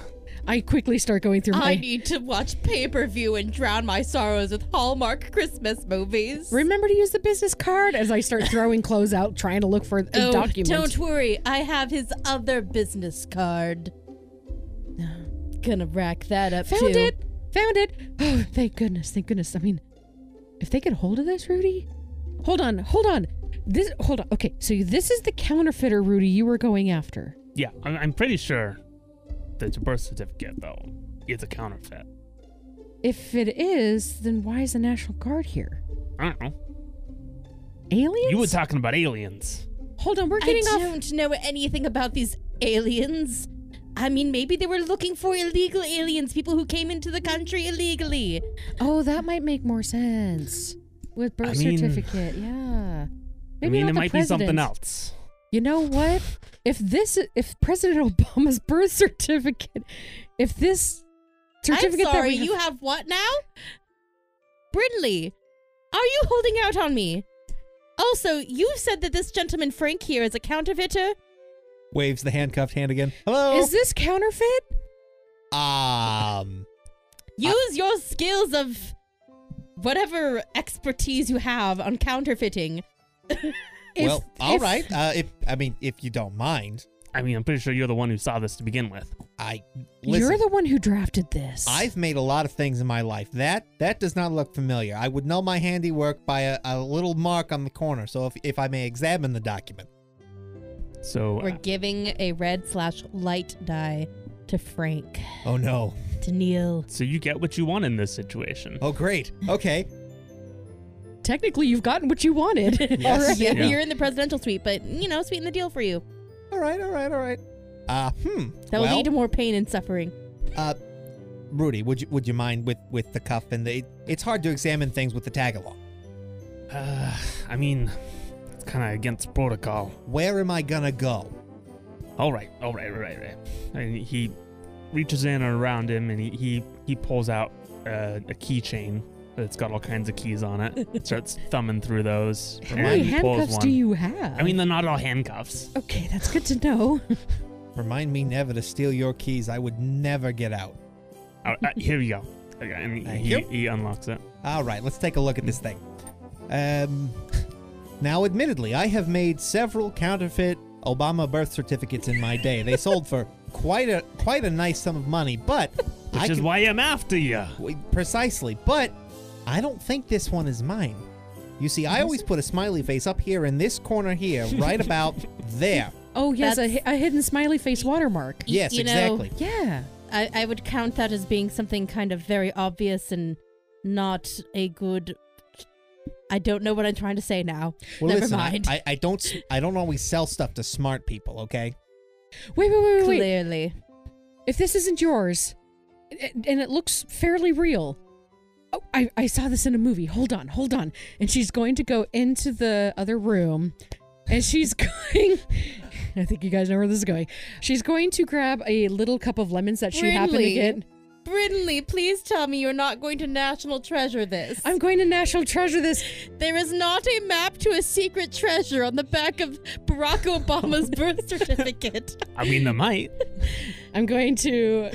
Speaker 1: I quickly start going through my
Speaker 3: I need to watch pay per view and drown my sorrows with Hallmark Christmas movies.
Speaker 1: Remember to use the business card as I start throwing clothes out trying to look for the
Speaker 3: Oh,
Speaker 1: documents.
Speaker 3: don't worry. I have his other business card. Gonna rack that up
Speaker 1: Found
Speaker 3: too.
Speaker 1: it. Found it. Oh, thank goodness. Thank goodness. I mean, if they get hold of this, Rudy. Hold on. Hold on. This hold on. Okay, so this is the counterfeiter Rudy you were going after.
Speaker 2: yeah. I'm, I'm pretty sure that your birth certificate though is a counterfeit.
Speaker 1: If it is, then why is the National Guard here?
Speaker 2: I don't know.
Speaker 1: Aliens?
Speaker 2: You were talking about aliens.
Speaker 1: Hold on, we're
Speaker 3: I
Speaker 1: getting off
Speaker 3: don't know anything about these aliens. I mean, maybe they were looking for illegal aliens, people who came into the country illegally.
Speaker 1: Oh, that might make more sense. With birth
Speaker 2: I mean-
Speaker 1: certificate, yeah.
Speaker 2: I mean,
Speaker 1: not the
Speaker 2: it might be something
Speaker 1: president.
Speaker 2: else.
Speaker 1: You know what? If this, if President Obama's birth certificate, if this certificate
Speaker 3: I'm
Speaker 1: that
Speaker 3: sorry,
Speaker 1: we have,
Speaker 3: you have what now? Brindley, are you holding out on me? Also, you said that this gentleman Frank here is a counterfeiter.
Speaker 4: Waves the handcuffed hand again. Hello.
Speaker 1: is this counterfeit?
Speaker 4: um.
Speaker 3: Use your skills of whatever expertise you have on counterfeiting.
Speaker 1: If-
Speaker 4: well, all
Speaker 1: if-
Speaker 4: right. Uh, if I mean, if you don't mind,
Speaker 2: I mean, I'm pretty sure you're the one who saw this to begin with.
Speaker 4: I listen.
Speaker 1: You're the one who drafted this.
Speaker 4: I've made a lot of things in my life. That that does not look familiar. I would know my handiwork by a, a little mark on the corner. So if, if I may examine the document,
Speaker 2: So
Speaker 3: We're
Speaker 2: uh,
Speaker 3: giving a red slash light die to Frank,
Speaker 4: oh no,
Speaker 3: to Neil.
Speaker 2: so you get what you want in this situation.
Speaker 4: oh great, okay,
Speaker 1: technically you've gotten what you wanted.
Speaker 4: Yes.
Speaker 1: already.
Speaker 3: Yeah,
Speaker 2: Yeah.
Speaker 3: You're in the presidential suite, but you know, sweeten the deal for you.
Speaker 4: all right, all right, all right. Uh, hmm.
Speaker 3: That will
Speaker 4: well,
Speaker 3: lead to more pain and suffering.
Speaker 4: uh, Rudy, would you would you mind with with the cuff and the? It's hard to examine things with the tag along.
Speaker 2: Uh, I mean, it's kind of against protocol.
Speaker 4: Where am I gonna go?
Speaker 2: All right, all right, all right, all right. And he reaches in and around him, and he he, he pulls out uh, a keychain that's got all kinds of keys on it. starts thumbing through those.
Speaker 1: How
Speaker 2: and
Speaker 1: many
Speaker 2: he pulls
Speaker 1: handcuffs do
Speaker 2: one.
Speaker 1: you have?
Speaker 2: I mean, they're not all handcuffs.
Speaker 1: okay, that's good to know.
Speaker 4: Remind me never to steal your keys. I would never get out.
Speaker 2: Uh, uh, here you go. Okay, and
Speaker 4: Thank
Speaker 2: he,
Speaker 4: you.
Speaker 2: he unlocks it.
Speaker 4: All right, let's take a look at this thing. Um, now, admittedly, I have made several counterfeit Obama birth certificates in my day. They sold for quite a quite a nice sum of money, but
Speaker 2: Which
Speaker 4: I
Speaker 2: is
Speaker 4: can-
Speaker 2: why I'm after you.
Speaker 4: w- precisely. But I don't think this one is mine. You see, I always put a smiley face up here in this corner here, right about there.
Speaker 1: Oh yes, a, hi-
Speaker 3: That's-
Speaker 1: a hidden smiley face watermark.
Speaker 4: Yes,
Speaker 3: You know-
Speaker 4: exactly.
Speaker 1: Yeah.
Speaker 3: I, I would count that as being something kind of very obvious and not a good. I don't know what I'm trying to say now.
Speaker 4: Well,
Speaker 3: Never
Speaker 4: listen, I-
Speaker 3: mind.
Speaker 4: I, I don't s- I don't always sell stuff to smart people. Okay.
Speaker 1: Wait, wait, wait, wait, wait.
Speaker 3: Clearly.
Speaker 1: if this isn't yours a- and it looks fairly real oh, I, I saw this in a movie hold on hold on and she's going to go into the other room and she's going i think you guys know where this is going she's going to grab a little cup of lemons that she happened to
Speaker 3: Really?
Speaker 1: get
Speaker 3: Brindley, please tell me you're not going to national treasure this.
Speaker 1: i'm going to national treasure this
Speaker 3: There is not a map to a secret treasure on the back of Barack Obama's birth certificate.
Speaker 2: I mean, they might.
Speaker 1: i'm going to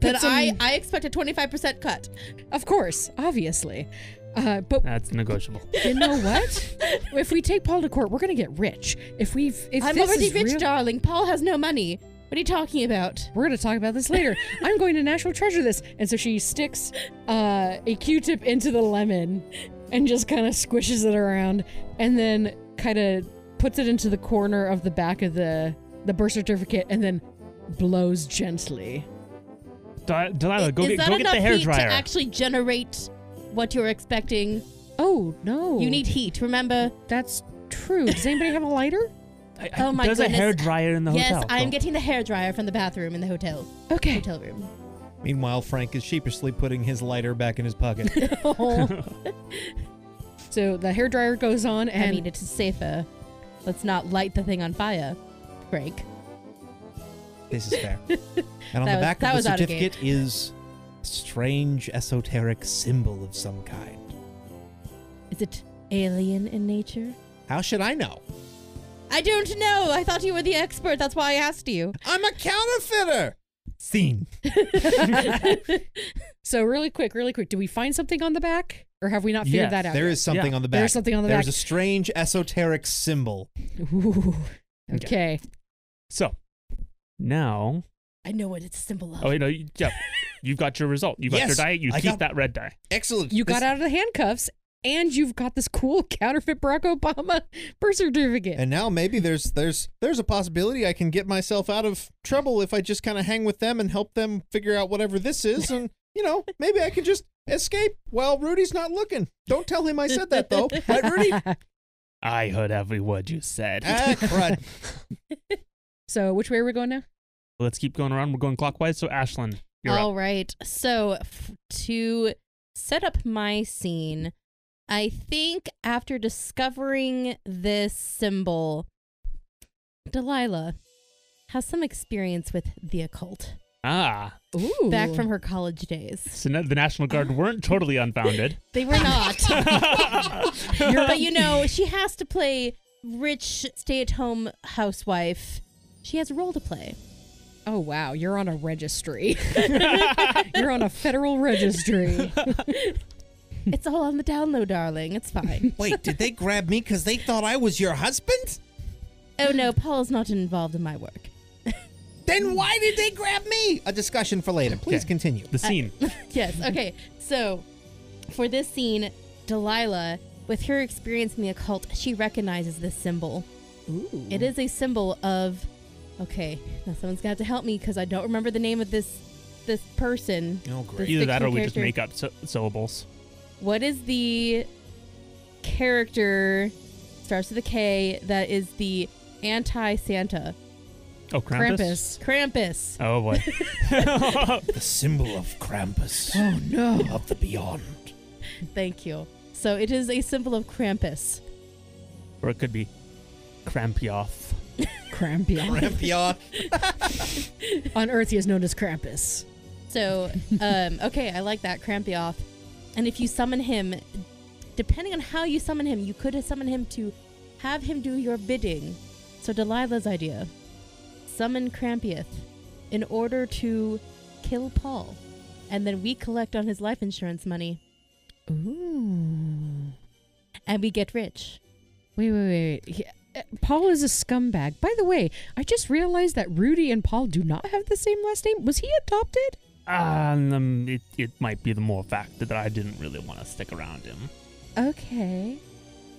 Speaker 1: put
Speaker 3: But
Speaker 1: some-
Speaker 3: I, I expect a 25% cut.
Speaker 1: of course obviously uh, but
Speaker 2: That's negotiable.
Speaker 1: you know what? if we take Paul to court, we're gonna get rich. If we've, if
Speaker 3: I'm
Speaker 1: this
Speaker 3: already
Speaker 1: is
Speaker 3: rich,
Speaker 1: real-
Speaker 3: darling. Paul has no money. What are you talking about?
Speaker 1: We're going to talk about this later. I'm going to national treasure this. And so she sticks uh, a Q tip into the lemon and just kind of squishes it around and then kind of puts it into the corner of the back of the, the birth certificate and then blows gently.
Speaker 2: Del- Delilah, go
Speaker 3: is
Speaker 2: get
Speaker 3: that
Speaker 2: go
Speaker 3: enough
Speaker 2: get the hair
Speaker 3: heat
Speaker 2: dryer.
Speaker 3: to actually generate what you're expecting?
Speaker 1: Oh, no.
Speaker 3: You need heat, remember?
Speaker 1: That's true. Does anybody have a lighter?
Speaker 2: I-
Speaker 3: Oh
Speaker 2: I-
Speaker 3: my
Speaker 2: There's
Speaker 3: goodness.
Speaker 2: a hair dryer in the
Speaker 3: yes,
Speaker 2: hotel.
Speaker 3: I'm
Speaker 2: Go.
Speaker 3: getting the hair dryer from the bathroom in the hotel
Speaker 1: Okay.
Speaker 3: hotel room.
Speaker 4: Meanwhile, Frank is sheepishly putting his lighter back in his pocket.
Speaker 2: Oh.
Speaker 1: so the hairdryer goes on and
Speaker 3: I mean, it's safer. Let's not light the thing on fire, Frank.
Speaker 4: This is fair. and
Speaker 3: That
Speaker 4: on the
Speaker 3: was-
Speaker 4: back
Speaker 3: that
Speaker 4: of
Speaker 3: was
Speaker 4: the
Speaker 3: out of game.
Speaker 4: certificate is strange esoteric symbol of some kind.
Speaker 3: Is it alien in nature?
Speaker 4: How should I know?
Speaker 3: I don't know. I thought you were the expert. That's why I asked you.
Speaker 4: I'm a counterfeiter! Scene.
Speaker 1: So really quick, really quick. Do we find something on the back, or have we not figured
Speaker 2: Yes,
Speaker 1: that out?
Speaker 4: There
Speaker 1: yet?
Speaker 4: is something
Speaker 2: Yeah.
Speaker 4: on the back.
Speaker 1: There's something on the
Speaker 4: There's
Speaker 1: back.
Speaker 4: a strange esoteric symbol.
Speaker 1: Ooh. Okay.
Speaker 2: So now,
Speaker 3: I know what it's a symbol of.
Speaker 2: oh wait, no, you, yeah, you've got your result. You got
Speaker 4: Yes,
Speaker 2: your die. You
Speaker 4: I
Speaker 2: keep
Speaker 4: got-
Speaker 2: that red die.
Speaker 4: Excellent.
Speaker 1: You got
Speaker 4: This-
Speaker 1: out of the handcuffs, and you've got this cool counterfeit Barack Obama birth certificate.
Speaker 4: And now maybe there's there's there's a possibility I can get myself out of trouble if I just kind of hang with them and help them figure out whatever this is and you know, maybe I can just escape while Rudy's not looking. Don't tell him I said that though. Right, Rudy?
Speaker 2: I heard every word you said.
Speaker 4: ah, crud.
Speaker 1: so which way are we going now?
Speaker 2: Let's keep going around. We're going clockwise. So Ashlyn, you're up.
Speaker 3: All right. So f- to set up my scene, I think after discovering this symbol, Delilah has some experience with the occult
Speaker 2: Ah,
Speaker 1: Ooh.
Speaker 3: back from her college days.
Speaker 2: so na- the National Guard weren't totally unfounded.
Speaker 3: They were not. but you know, she has to play rich stay-at-home housewife. She has a role to play.
Speaker 1: Oh wow, you're on a registry. you're on a federal registry.
Speaker 3: It's all on the down low, darling. It's fine.
Speaker 4: Wait, did they grab me cuz they thought I was your husband?
Speaker 3: oh no, Paul's not involved in my work.
Speaker 4: Then why did they grab me? A discussion for later. Please continue.
Speaker 2: The scene.
Speaker 3: yes. Okay. So, for this scene, Delilah, with her experience in the occult, she recognizes this symbol.
Speaker 1: Ooh.
Speaker 3: It is a symbol of. Okay, now someone's got to help me because I don't remember the name of this this person.
Speaker 4: Oh,
Speaker 3: great.
Speaker 2: Either that or
Speaker 3: fictional
Speaker 2: we just
Speaker 3: character.
Speaker 2: make up sy- syllables.
Speaker 3: What is the character starts with a K that is the anti Santa?
Speaker 2: Oh, Krampus.
Speaker 1: Krampus.
Speaker 3: Krampus.
Speaker 2: Oh boy.
Speaker 4: The symbol of Krampus.
Speaker 1: Oh no.
Speaker 4: Of the beyond.
Speaker 3: Thank you. So it is a symbol of Krampus.
Speaker 2: or it could be Krampioff.
Speaker 1: Krampus.
Speaker 4: Krampus.
Speaker 1: on Earth, he is known as Krampus.
Speaker 3: So, um, okay, I like that. Krampioff. And if you summon him, depending on how you summon him, you could summon him to have him do your bidding. So, Delilah's idea summon Krampioff in order to kill Paul. And then we collect on his life insurance money
Speaker 1: Ooh.
Speaker 3: and we get rich.
Speaker 1: Wait, wait, wait. wait. He- uh, Paul is a scumbag. By the way, I just realized that Rudy and Paul do not have the same last name. Was he adopted?
Speaker 2: And um, it, it might be the more factor that I didn't really want to stick around him.
Speaker 1: Okay.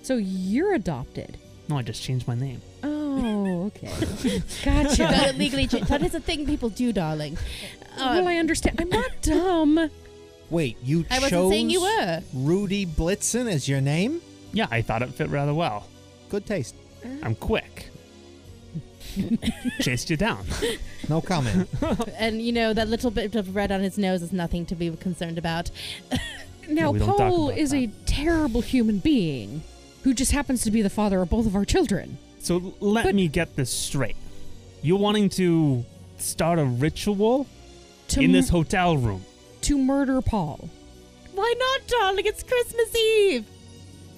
Speaker 1: So you're adopted.
Speaker 2: No, I just changed my name.
Speaker 1: Oh, okay.
Speaker 3: You got
Speaker 1: Gotcha.
Speaker 3: it legally. Cha- that is a thing people do, darling.
Speaker 2: uh,
Speaker 1: well, I
Speaker 3: Um,
Speaker 1: understand. I'm not dumb.
Speaker 4: Wait, you
Speaker 3: I wasn't
Speaker 4: chose
Speaker 3: saying you were.
Speaker 4: Rudy Blitzen as your name?
Speaker 2: Yeah, I thought it fit rather well.
Speaker 4: Good taste.
Speaker 2: I'm quick. Chased you down.
Speaker 4: No comment.
Speaker 3: And you know that little bit of red on his nose is nothing to be concerned about.
Speaker 1: Now,
Speaker 2: we don't talk
Speaker 1: Paul
Speaker 2: about
Speaker 1: is a terrible human being who just happens to be the father of both of our children.
Speaker 2: So l- let
Speaker 1: But-
Speaker 2: me get this straight. You're wanting to start a ritual
Speaker 1: To,
Speaker 2: in this
Speaker 1: m-
Speaker 2: hotel room.
Speaker 1: to murder Paul.
Speaker 3: Why not, darling? It's Christmas Eve.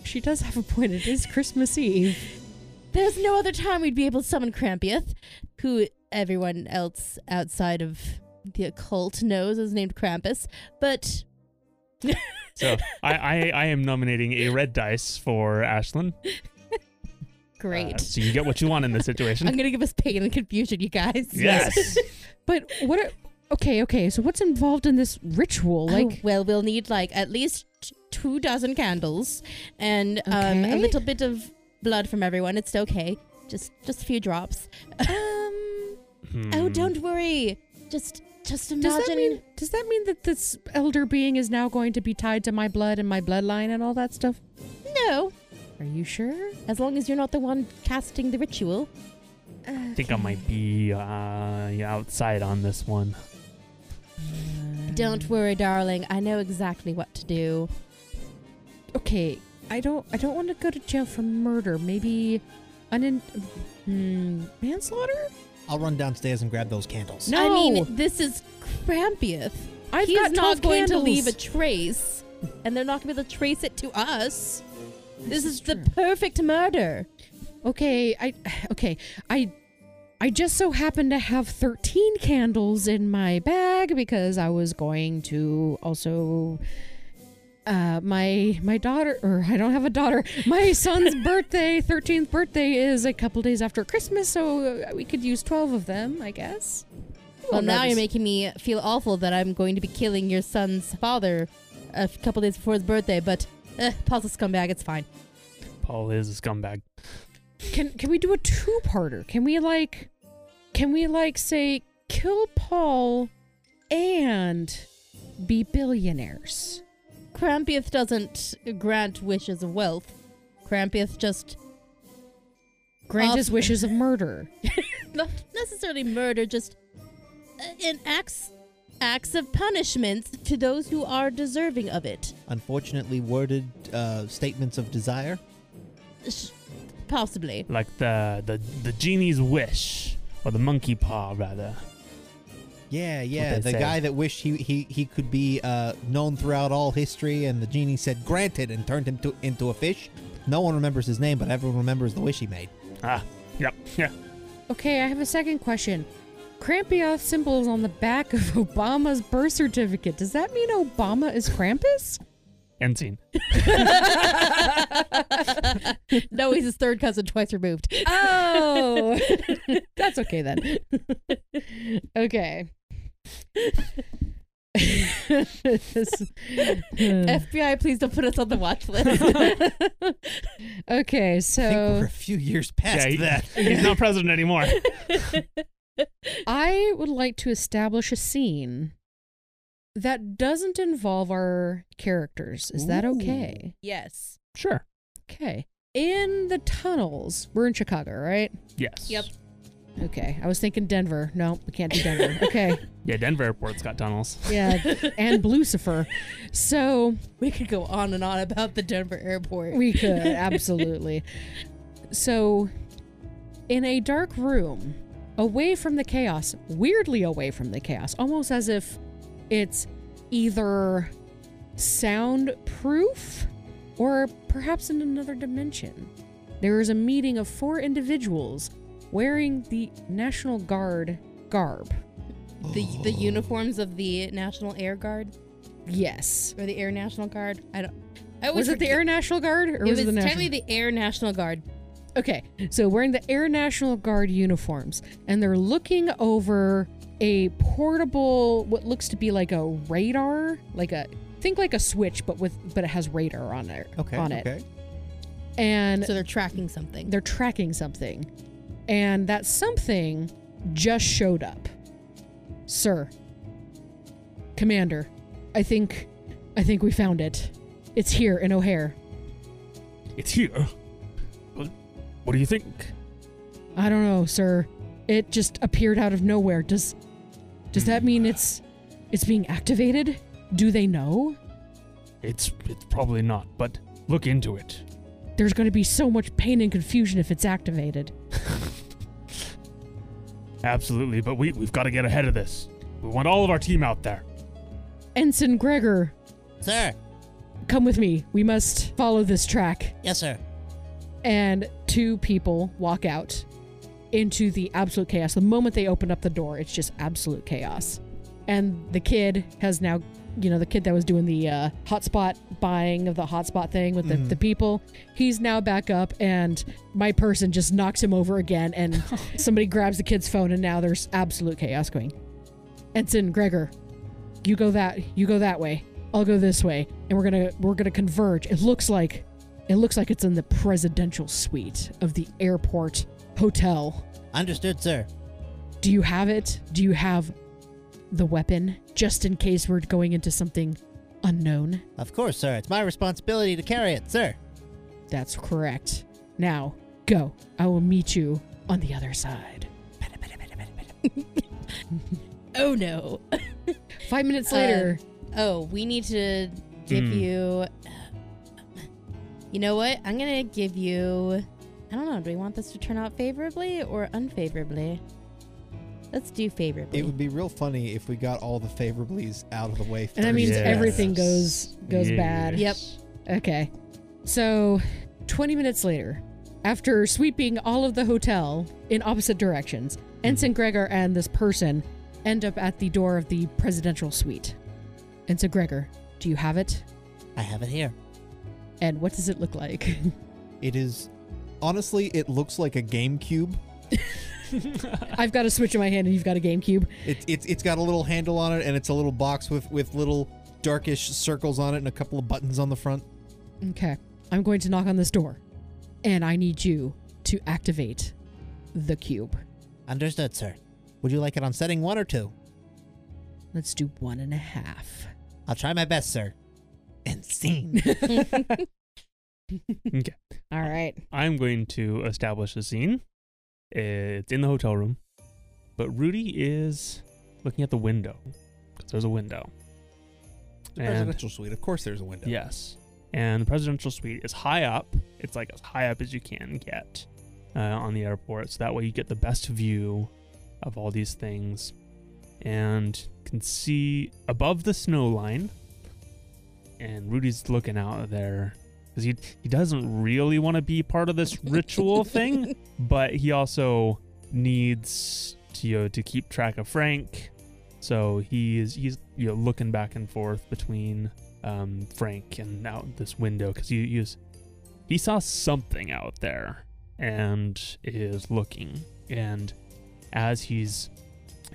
Speaker 1: She does have a point. It is Christmas Eve.
Speaker 3: There's no other time we'd be able to summon Crampieth, who everyone else outside of the occult knows is named Krampus. But
Speaker 2: So I, I, uh, I am nominating a red dice for Ashlyn. Uh,
Speaker 3: great.
Speaker 2: so you get what you want in this
Speaker 3: I'm
Speaker 2: situation.
Speaker 3: gonna give us pain and confusion, you guys.
Speaker 2: Yes.
Speaker 1: But what? Are, okay, okay. So what's involved in this ritual?
Speaker 3: Like,
Speaker 1: Like,
Speaker 3: well, we'll need like at least t- two dozen candles and um, a
Speaker 1: Okay.
Speaker 3: little bit of blood from everyone. It's okay. Just just a few drops. Um. Oh,
Speaker 2: Hmm.
Speaker 3: don't worry. Just just imagine.
Speaker 1: does that mean? Does that mean that this elder being is now going to be tied to my blood and my bloodline and all that stuff?
Speaker 3: no?
Speaker 1: Are you sure?
Speaker 3: As long as you're not the one casting the ritual.
Speaker 2: I think I might be uh, outside on this one.
Speaker 1: Uh,
Speaker 3: Don't worry, darling. I know exactly what to do.
Speaker 1: Okay, I don't. I don't want to go to jail for murder. Maybe, unin, hmm, manslaughter.
Speaker 4: I'll run downstairs and grab those candles.
Speaker 1: No.
Speaker 3: I mean, this is Crampieth.
Speaker 1: I've
Speaker 3: He's
Speaker 1: got
Speaker 3: not
Speaker 1: 12
Speaker 3: going to
Speaker 1: candles.
Speaker 3: leave a trace, and they're not going to be able to trace it to us. This, is, the perfect murder.
Speaker 1: Okay, I okay, I I just so happened to have 13 candles in my bag because I was going to also uh my my daughter or I don't have a daughter. My son's birthday, 13th birthday is a couple days after Christmas, so we could use 12 of them, I guess.
Speaker 3: Well,
Speaker 1: Won't
Speaker 3: now you're
Speaker 1: notice.
Speaker 3: making me feel awful that I'm going to be killing your son's father a f- couple days before his birthday, but eh, Paul's a scumbag. It's fine.
Speaker 2: Paul is a scumbag.
Speaker 1: Can can we do a two-parter? Can we like can we like say kill Paul and be billionaires?
Speaker 3: Crampieth doesn't grant wishes of wealth. Crampieth just
Speaker 1: Grant
Speaker 3: Off-
Speaker 1: his wishes of murder.
Speaker 3: not necessarily murder, just uh, in acts acts of punishment to those who are deserving of it.
Speaker 4: Unfortunately worded uh, statements of desire.
Speaker 3: Sh- Possibly.
Speaker 2: Like the, the the genie's wish. Or the monkey paw rather.
Speaker 4: Yeah, yeah.
Speaker 2: they
Speaker 4: The
Speaker 2: say.
Speaker 4: guy that wished he he, he could be uh, known throughout all history, and the genie said granted and turned him to, into a fish. No one remembers his name, but everyone remembers the wish he made.
Speaker 2: Ah, yep, yeah.
Speaker 1: Okay, I have a second question. Krampioth symbol is on the back of Obama's birth certificate. Does that mean Obama is Krampus?
Speaker 2: End scene.
Speaker 3: no, he's his third cousin twice removed.
Speaker 1: Oh, that's okay then. Okay. This-
Speaker 3: FBI, please don't put us on the watch list.
Speaker 1: okay,
Speaker 4: I think we're
Speaker 1: so
Speaker 4: a few years past
Speaker 2: Yeah, he-
Speaker 4: that.
Speaker 2: He's not president anymore.
Speaker 1: I would like to establish a scene that doesn't involve our characters. Is that
Speaker 4: Ooh.
Speaker 1: okay?
Speaker 3: yes.
Speaker 2: Sure.
Speaker 1: Okay. In the tunnels. We're in Chicago, right?
Speaker 2: Yes.
Speaker 3: Yep.
Speaker 1: Okay. I was thinking Denver. No, we can't do Denver. Okay.
Speaker 2: Yeah, Denver airport's got tunnels.
Speaker 1: Yeah. And Lucifer. So
Speaker 3: We could go on and on about the Denver airport.
Speaker 1: we could, absolutely. So in a dark room, away from the chaos, weirdly away from the chaos, almost as if it's either soundproof or perhaps in another dimension. There is a meeting of four individuals wearing the National Guard garb.
Speaker 3: the the uniforms of the National Air Guard
Speaker 1: Yes.
Speaker 3: or the Air National Guard. I don't. I
Speaker 1: Was
Speaker 3: always
Speaker 1: it the
Speaker 3: forget-
Speaker 1: Air National Guard or
Speaker 3: Oh,
Speaker 1: was
Speaker 3: It was
Speaker 1: it the National?
Speaker 3: technically the Air National Guard.
Speaker 1: Okay, so wearing the Air National Guard uniforms, and they're looking over a portable, what looks to be like a radar, like a think like a switch, but with but it has radar on it.
Speaker 4: Okay.
Speaker 1: on it,
Speaker 4: okay.
Speaker 1: and
Speaker 3: So they're tracking something.
Speaker 1: they're tracking something, and that something just showed up, sir, Commander. I think, I think we found it. It's here in O'Hare.
Speaker 2: It's here. Well, What do you think?
Speaker 1: I don't know, sir. It just appeared out of nowhere. Does does that mean it's it's being activated? Do they know?
Speaker 2: It's it's probably not, but look into it.
Speaker 1: There's going to be so much pain and confusion if it's activated.
Speaker 2: Absolutely, but we we've got to get ahead of this. We want all of our team out there.
Speaker 1: Ensign Gregor,
Speaker 4: Sir.
Speaker 1: come with me. We must follow this track.
Speaker 4: Yes, sir.
Speaker 1: And two people walk out into the absolute chaos. The moment they open up the door, it's just absolute chaos. And the kid has now, you know, the kid that was doing the uh, hotspot buying of the hotspot thing with the, the people, he's now back up, and my person just knocks him over again, and somebody grabs the kid's phone, and now there's absolute chaos going. Ensign Gregor, you go that you go that way. I'll go this way, and we're gonna we're gonna converge. It looks like it looks like it's in the presidential suite of the airport hotel.
Speaker 4: Understood, sir.
Speaker 1: Do you have it? Do you have the weapon? Just in case we're going into something unknown.
Speaker 4: Of course, sir. It's my responsibility to carry it, sir.
Speaker 1: That's correct. Now, go. I will meet you on the other side.
Speaker 3: oh no.
Speaker 1: Five minutes later,
Speaker 3: Oh, we need to give
Speaker 2: Mm.
Speaker 3: you. You know what? I'm gonna give you. I don't know. Do we want this to turn out favorably or unfavorably? Let's do favorably.
Speaker 4: It would be real funny if we got all the favorablies out of the way first.
Speaker 1: And that means
Speaker 2: Yes.
Speaker 1: everything goes goes bad.
Speaker 3: Yep.
Speaker 1: Okay. So, 20 minutes later, after sweeping all of the hotel in opposite directions, Ensign Gregor and this person end up at the door of the presidential suite. Ensign Gregor, do you have it?
Speaker 4: I have it here.
Speaker 1: And what does it look like?
Speaker 4: It is honestly, it looks like a GameCube.
Speaker 1: I've got a Switch in my hand and you've got a GameCube.
Speaker 4: It, it's it's got a little handle on it, and it's a little box with with little darkish circles on it, and a couple of buttons on the front.
Speaker 1: Okay. I'm going to knock on this door. And I need you to activate the cube.
Speaker 4: Understood, sir. Would you like it on setting one or two?
Speaker 1: Let's do one and a half.
Speaker 4: I'll try my best, sir. And scene.
Speaker 1: All right.
Speaker 2: I'm going to establish a scene. It's in the hotel room, but Rudy is looking at the window because there's a window. And
Speaker 4: Presidential suite. Of course, there's a window.
Speaker 2: yes, and the presidential suite is high up. It's like as high up as you can get uh, on the airport, so that way you get the best view of all these things, and can see above the snow line. And Rudy's looking out there because he he doesn't really want to be part of this ritual thing but he also needs to you know, to keep track of Frank. So he is he's you know looking back and forth between um, Frank and out this window because he he, is, he saw something out there and is looking and as he's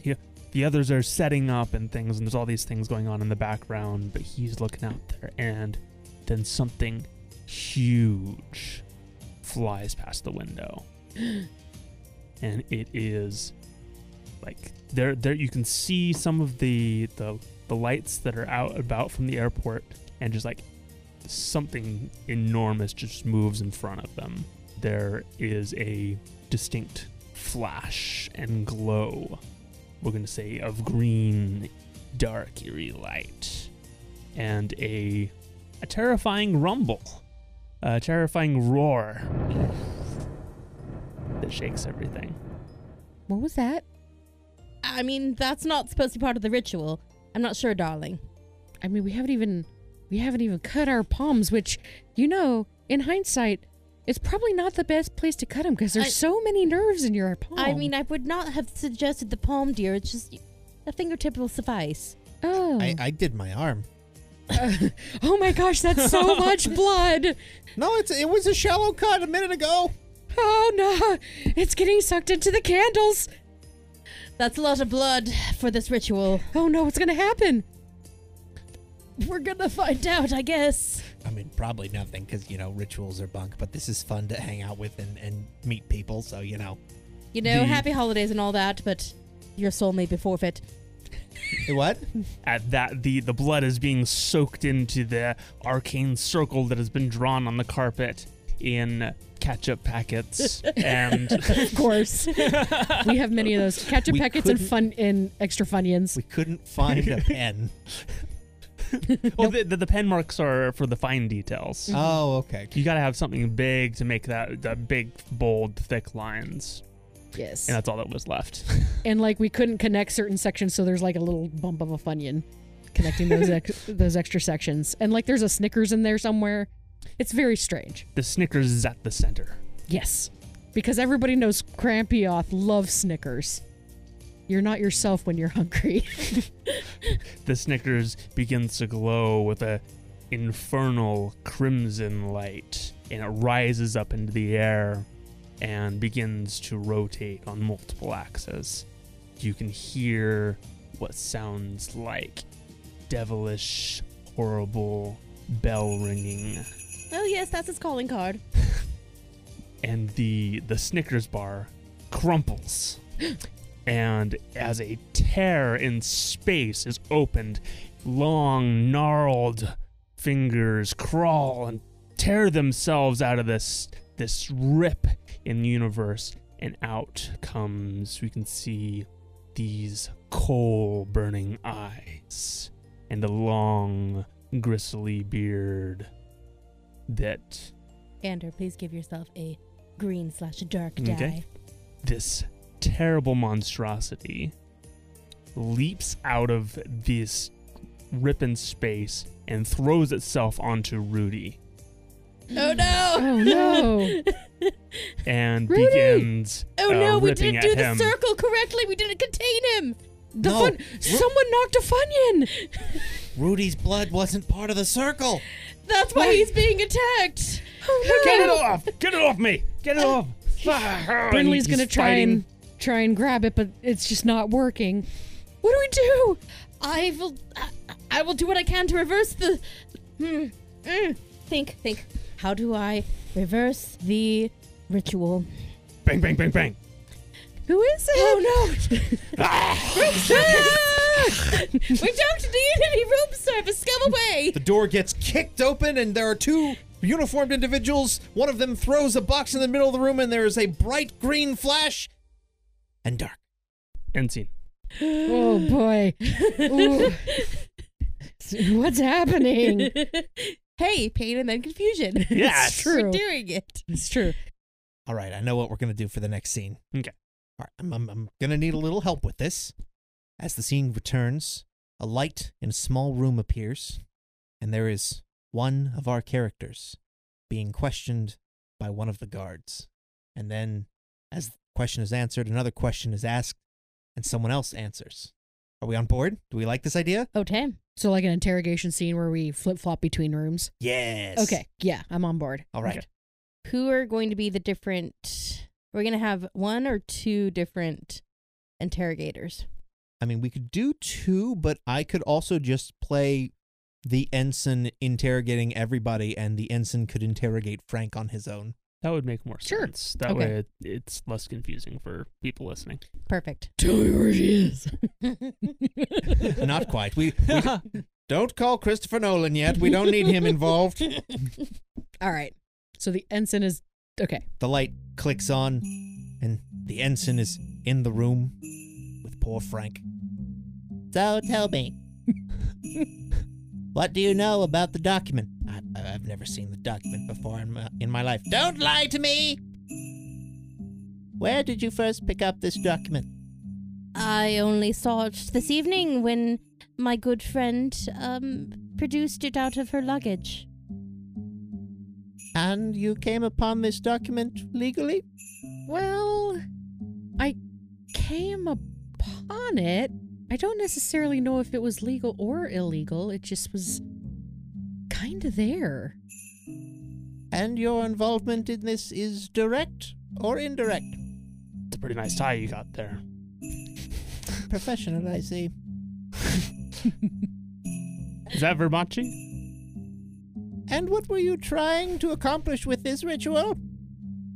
Speaker 2: he, the others are setting up and things and there's all these things going on in the background but he's looking out there and then something huge flies past the window and it is like there there you can see some of the the, the lights that are out about from the airport and just like something enormous just moves in front of them there is a distinct flash and glow we're going to say of green dark eerie light and a a terrifying rumble a terrifying roar that shakes everything
Speaker 1: What was that?
Speaker 3: I mean, that's not supposed to be part of the ritual. I'm not sure, darling.
Speaker 1: I mean, we haven't even we haven't even cut our palms, which you know, in hindsight, it's probably not the best place to cut them because there's
Speaker 3: I-
Speaker 1: so many nerves in your palm.
Speaker 3: I mean, I would not have suggested the palm, dear. It's just a fingertip will suffice.
Speaker 1: oh,
Speaker 4: I, I did my arm.
Speaker 1: oh my gosh, that's so much blood.
Speaker 4: No, it's it was a shallow cut a minute ago.
Speaker 1: Oh no, it's getting sucked into the candles.
Speaker 3: That's a lot of blood for this ritual.
Speaker 1: Oh no, what's gonna happen?
Speaker 3: We're gonna find out, I guess.
Speaker 4: I mean, probably nothing because you know rituals are bunk. But this is fun to hang out with and and meet people. So you know,
Speaker 3: You know,
Speaker 2: The-
Speaker 3: happy holidays and all that, but your soul may be forfeit.
Speaker 4: what?
Speaker 2: at that the the blood is being soaked into the arcane circle that has been drawn on the carpet in ketchup packets and
Speaker 1: Of course, we have many of those ketchup
Speaker 4: We
Speaker 1: packets and
Speaker 4: couldn't-
Speaker 1: fun in extra funyuns.
Speaker 4: We couldn't find a pen.
Speaker 2: well the, the, the pen marks are for the fine details
Speaker 4: oh, okay.
Speaker 2: you gotta have something big to make that that big bold thick lines
Speaker 1: Yes,
Speaker 2: and that's all that was left
Speaker 1: and like we couldn't connect certain sections, so there's like a little bump of a funyun connecting those ex- those extra sections, and like there's a Snickers in there somewhere. It's very strange.
Speaker 2: the snickers is at the center
Speaker 1: Yes, because everybody knows Krampioth loves Snickers. You're not yourself when you're hungry.
Speaker 2: the Snickers begins to glow with a infernal crimson light, and it rises up into the air and begins to rotate on multiple axes. You can hear what sounds like devilish, horrible bell ringing,
Speaker 3: Oh, yes, that's his calling card.
Speaker 2: and the the Snickers bar crumples. And as a tear in space is opened, long, gnarled fingers crawl and tear themselves out of this this rip in the universe, and out comes we can see these coal burning eyes and a long gristly beard that
Speaker 3: Ander, please give yourself a green slash dark dye.
Speaker 2: Okay. this terrible monstrosity leaps out of this ripping space and throws itself onto Rudy
Speaker 3: Oh no!
Speaker 1: Oh, no.
Speaker 2: and
Speaker 1: Rudy!
Speaker 2: begins.
Speaker 3: oh
Speaker 2: uh,
Speaker 3: no! We
Speaker 2: ripping
Speaker 3: didn't
Speaker 2: at
Speaker 3: do the
Speaker 2: him.
Speaker 3: circle correctly. We didn't contain him.
Speaker 1: The
Speaker 4: No.
Speaker 1: fun.
Speaker 4: Ru-
Speaker 1: Someone knocked a funyun.
Speaker 4: Rudy's blood wasn't part of the circle.
Speaker 3: That's why Oh, he's being attacked.
Speaker 2: Get it off! Get it off me! Get it off! Ah,
Speaker 1: Brinley's
Speaker 2: Brinley's
Speaker 1: gonna try and try and grab it, but it's just not working. What do we do?
Speaker 3: I will. I, I will do what I can to reverse the. Mm, mm. Think, think. How do I reverse the ritual?
Speaker 2: bang bang bang bang.
Speaker 3: Who is it? Oh no!
Speaker 2: Ah!
Speaker 3: room service. we don't need any room service. Come away.
Speaker 4: The door gets kicked open, and there are two uniformed individuals. One of them throws a box in the middle of the room, and there is a bright green flash and dark.
Speaker 2: End scene.
Speaker 1: Oh boy. Ooh. What's happening?
Speaker 3: hey, pain and then confusion.
Speaker 2: Yes.
Speaker 1: It's
Speaker 3: We're
Speaker 1: true.
Speaker 3: doing it.
Speaker 1: It's true.
Speaker 4: All right, I know what we're going to do for the next scene.
Speaker 2: Okay.
Speaker 4: All right, I'm, I'm, I'm going to need a little help with this. As the scene returns, a light in a small room appears, and there is one of our characters being questioned by one of the guards. And then, as the question is answered, another question is asked, and someone else answers. Are we on board? Do we like this idea?
Speaker 3: Okay.
Speaker 1: So like an interrogation scene where we flip flop between rooms.
Speaker 4: Yes.
Speaker 1: Okay. Yeah, I'm on board.
Speaker 4: All right.
Speaker 3: Who are going to be the different? We're gonna have one or two different interrogators.
Speaker 4: I mean, we could do two, but I could also just play the ensign interrogating everybody, and the ensign could interrogate Frank on his own.
Speaker 2: That would make more
Speaker 1: Sure.
Speaker 2: sense. That
Speaker 1: Okay.
Speaker 2: way it, it's less confusing for people listening.
Speaker 3: Perfect.
Speaker 1: Tell me where she is.
Speaker 4: Not quite. We, we don't call Christopher Nolan yet. We don't need him involved.
Speaker 1: All right. So the ensign is okay.
Speaker 4: The light clicks on, and the ensign is in the room with poor Frank. So tell me, what do you know about the document? I, I- I've never seen the document before in my, in my life. Don't lie to me! Where did you first pick up this document?
Speaker 3: I only saw it this evening when my good friend um produced it out of her luggage.
Speaker 4: And you came upon this document legally?
Speaker 1: Well, I came upon it. I don't necessarily know if it was legal or illegal. It just was kind of there.
Speaker 4: And your involvement in this is direct or indirect?
Speaker 2: It's a pretty nice tie you got there.
Speaker 4: Professional, I see.
Speaker 2: Is that Verbace?
Speaker 4: And what were you trying to accomplish with this ritual?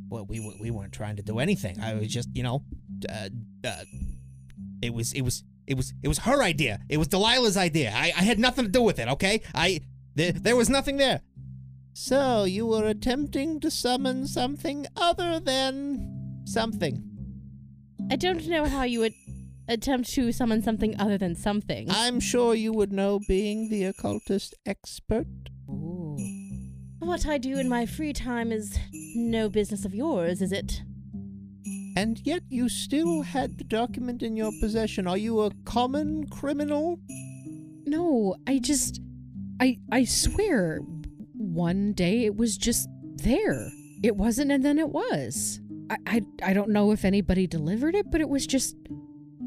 Speaker 4: Well, we we weren't trying to do anything. I was just, you know, uh, uh, it was it was it was it was her idea. It was Delilah's idea. I, I had nothing to do with it. Okay, I there there was nothing there. So you were attempting to summon something other than something.
Speaker 3: I don't know how you would attempt to summon something other than something.
Speaker 4: I'm sure you would know, being the occultist expert.
Speaker 1: Ooh.
Speaker 3: What I do in my free time is no business of yours, is it?
Speaker 4: And yet you still had the document in your possession. Are you a common criminal?
Speaker 1: No, I just I I swear one day it was just there. It wasn't and then it was. I I, I don't know if anybody delivered it, but it was just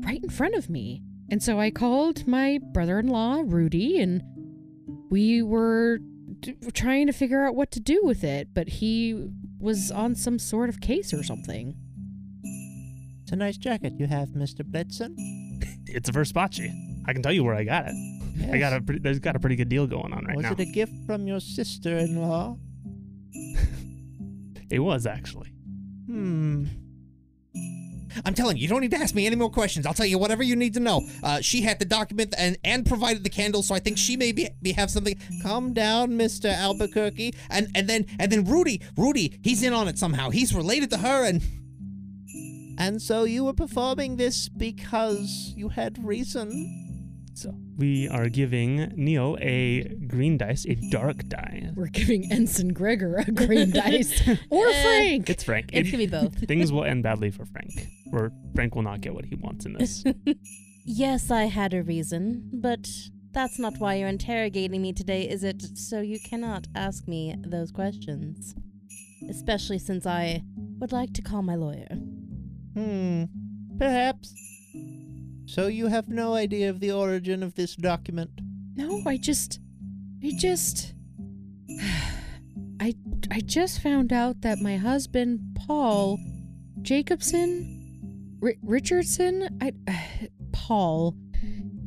Speaker 1: right in front of me. And so I called my brother-in-law, Rudy, and we were d- trying to figure out what to do with it, but he was on some sort of case or something.
Speaker 4: It's a nice jacket you have, Mr. Blitzen.
Speaker 2: It's a Versace. I can tell you where I got it. I
Speaker 4: Yes.
Speaker 2: got a pretty, there's got a pretty good deal going on right
Speaker 4: Was
Speaker 2: now.
Speaker 4: it a gift from your sister-in-law?
Speaker 2: it was actually.
Speaker 4: Hmm. I'm telling you, you don't need to ask me any more questions. I'll tell you whatever you need to know. Uh, she had the document and, and provided the candle, so I think she may be, be have something. Calm down, Mr. Albuquerque. And and then and then Rudy, Rudy, he's in on it somehow. He's related to her, and and so you were performing this because you had reason.
Speaker 2: So we are giving Neo a green dice, a dark die.
Speaker 1: We're giving Ensign Gregor a green dice or
Speaker 3: Eh.
Speaker 1: Frank.
Speaker 2: It's Frank.
Speaker 3: It's
Speaker 2: It-
Speaker 3: gonna be both.
Speaker 2: things will end badly for Frank, or Frank will not get what he wants in this.
Speaker 3: Yes, I had a reason, but that's not why you're interrogating me today, is it? So you cannot ask me those questions. Especially since I would like to call my lawyer.
Speaker 4: Hmm. Perhaps. So you have no idea of the origin of this document?
Speaker 1: No, I just, I just, I, I just found out that my husband Paul Jacobson, Ri Richardson, I, Paul,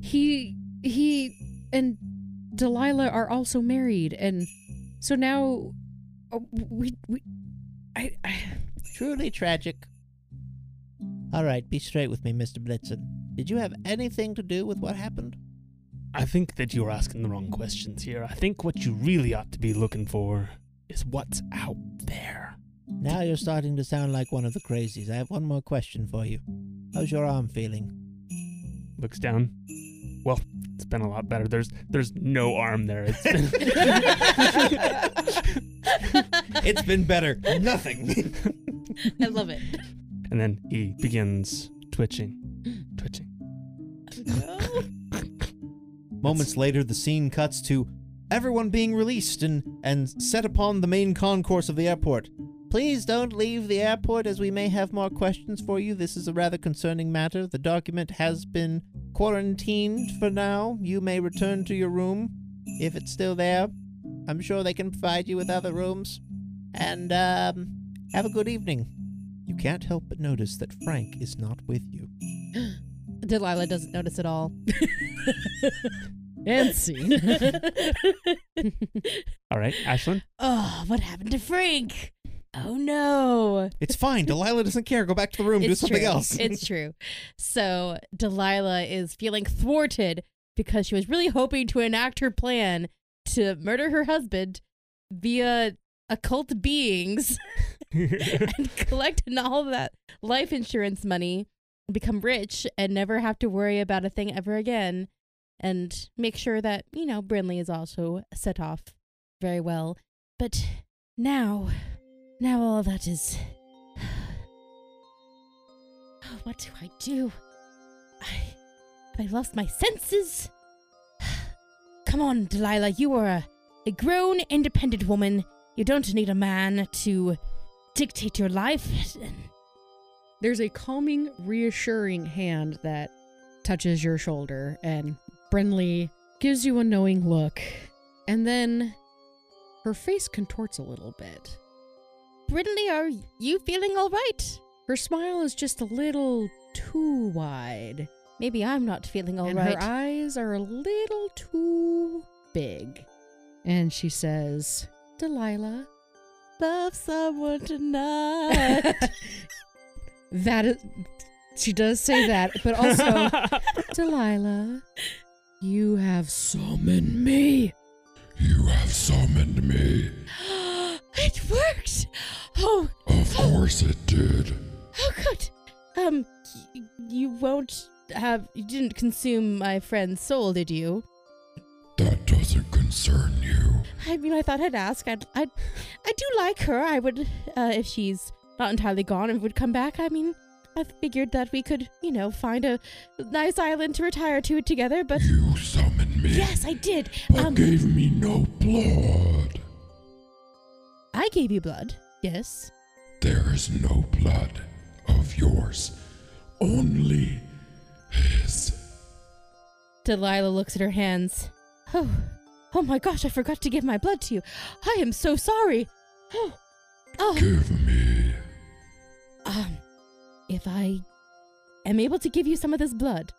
Speaker 1: he, he, and Delilah are also married, and so now, uh, we, we, I, I,
Speaker 4: Truly tragic. All right, be straight with me, Mr. Blitzen. Did you have anything to do with what happened?
Speaker 2: I think that you're asking the wrong questions here. I think what you really ought to be looking for is what's out there.
Speaker 4: Now you're starting to sound like one of the crazies. I have one more question for you. How's your arm feeling?
Speaker 2: Looks down. Well, it's been a lot better. There's there's no arm there. It's been,
Speaker 4: It's been better. Nothing.
Speaker 3: I love it.
Speaker 2: and then he begins twitching, twitching.
Speaker 4: Moments later, the scene cuts to everyone being released and, and set upon the main concourse of the airport. Please don't leave the airport as we may have more questions for you. This is a rather concerning matter. The document has been quarantined for now. You may return to your room if it's still there. I'm sure they can provide you with other rooms. And um, have a good evening. You can't help but notice that Frank is not with you.
Speaker 3: Delilah doesn't notice at all.
Speaker 1: and scene.
Speaker 2: All right, Ashlyn.
Speaker 3: oh, what happened to Frank? Oh no.
Speaker 4: It's fine. Delilah doesn't care. Go back to the room. Do
Speaker 3: It's
Speaker 4: something
Speaker 3: true.
Speaker 4: else.
Speaker 3: it's true. So Delilah is feeling thwarted because she was really hoping to enact her plan to murder her husband via occult beings and collect all that life insurance money, become rich, and never have to worry about a thing ever again. And make sure that, you know, Brinley is also set off very well. But now, now all that is Oh, what do I do? I, have I lost my senses? Come on, Delilah, you are a, a grown, independent woman. You don't need a man to dictate your life.
Speaker 1: There's a calming, reassuring hand that touches your shoulder, and Brinley gives you a knowing look. And then her face contorts a little bit.
Speaker 3: Brindley, are you feeling all right?
Speaker 1: Her smile is just a little too wide,
Speaker 3: Maybe I'm not feeling all
Speaker 1: and
Speaker 3: right.
Speaker 1: her eyes are a little too big. And she says, Delilah,
Speaker 3: Love someone tonight.
Speaker 1: that is. She does say that, but also. Delilah, you have summoned me.
Speaker 6: You have summoned me.
Speaker 3: it worked. Oh,
Speaker 6: Of course it did.
Speaker 3: Oh, good. Um, y- you won't have. You didn't consume my friend's soul, did you?
Speaker 6: That doesn't concern you.
Speaker 3: I mean, I thought I'd ask. I'd, I'd, I do like her. I would, uh, if she's not entirely gone and would come back. I mean, I figured that we could, you know, find a nice island to retire to together. But
Speaker 6: You summoned me,
Speaker 3: yes, I did.
Speaker 6: but
Speaker 3: Um,
Speaker 6: gave me no blood.
Speaker 3: I gave you blood. Yes.
Speaker 6: There is no blood of yours, only his.
Speaker 3: Delilah looks at her hands. Oh, oh my gosh! I forgot to give my blood to you. I am so sorry. Oh, oh.
Speaker 6: Give me.
Speaker 3: Um, if I am able to give you some of this blood,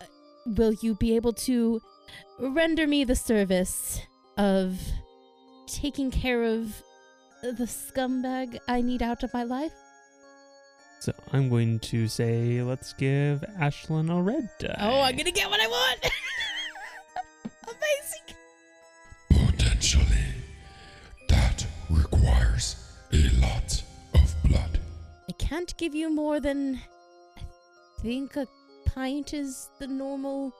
Speaker 3: uh, will you be able to render me the service of taking care of the scumbag I need out of my life?
Speaker 2: so I'm going to say, let's give Ashlyn a red die.
Speaker 1: Oh,
Speaker 3: gonna get what I want! Amazing!
Speaker 6: Potentially, that requires a lot of blood.
Speaker 3: I can't give you more than. I think a pint is the normal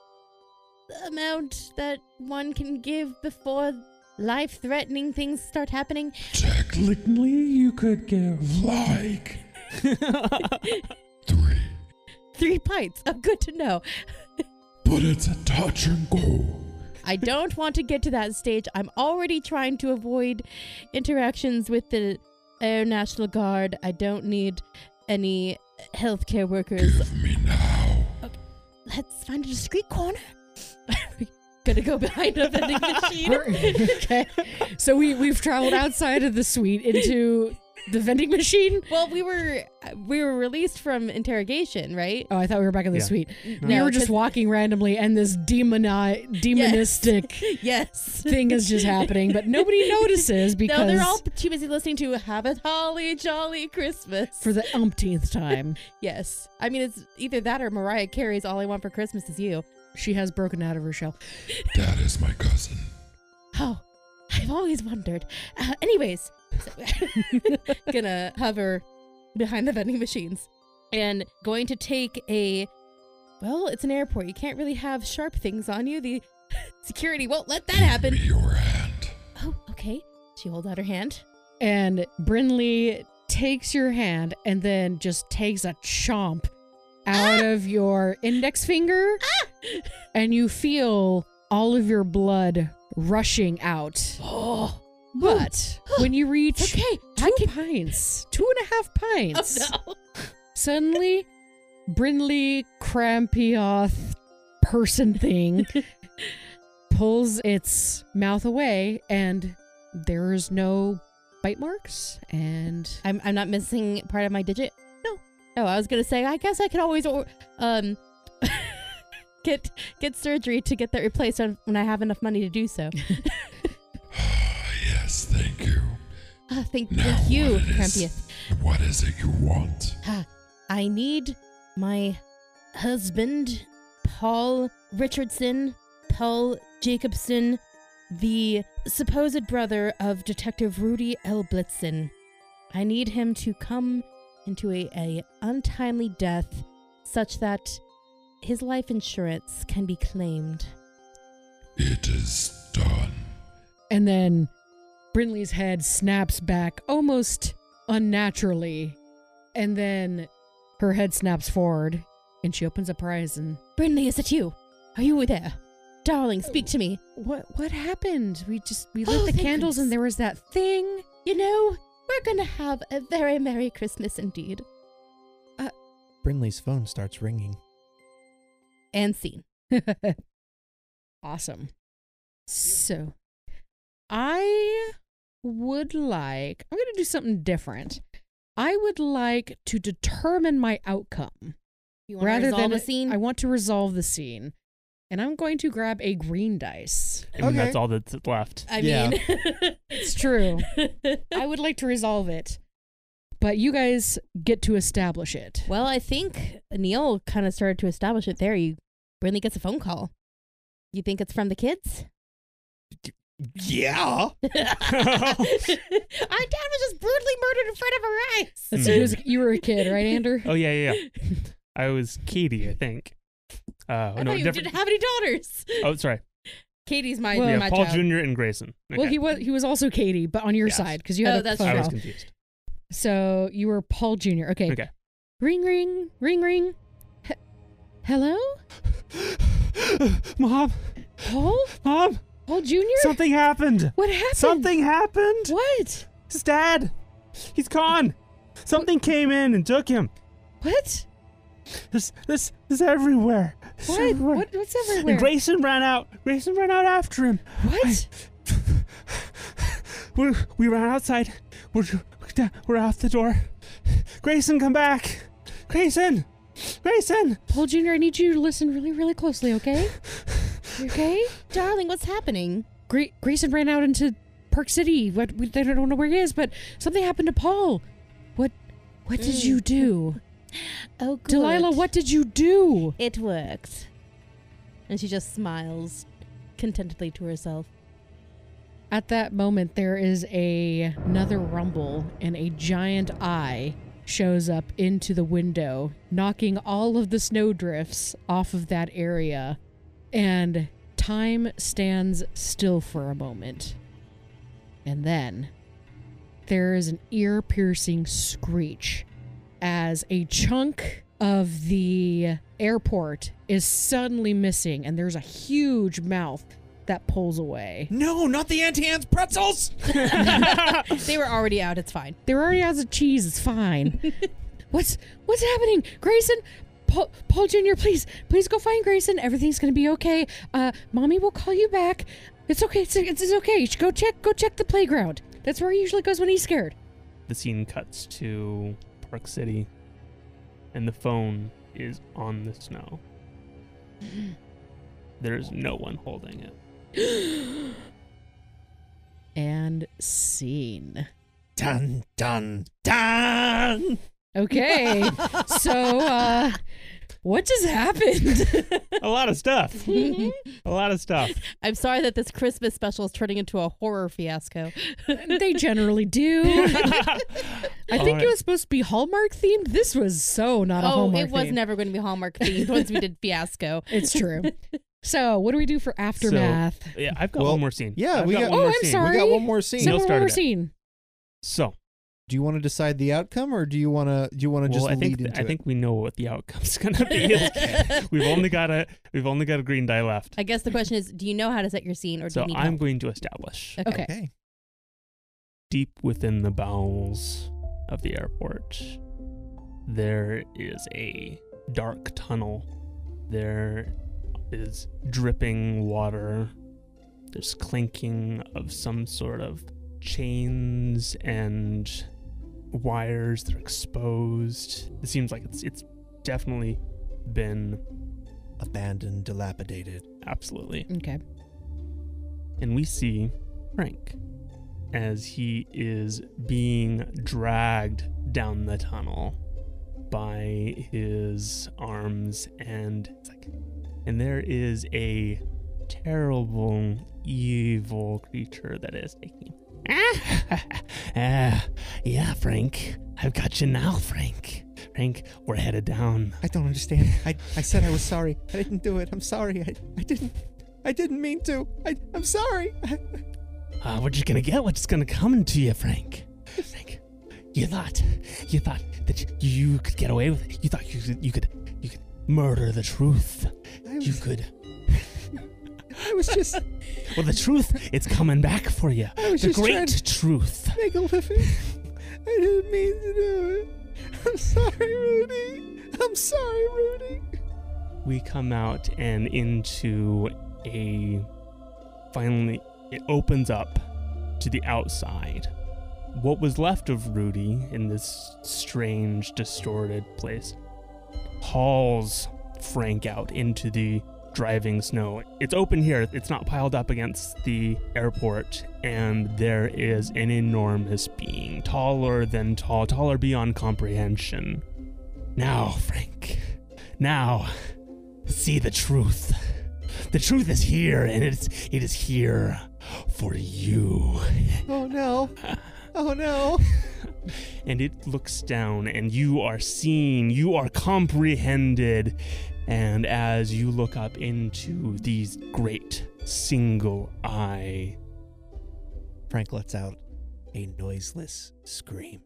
Speaker 3: the amount that one can give before life threatening things start happening?
Speaker 6: Technically, you could give like three,
Speaker 3: Three pints. Oh, good to know.
Speaker 6: but it's a touch and go.
Speaker 3: I don't want to get to that stage. I'm already trying to avoid interactions with the Air National Guard. I don't need any healthcare workers.
Speaker 6: Give me now.
Speaker 3: Let's find a discreet corner. Gonna go behind a vending machine.
Speaker 1: okay. So we we've traveled outside of the suite into the vending machine.
Speaker 3: Well, we were we were released from interrogation, right?
Speaker 1: Oh, I thought we were back in the
Speaker 2: Yeah.
Speaker 1: suite. we
Speaker 3: Mm-hmm. No,
Speaker 1: were just
Speaker 3: 'cause-
Speaker 1: walking randomly, and this demoni- demonistic
Speaker 3: Yes.
Speaker 1: thing is just happening, but nobody notices because
Speaker 3: No, they're all too busy listening to "Have a Holly Jolly Christmas."
Speaker 1: for the umpteenth time,
Speaker 3: yes, I mean it's either that or Mariah Carey's "All I Want for Christmas Is You."
Speaker 1: she has broken out of her shell.
Speaker 6: That is my cousin.
Speaker 3: Oh, I've always wondered. Uh, anyways, so- gonna hover behind the vending machines and going to take a. Well, it's an airport. You can't really have sharp things on you. The security won't let that happen.
Speaker 6: Give me your hand.
Speaker 3: Oh, okay. She holds out her hand.
Speaker 1: And Brinley takes your hand and then just takes a chomp out
Speaker 3: Ah!
Speaker 1: of your index finger, and you feel all of your blood rushing out.
Speaker 3: Oh,
Speaker 1: But when you reach
Speaker 3: okay.
Speaker 1: two
Speaker 3: I can.
Speaker 1: pints, two and a half pints,
Speaker 3: Oh no.
Speaker 1: suddenly Brindley Crampioth person thing pulls its mouth away and there is no bite marks and
Speaker 3: I'm, I'm not missing part of my digit. No. Oh, I was gonna say. I guess I could always or, um get get surgery to get that replaced on- when I have enough money to do so.
Speaker 6: Ah, Yes, thank you.
Speaker 3: Ah, thank,
Speaker 6: Now
Speaker 3: thank you,
Speaker 6: what it is-
Speaker 3: Crampius.
Speaker 6: What is it you want?
Speaker 3: I need my husband, Paul Richardson, Paul Jacobson, the supposed brother of Detective Rudy L. Blitzen. I need him to come into a, a untimely death such that his life insurance can be claimed.
Speaker 6: It is done.
Speaker 1: and then Brindley's head snaps back almost unnaturally and then her head snaps forward and she opens up her eyes and
Speaker 3: Brindley, is it you? Are you there? Darling, speak to me.
Speaker 1: what what happened we just we
Speaker 3: lit
Speaker 1: lit
Speaker 3: the
Speaker 1: the
Speaker 3: candles
Speaker 1: candles
Speaker 3: and
Speaker 1: and there was that thing
Speaker 3: You know, we're gonna have a very Merry Christmas indeed.
Speaker 4: Brinley's phone starts ringing.
Speaker 3: And scene.
Speaker 1: awesome. So, I would like, I'm going to do something different. I would like to determine my outcome
Speaker 3: You wanna
Speaker 1: rather
Speaker 3: resolve
Speaker 1: than
Speaker 3: a scene?
Speaker 1: I want to resolve the scene. And I'm going to grab a green dice.
Speaker 2: I mean,
Speaker 4: Okay.
Speaker 2: that's all that's left.
Speaker 3: I
Speaker 4: Yeah.
Speaker 3: mean,
Speaker 1: It's true. I would like to resolve it, but you guys get to establish it.
Speaker 3: well, I think Neil kind of started to establish it there. You Brinley gets a phone call. You think it's from the kids?
Speaker 4: Yeah.
Speaker 3: Our dad was just brutally murdered in front of our eyes.
Speaker 2: Hmm.
Speaker 1: So you, was- you were a kid, right, Ander?
Speaker 2: Oh yeah, yeah, yeah. I was Katie, I think. Uh,
Speaker 3: I
Speaker 2: no,
Speaker 3: thought you
Speaker 2: different.
Speaker 3: didn't have any daughters.
Speaker 2: Oh, sorry.
Speaker 3: Katie's my,
Speaker 1: Well-
Speaker 2: yeah,
Speaker 3: my
Speaker 2: Paul
Speaker 3: child.
Speaker 2: Jr. and Grayson.
Speaker 1: Well,
Speaker 2: Okay.
Speaker 1: he was he was also Katie, but on your
Speaker 2: Yes.
Speaker 1: side because you had
Speaker 3: Oh,
Speaker 1: a
Speaker 3: that's
Speaker 1: phone
Speaker 2: I
Speaker 3: true.
Speaker 2: was
Speaker 1: call.
Speaker 2: confused.
Speaker 1: So you were Paul Jr. Okay.
Speaker 2: Okay.
Speaker 1: Ring, ring, ring, ring. He- Hello,
Speaker 2: Mom,
Speaker 1: Paul?
Speaker 2: mom,
Speaker 1: Paul Jr.
Speaker 2: something happened.
Speaker 1: what happened?
Speaker 2: Something happened.
Speaker 1: What?
Speaker 2: His dad. He's gone. Something came in and took him.
Speaker 1: What?
Speaker 2: This, this, this is everywhere. This is
Speaker 1: What?
Speaker 2: everywhere.
Speaker 1: what? What's everywhere?
Speaker 2: And Grayson ran out. Grayson ran out after him.
Speaker 1: what?
Speaker 2: we we ran outside. We're we're out the door. Grayson, come back. Grayson, Grayson.
Speaker 1: Paul Jr. I need you to listen really, really closely. Okay. You okay.
Speaker 3: Darling, what's happening?
Speaker 1: Gra- Grayson ran out into Park City. What? We, they don't know where he is, but something happened to Paul. What? What did you do,
Speaker 3: Oh, good.
Speaker 1: Delilah? What did you do?
Speaker 3: It worked. And she just smiles contentedly to herself.
Speaker 1: At that moment, there is a another rumble, and a giant eye shows up into the window, knocking all of the snowdrifts off of that area. And time stands still for a moment. And then there is an ear piercing screech as a chunk of the airport is suddenly missing, and there's a huge mouth that pulls away.
Speaker 4: No, not the Auntie Anne's pretzels.
Speaker 3: They were already out. It's fine.
Speaker 1: They're already out of cheese. It's fine. what's what's happening, Grayson? Paul, Paul Jr., please, please go find Grayson. Everything's gonna be okay. Uh, mommy will call you back. It's okay. It's, it's, it's okay. You should go check. Go check the playground. That's where he usually goes when he's scared.
Speaker 2: The scene cuts to Park City, and the phone is on the snow. There's no one holding it.
Speaker 1: And scene.
Speaker 4: Dun dun dun.
Speaker 1: Okay. so, uh, what just happened?
Speaker 2: A lot of stuff. A lot of stuff.
Speaker 3: I'm sorry that this Christmas special is turning into a horror fiasco.
Speaker 1: they generally do. I think
Speaker 2: Alright.
Speaker 1: it was supposed to be Hallmark themed. This was so not a
Speaker 3: oh,
Speaker 1: Hallmark.
Speaker 3: it was
Speaker 1: theme.
Speaker 3: never going to be Hallmark themed once we did fiasco.
Speaker 1: It's true. so, what do we do for aftermath?
Speaker 2: Yeah, I've got
Speaker 4: Well,
Speaker 2: one more scene.
Speaker 4: yeah,
Speaker 2: I've
Speaker 4: we got-
Speaker 2: one
Speaker 1: Oh,
Speaker 2: more
Speaker 1: I'm
Speaker 2: scene.
Speaker 1: sorry.
Speaker 4: We got one more scene.
Speaker 2: So-
Speaker 1: Someone
Speaker 2: Neil
Speaker 1: more
Speaker 2: started it.
Speaker 1: scene.
Speaker 2: So,
Speaker 4: do you want to decide the outcome, or do you want to? Do you want to
Speaker 2: well,
Speaker 4: just
Speaker 2: I think
Speaker 4: lead into
Speaker 2: I
Speaker 4: it?
Speaker 2: think we know what the outcome's gonna be. we've only got a we've only got a green die left.
Speaker 3: I guess the question is, do you know how to set your scene, or do
Speaker 2: So
Speaker 3: you need
Speaker 2: I'm
Speaker 3: help?
Speaker 2: going to establish
Speaker 3: Okay.
Speaker 1: Okay.
Speaker 4: Okay.
Speaker 2: deep within the bowels of the airport, there is a dark tunnel. There is dripping water. There's clinking of some sort of chains and wires that are exposed. It seems like it's it's definitely been
Speaker 4: Abandoned, dilapidated.
Speaker 2: absolutely
Speaker 1: Okay.
Speaker 2: and we see Frank as he is being dragged down the tunnel by his arms and it's like and there is a terrible evil creature that is taking him. Ah, yeah, Frank. I've got you now, Frank. Frank, we're headed down.
Speaker 4: I don't understand. I, I said I was sorry. I didn't do it. I'm sorry. I, I didn't. I didn't mean to. I, I'm sorry.
Speaker 2: Uh, we're just gonna get what's gonna come to you, Frank. Frank, you thought, you thought that you could get away with it. You thought you could, you could, you could murder the truth.
Speaker 4: I
Speaker 2: You
Speaker 4: was,
Speaker 2: could.
Speaker 4: I was just
Speaker 2: Well, the truth, it's coming back for you.
Speaker 4: I was
Speaker 2: The
Speaker 4: just trying
Speaker 2: great
Speaker 4: to
Speaker 2: truth.
Speaker 4: make a living. I didn't mean to do it. I'm sorry, Rudy. I'm sorry, Rudy.
Speaker 2: We come out and into a. Finally, it opens up to the outside. What was left of Rudy in this strange, distorted place hauls Frank out into the driving snow. It's open here, it's not piled up against the airport, and there is an enormous being, taller than tall, taller beyond comprehension. Now, Frank, now see the truth. The truth is here, and it's it is here for you.
Speaker 4: Oh no. Oh no.
Speaker 2: And it looks down, and you are seen, you are comprehended. And as you look up into these great single eye,
Speaker 4: Frank lets out a noiseless scream.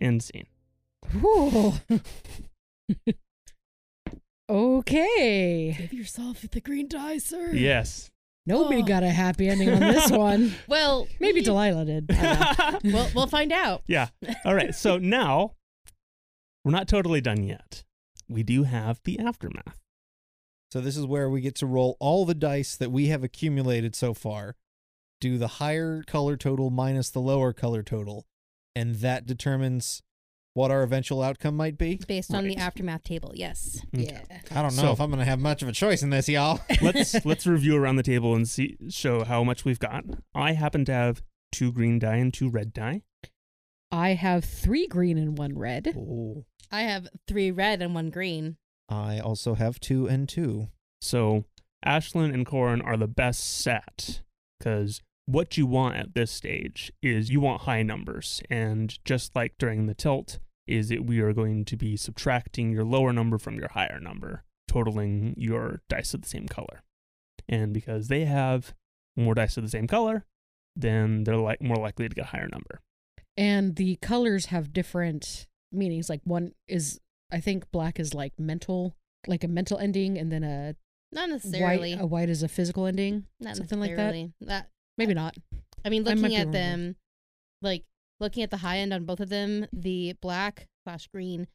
Speaker 2: end scene.
Speaker 1: Whew. okay.
Speaker 3: Give yourself the green die, sir.
Speaker 2: Yes.
Speaker 1: Nobody
Speaker 3: Oh.
Speaker 1: got a happy ending on this one.
Speaker 3: Well,
Speaker 1: Maybe
Speaker 3: we-
Speaker 1: Delilah did. I don't know.
Speaker 3: We'll, we'll find out.
Speaker 2: Yeah. All right. So now we're not totally done yet. We do have the aftermath.
Speaker 4: So this is where we get to roll all the dice that we have accumulated so far. Do the higher color total minus the lower color total, and that determines what our eventual outcome might be.
Speaker 3: Based on the
Speaker 2: Right.
Speaker 3: aftermath table, yes.
Speaker 1: yeah.
Speaker 4: I don't know
Speaker 2: So-
Speaker 4: if I'm going to have much of a choice in this, y'all.
Speaker 2: let's let's review around the table and see show how much we've got. I happen to have two green die and two red die.
Speaker 1: I have three green and one red.
Speaker 4: Oh,
Speaker 3: I have three red and one green.
Speaker 4: I also have two and two.
Speaker 2: So Ashlyn and Corin are the best set because what you want at this stage is you want high numbers, and just like during the tilt, is that we are going to be subtracting your lower number from your higher number totaling your dice of the same color. And because they have more dice of the same color, then they're like more likely to get a higher number.
Speaker 1: And the colors have different meanings. Like one is, I think, black is like mental, like a mental ending, and then a
Speaker 3: Not necessarily.
Speaker 1: white, a white is a physical ending.
Speaker 3: not
Speaker 1: something like that.
Speaker 3: necessarily. That
Speaker 1: Maybe not.
Speaker 3: I mean,
Speaker 1: I might be
Speaker 3: looking at
Speaker 1: wrong.
Speaker 3: them, like looking at the high end on both of them, the black slash green.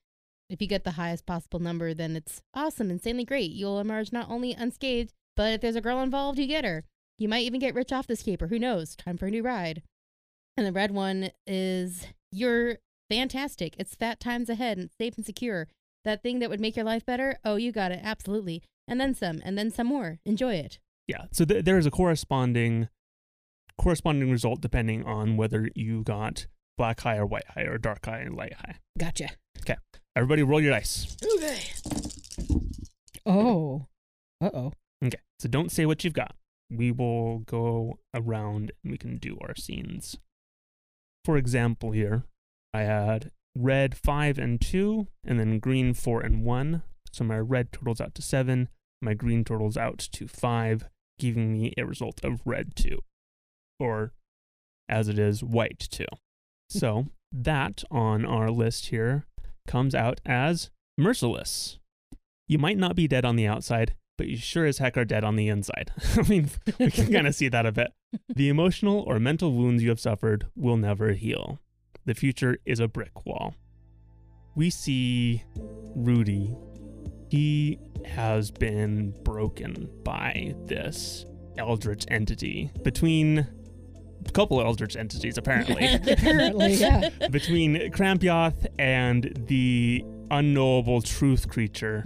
Speaker 3: If you get the highest possible number, then it's awesome, insanely great. You'll emerge not only unscathed, but if there's a girl involved, you get her. You might even get rich off this caper. Who knows? Time for a new ride. And the red one is you're fantastic. It's fat times ahead and safe and secure. That thing that would make your life better. Oh, you got it. Absolutely. And then some, and then some more. Enjoy it.
Speaker 2: Yeah. So th- there is a corresponding corresponding result depending on whether you got black high or white high or dark high and light high.
Speaker 1: Gotcha.
Speaker 2: Everybody roll your dice.
Speaker 3: Okay.
Speaker 1: Oh. Uh oh.
Speaker 2: Okay. So don't say what you've got. We will go around and we can do our scenes. For example, here, I had red 5 and 2, and then green 4 and 1. So my red totals out to 7, my green totals out to 5, giving me a result of red 2, or as it is, white 2. So that on our list here comes out as merciless. You might not be dead on the outside, but you sure as heck are dead on the inside. I mean, we can kind of see that a bit. The emotional or mental wounds you have suffered will never heal. The future is a brick wall. We see Rudy. He has been broken by this eldritch entity. Between a couple eldritch entities, apparently
Speaker 1: Apparently, yeah.
Speaker 2: between Krampyoth and the unknowable truth creature,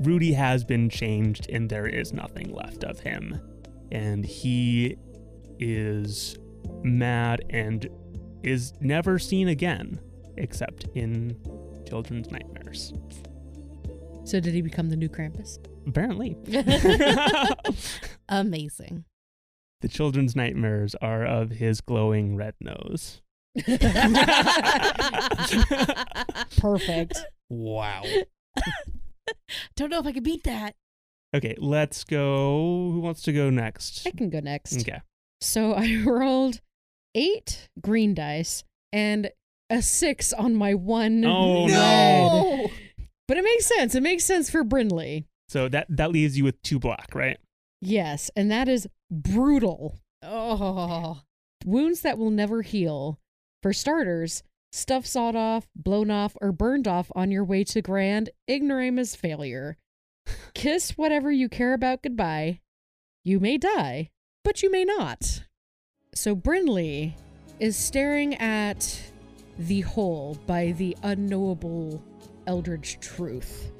Speaker 2: Rudy has been changed and there is nothing left of him. And he is mad and is never seen again except in children's nightmares.
Speaker 1: So did he become the new Krampus?
Speaker 2: Apparently.
Speaker 3: Amazing.
Speaker 2: The children's nightmares are of his glowing red nose.
Speaker 1: Perfect.
Speaker 4: Wow.
Speaker 3: Don't know if I could beat that.
Speaker 2: Okay, let's go. Who wants to go next?
Speaker 1: I can go next.
Speaker 2: Okay.
Speaker 1: So I rolled eight green dice and a six on my one
Speaker 2: Oh,
Speaker 1: red. But it makes sense. It makes sense for Brindley.
Speaker 2: So that that leaves you with two black, right?
Speaker 1: Yes, and that is brutal.
Speaker 3: Oh.
Speaker 1: Wounds that will never heal. For starters, stuff sawed off, blown off, or burned off on your way to grand ignoramus failure. Kiss whatever you care about goodbye. You may die, but you may not. So Brindley is staring at the hole by the unknowable eldritch truth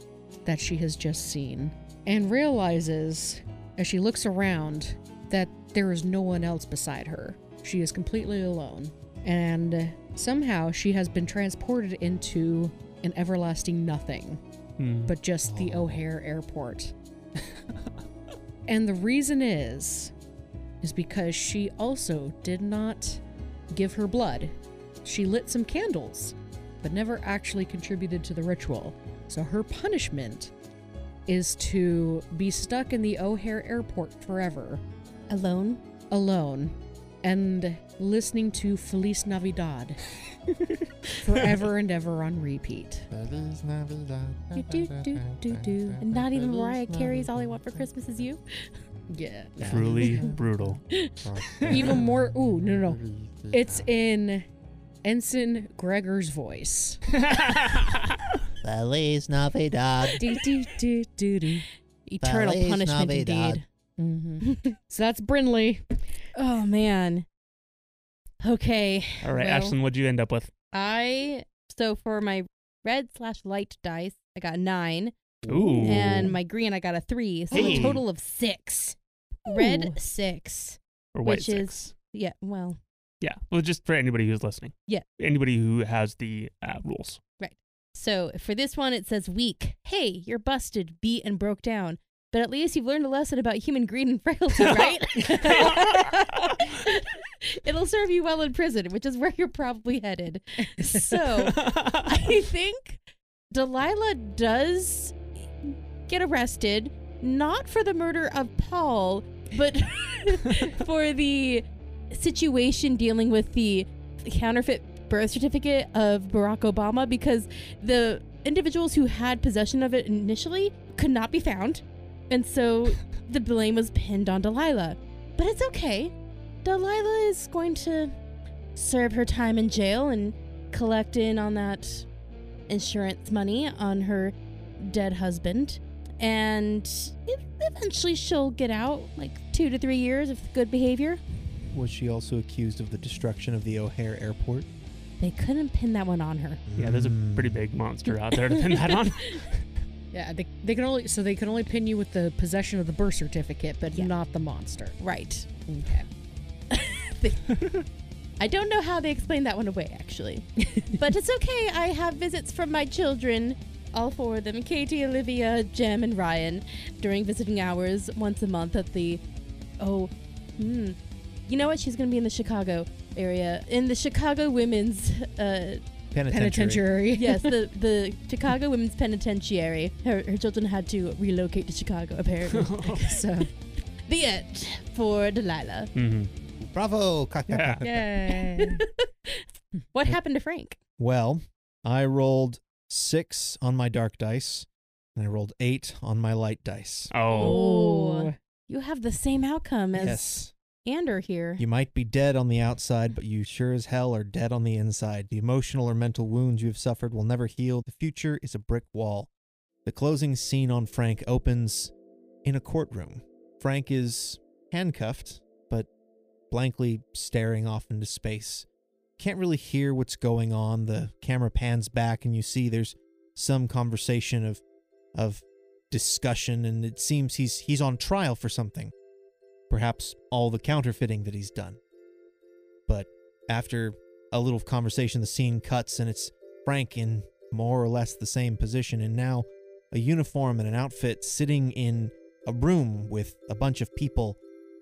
Speaker 1: that she has just seen and realizes as she looks around that there is no one else beside her. She is completely alone. And somehow she has been transported into an everlasting nothing,
Speaker 2: Hmm.
Speaker 1: but just the O'Hare airport. and the reason is is because she also did not give her blood. She lit some candles, but never actually contributed to the ritual. So her punishment is to be stuck in the O'Hare airport forever
Speaker 3: Alone?
Speaker 1: alone and listening to Feliz Navidad forever and ever on repeat.
Speaker 3: Do, do, do, do, do. And not even Mariah Carey's All I Want for Christmas Is You?
Speaker 1: Yeah.
Speaker 2: Truly brutal.
Speaker 1: Even more. Ooh, no, no, no. It's in Ensign Gregor's voice.
Speaker 4: Feliz Navidad.
Speaker 1: do, do, do, do, do.
Speaker 7: Eternal
Speaker 4: Feliz
Speaker 7: punishment
Speaker 4: Navidad.
Speaker 7: indeed.
Speaker 1: hmm So that's Brinley.
Speaker 7: Oh man.
Speaker 3: Okay.
Speaker 2: All right,
Speaker 3: Well,
Speaker 2: Ashlyn, what'd you end up with?
Speaker 3: I, so for my red slash light dice, I got nine.
Speaker 2: Ooh.
Speaker 3: And my green, I got a three. So
Speaker 2: Hey.
Speaker 3: a total of six.
Speaker 1: Ooh.
Speaker 3: Red, six.
Speaker 2: or white
Speaker 3: which
Speaker 2: six.
Speaker 3: is- Yeah, well,
Speaker 2: Yeah. Well, just for anybody who's listening.
Speaker 3: Yeah.
Speaker 2: Anybody who has the uh, rules.
Speaker 3: So for this one, it says weak. Hey, you're busted, beat, and broke down. But at least you've learned a lesson about human greed and frailty, right? It'll serve you well in prison, which is where you're probably headed. So I think Delilah does get arrested, not for the murder of Paul, but for the situation dealing with the counterfeit birth certificate of Barack Obama because the individuals who had possession of it initially could not be found. And so the blame was pinned on Delilah. But it's okay. Delilah is going to serve her time in jail and collect in on that insurance money on her dead husband. And e- eventually she'll get out, like two to three years of good behavior.
Speaker 4: Was she also accused of the destruction of the O'Hare Airport?
Speaker 3: They couldn't pin that one on her.
Speaker 2: Yeah, there's a
Speaker 4: Mm.
Speaker 2: pretty big monster out there to pin that on.
Speaker 1: Yeah, they, they can only so they can only pin you with the possession of the birth certificate, but
Speaker 3: Yeah.
Speaker 1: not the monster.
Speaker 3: Right.
Speaker 1: Okay.
Speaker 3: I don't know how they explained that one away, actually. but it's okay. I have visits from my children, all four of them Katie, Olivia, Jem, and Ryan, during visiting hours once a month at the. Oh, hmm. You know what? She's going to be in the Chicago area, in the Chicago Women's. Uh,
Speaker 1: Penitentiary.
Speaker 3: yes, the, the Chicago Women's Penitentiary. Her, her children had to relocate to Chicago, apparently.
Speaker 1: so
Speaker 3: the end for Delilah.
Speaker 2: hmm
Speaker 4: Bravo. cock, cock,
Speaker 2: Yeah.
Speaker 4: cock, cock.
Speaker 1: yay.
Speaker 3: What happened to Frank?
Speaker 4: Well, I rolled six on my dark dice, and I rolled eight on my light dice.
Speaker 2: Oh,
Speaker 3: Oh. You have the same outcome as
Speaker 4: Yes.
Speaker 3: Ander here.
Speaker 4: You might be dead on the outside, but you sure as hell are dead on the inside. The emotional or mental wounds you have suffered will never heal. The future is a brick wall. The closing scene on Frank opens in a courtroom. Frank is handcuffed, but blankly staring off into space. Can't really hear what's going on. The camera pans back, and you see there's some conversation of, of discussion, and it seems he's he's on trial for something perhaps all the counterfeiting that he's done. But after a little conversation, the scene cuts and it's Frank in more or less the same position, and now a uniform and an outfit sitting in a room with a bunch of people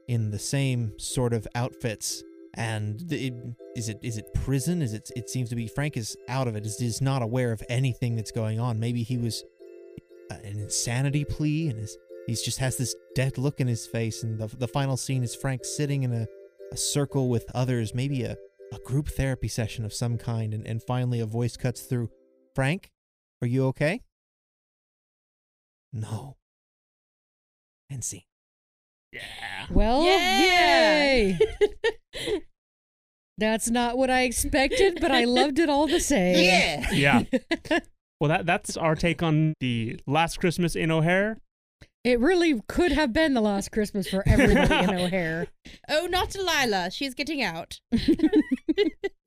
Speaker 4: in the same sort of outfits. And th- it- is it is it prison? Is it? It seems to be Frank is out of it. Is is not aware of anything that's going on. Maybe he was uh, an insanity plea and his he's just has this dead look in his face and the, the final scene is frank sitting in a, a circle with others maybe a, a group therapy session of some kind and, and finally a voice cuts through frank are you okay no and see
Speaker 2: yeah.
Speaker 1: Well,
Speaker 3: Yeah.
Speaker 1: yay! That's not what I expected, but I loved it all the same.
Speaker 2: Yeah. Well, that that's our take on the last Christmas in O'Hare.
Speaker 1: It really could have been the last Christmas for everybody in O'Hare.
Speaker 8: Oh, not Delilah. She's getting out.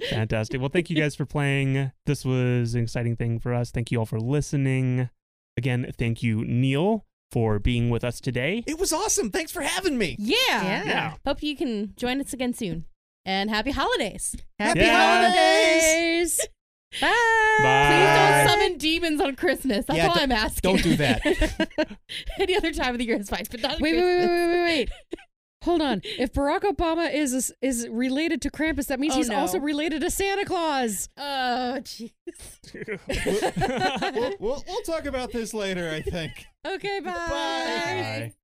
Speaker 2: Fantastic. Well, thank you guys for playing. This was an exciting thing for us. Thank you all for listening. Again, thank you, Neil, for being with us today.
Speaker 4: it was awesome thanks for having me
Speaker 3: Yeah.
Speaker 2: Yeah.
Speaker 3: Hope you can join us again soon. And happy holidays.
Speaker 1: Happy
Speaker 2: Yeah.
Speaker 1: holidays! Bye.
Speaker 2: Bye.
Speaker 3: Please don't summon demons on Christmas. That's
Speaker 4: Yeah,
Speaker 3: all
Speaker 4: don't-
Speaker 3: I'm asking.
Speaker 4: don't do that
Speaker 3: Any other time of the year is fine, but not on
Speaker 1: Wait, wait,
Speaker 3: Christmas.
Speaker 1: wait, wait, wait, wait. Hold on. If Barack Obama is is related to Krampus, that means
Speaker 3: Oh,
Speaker 1: he's
Speaker 3: no.
Speaker 1: also related to Santa Claus.
Speaker 3: Oh, jeez.
Speaker 4: we'll, we'll, we'll talk about this later i think
Speaker 3: Okay, bye.
Speaker 4: Bye.
Speaker 2: Bye.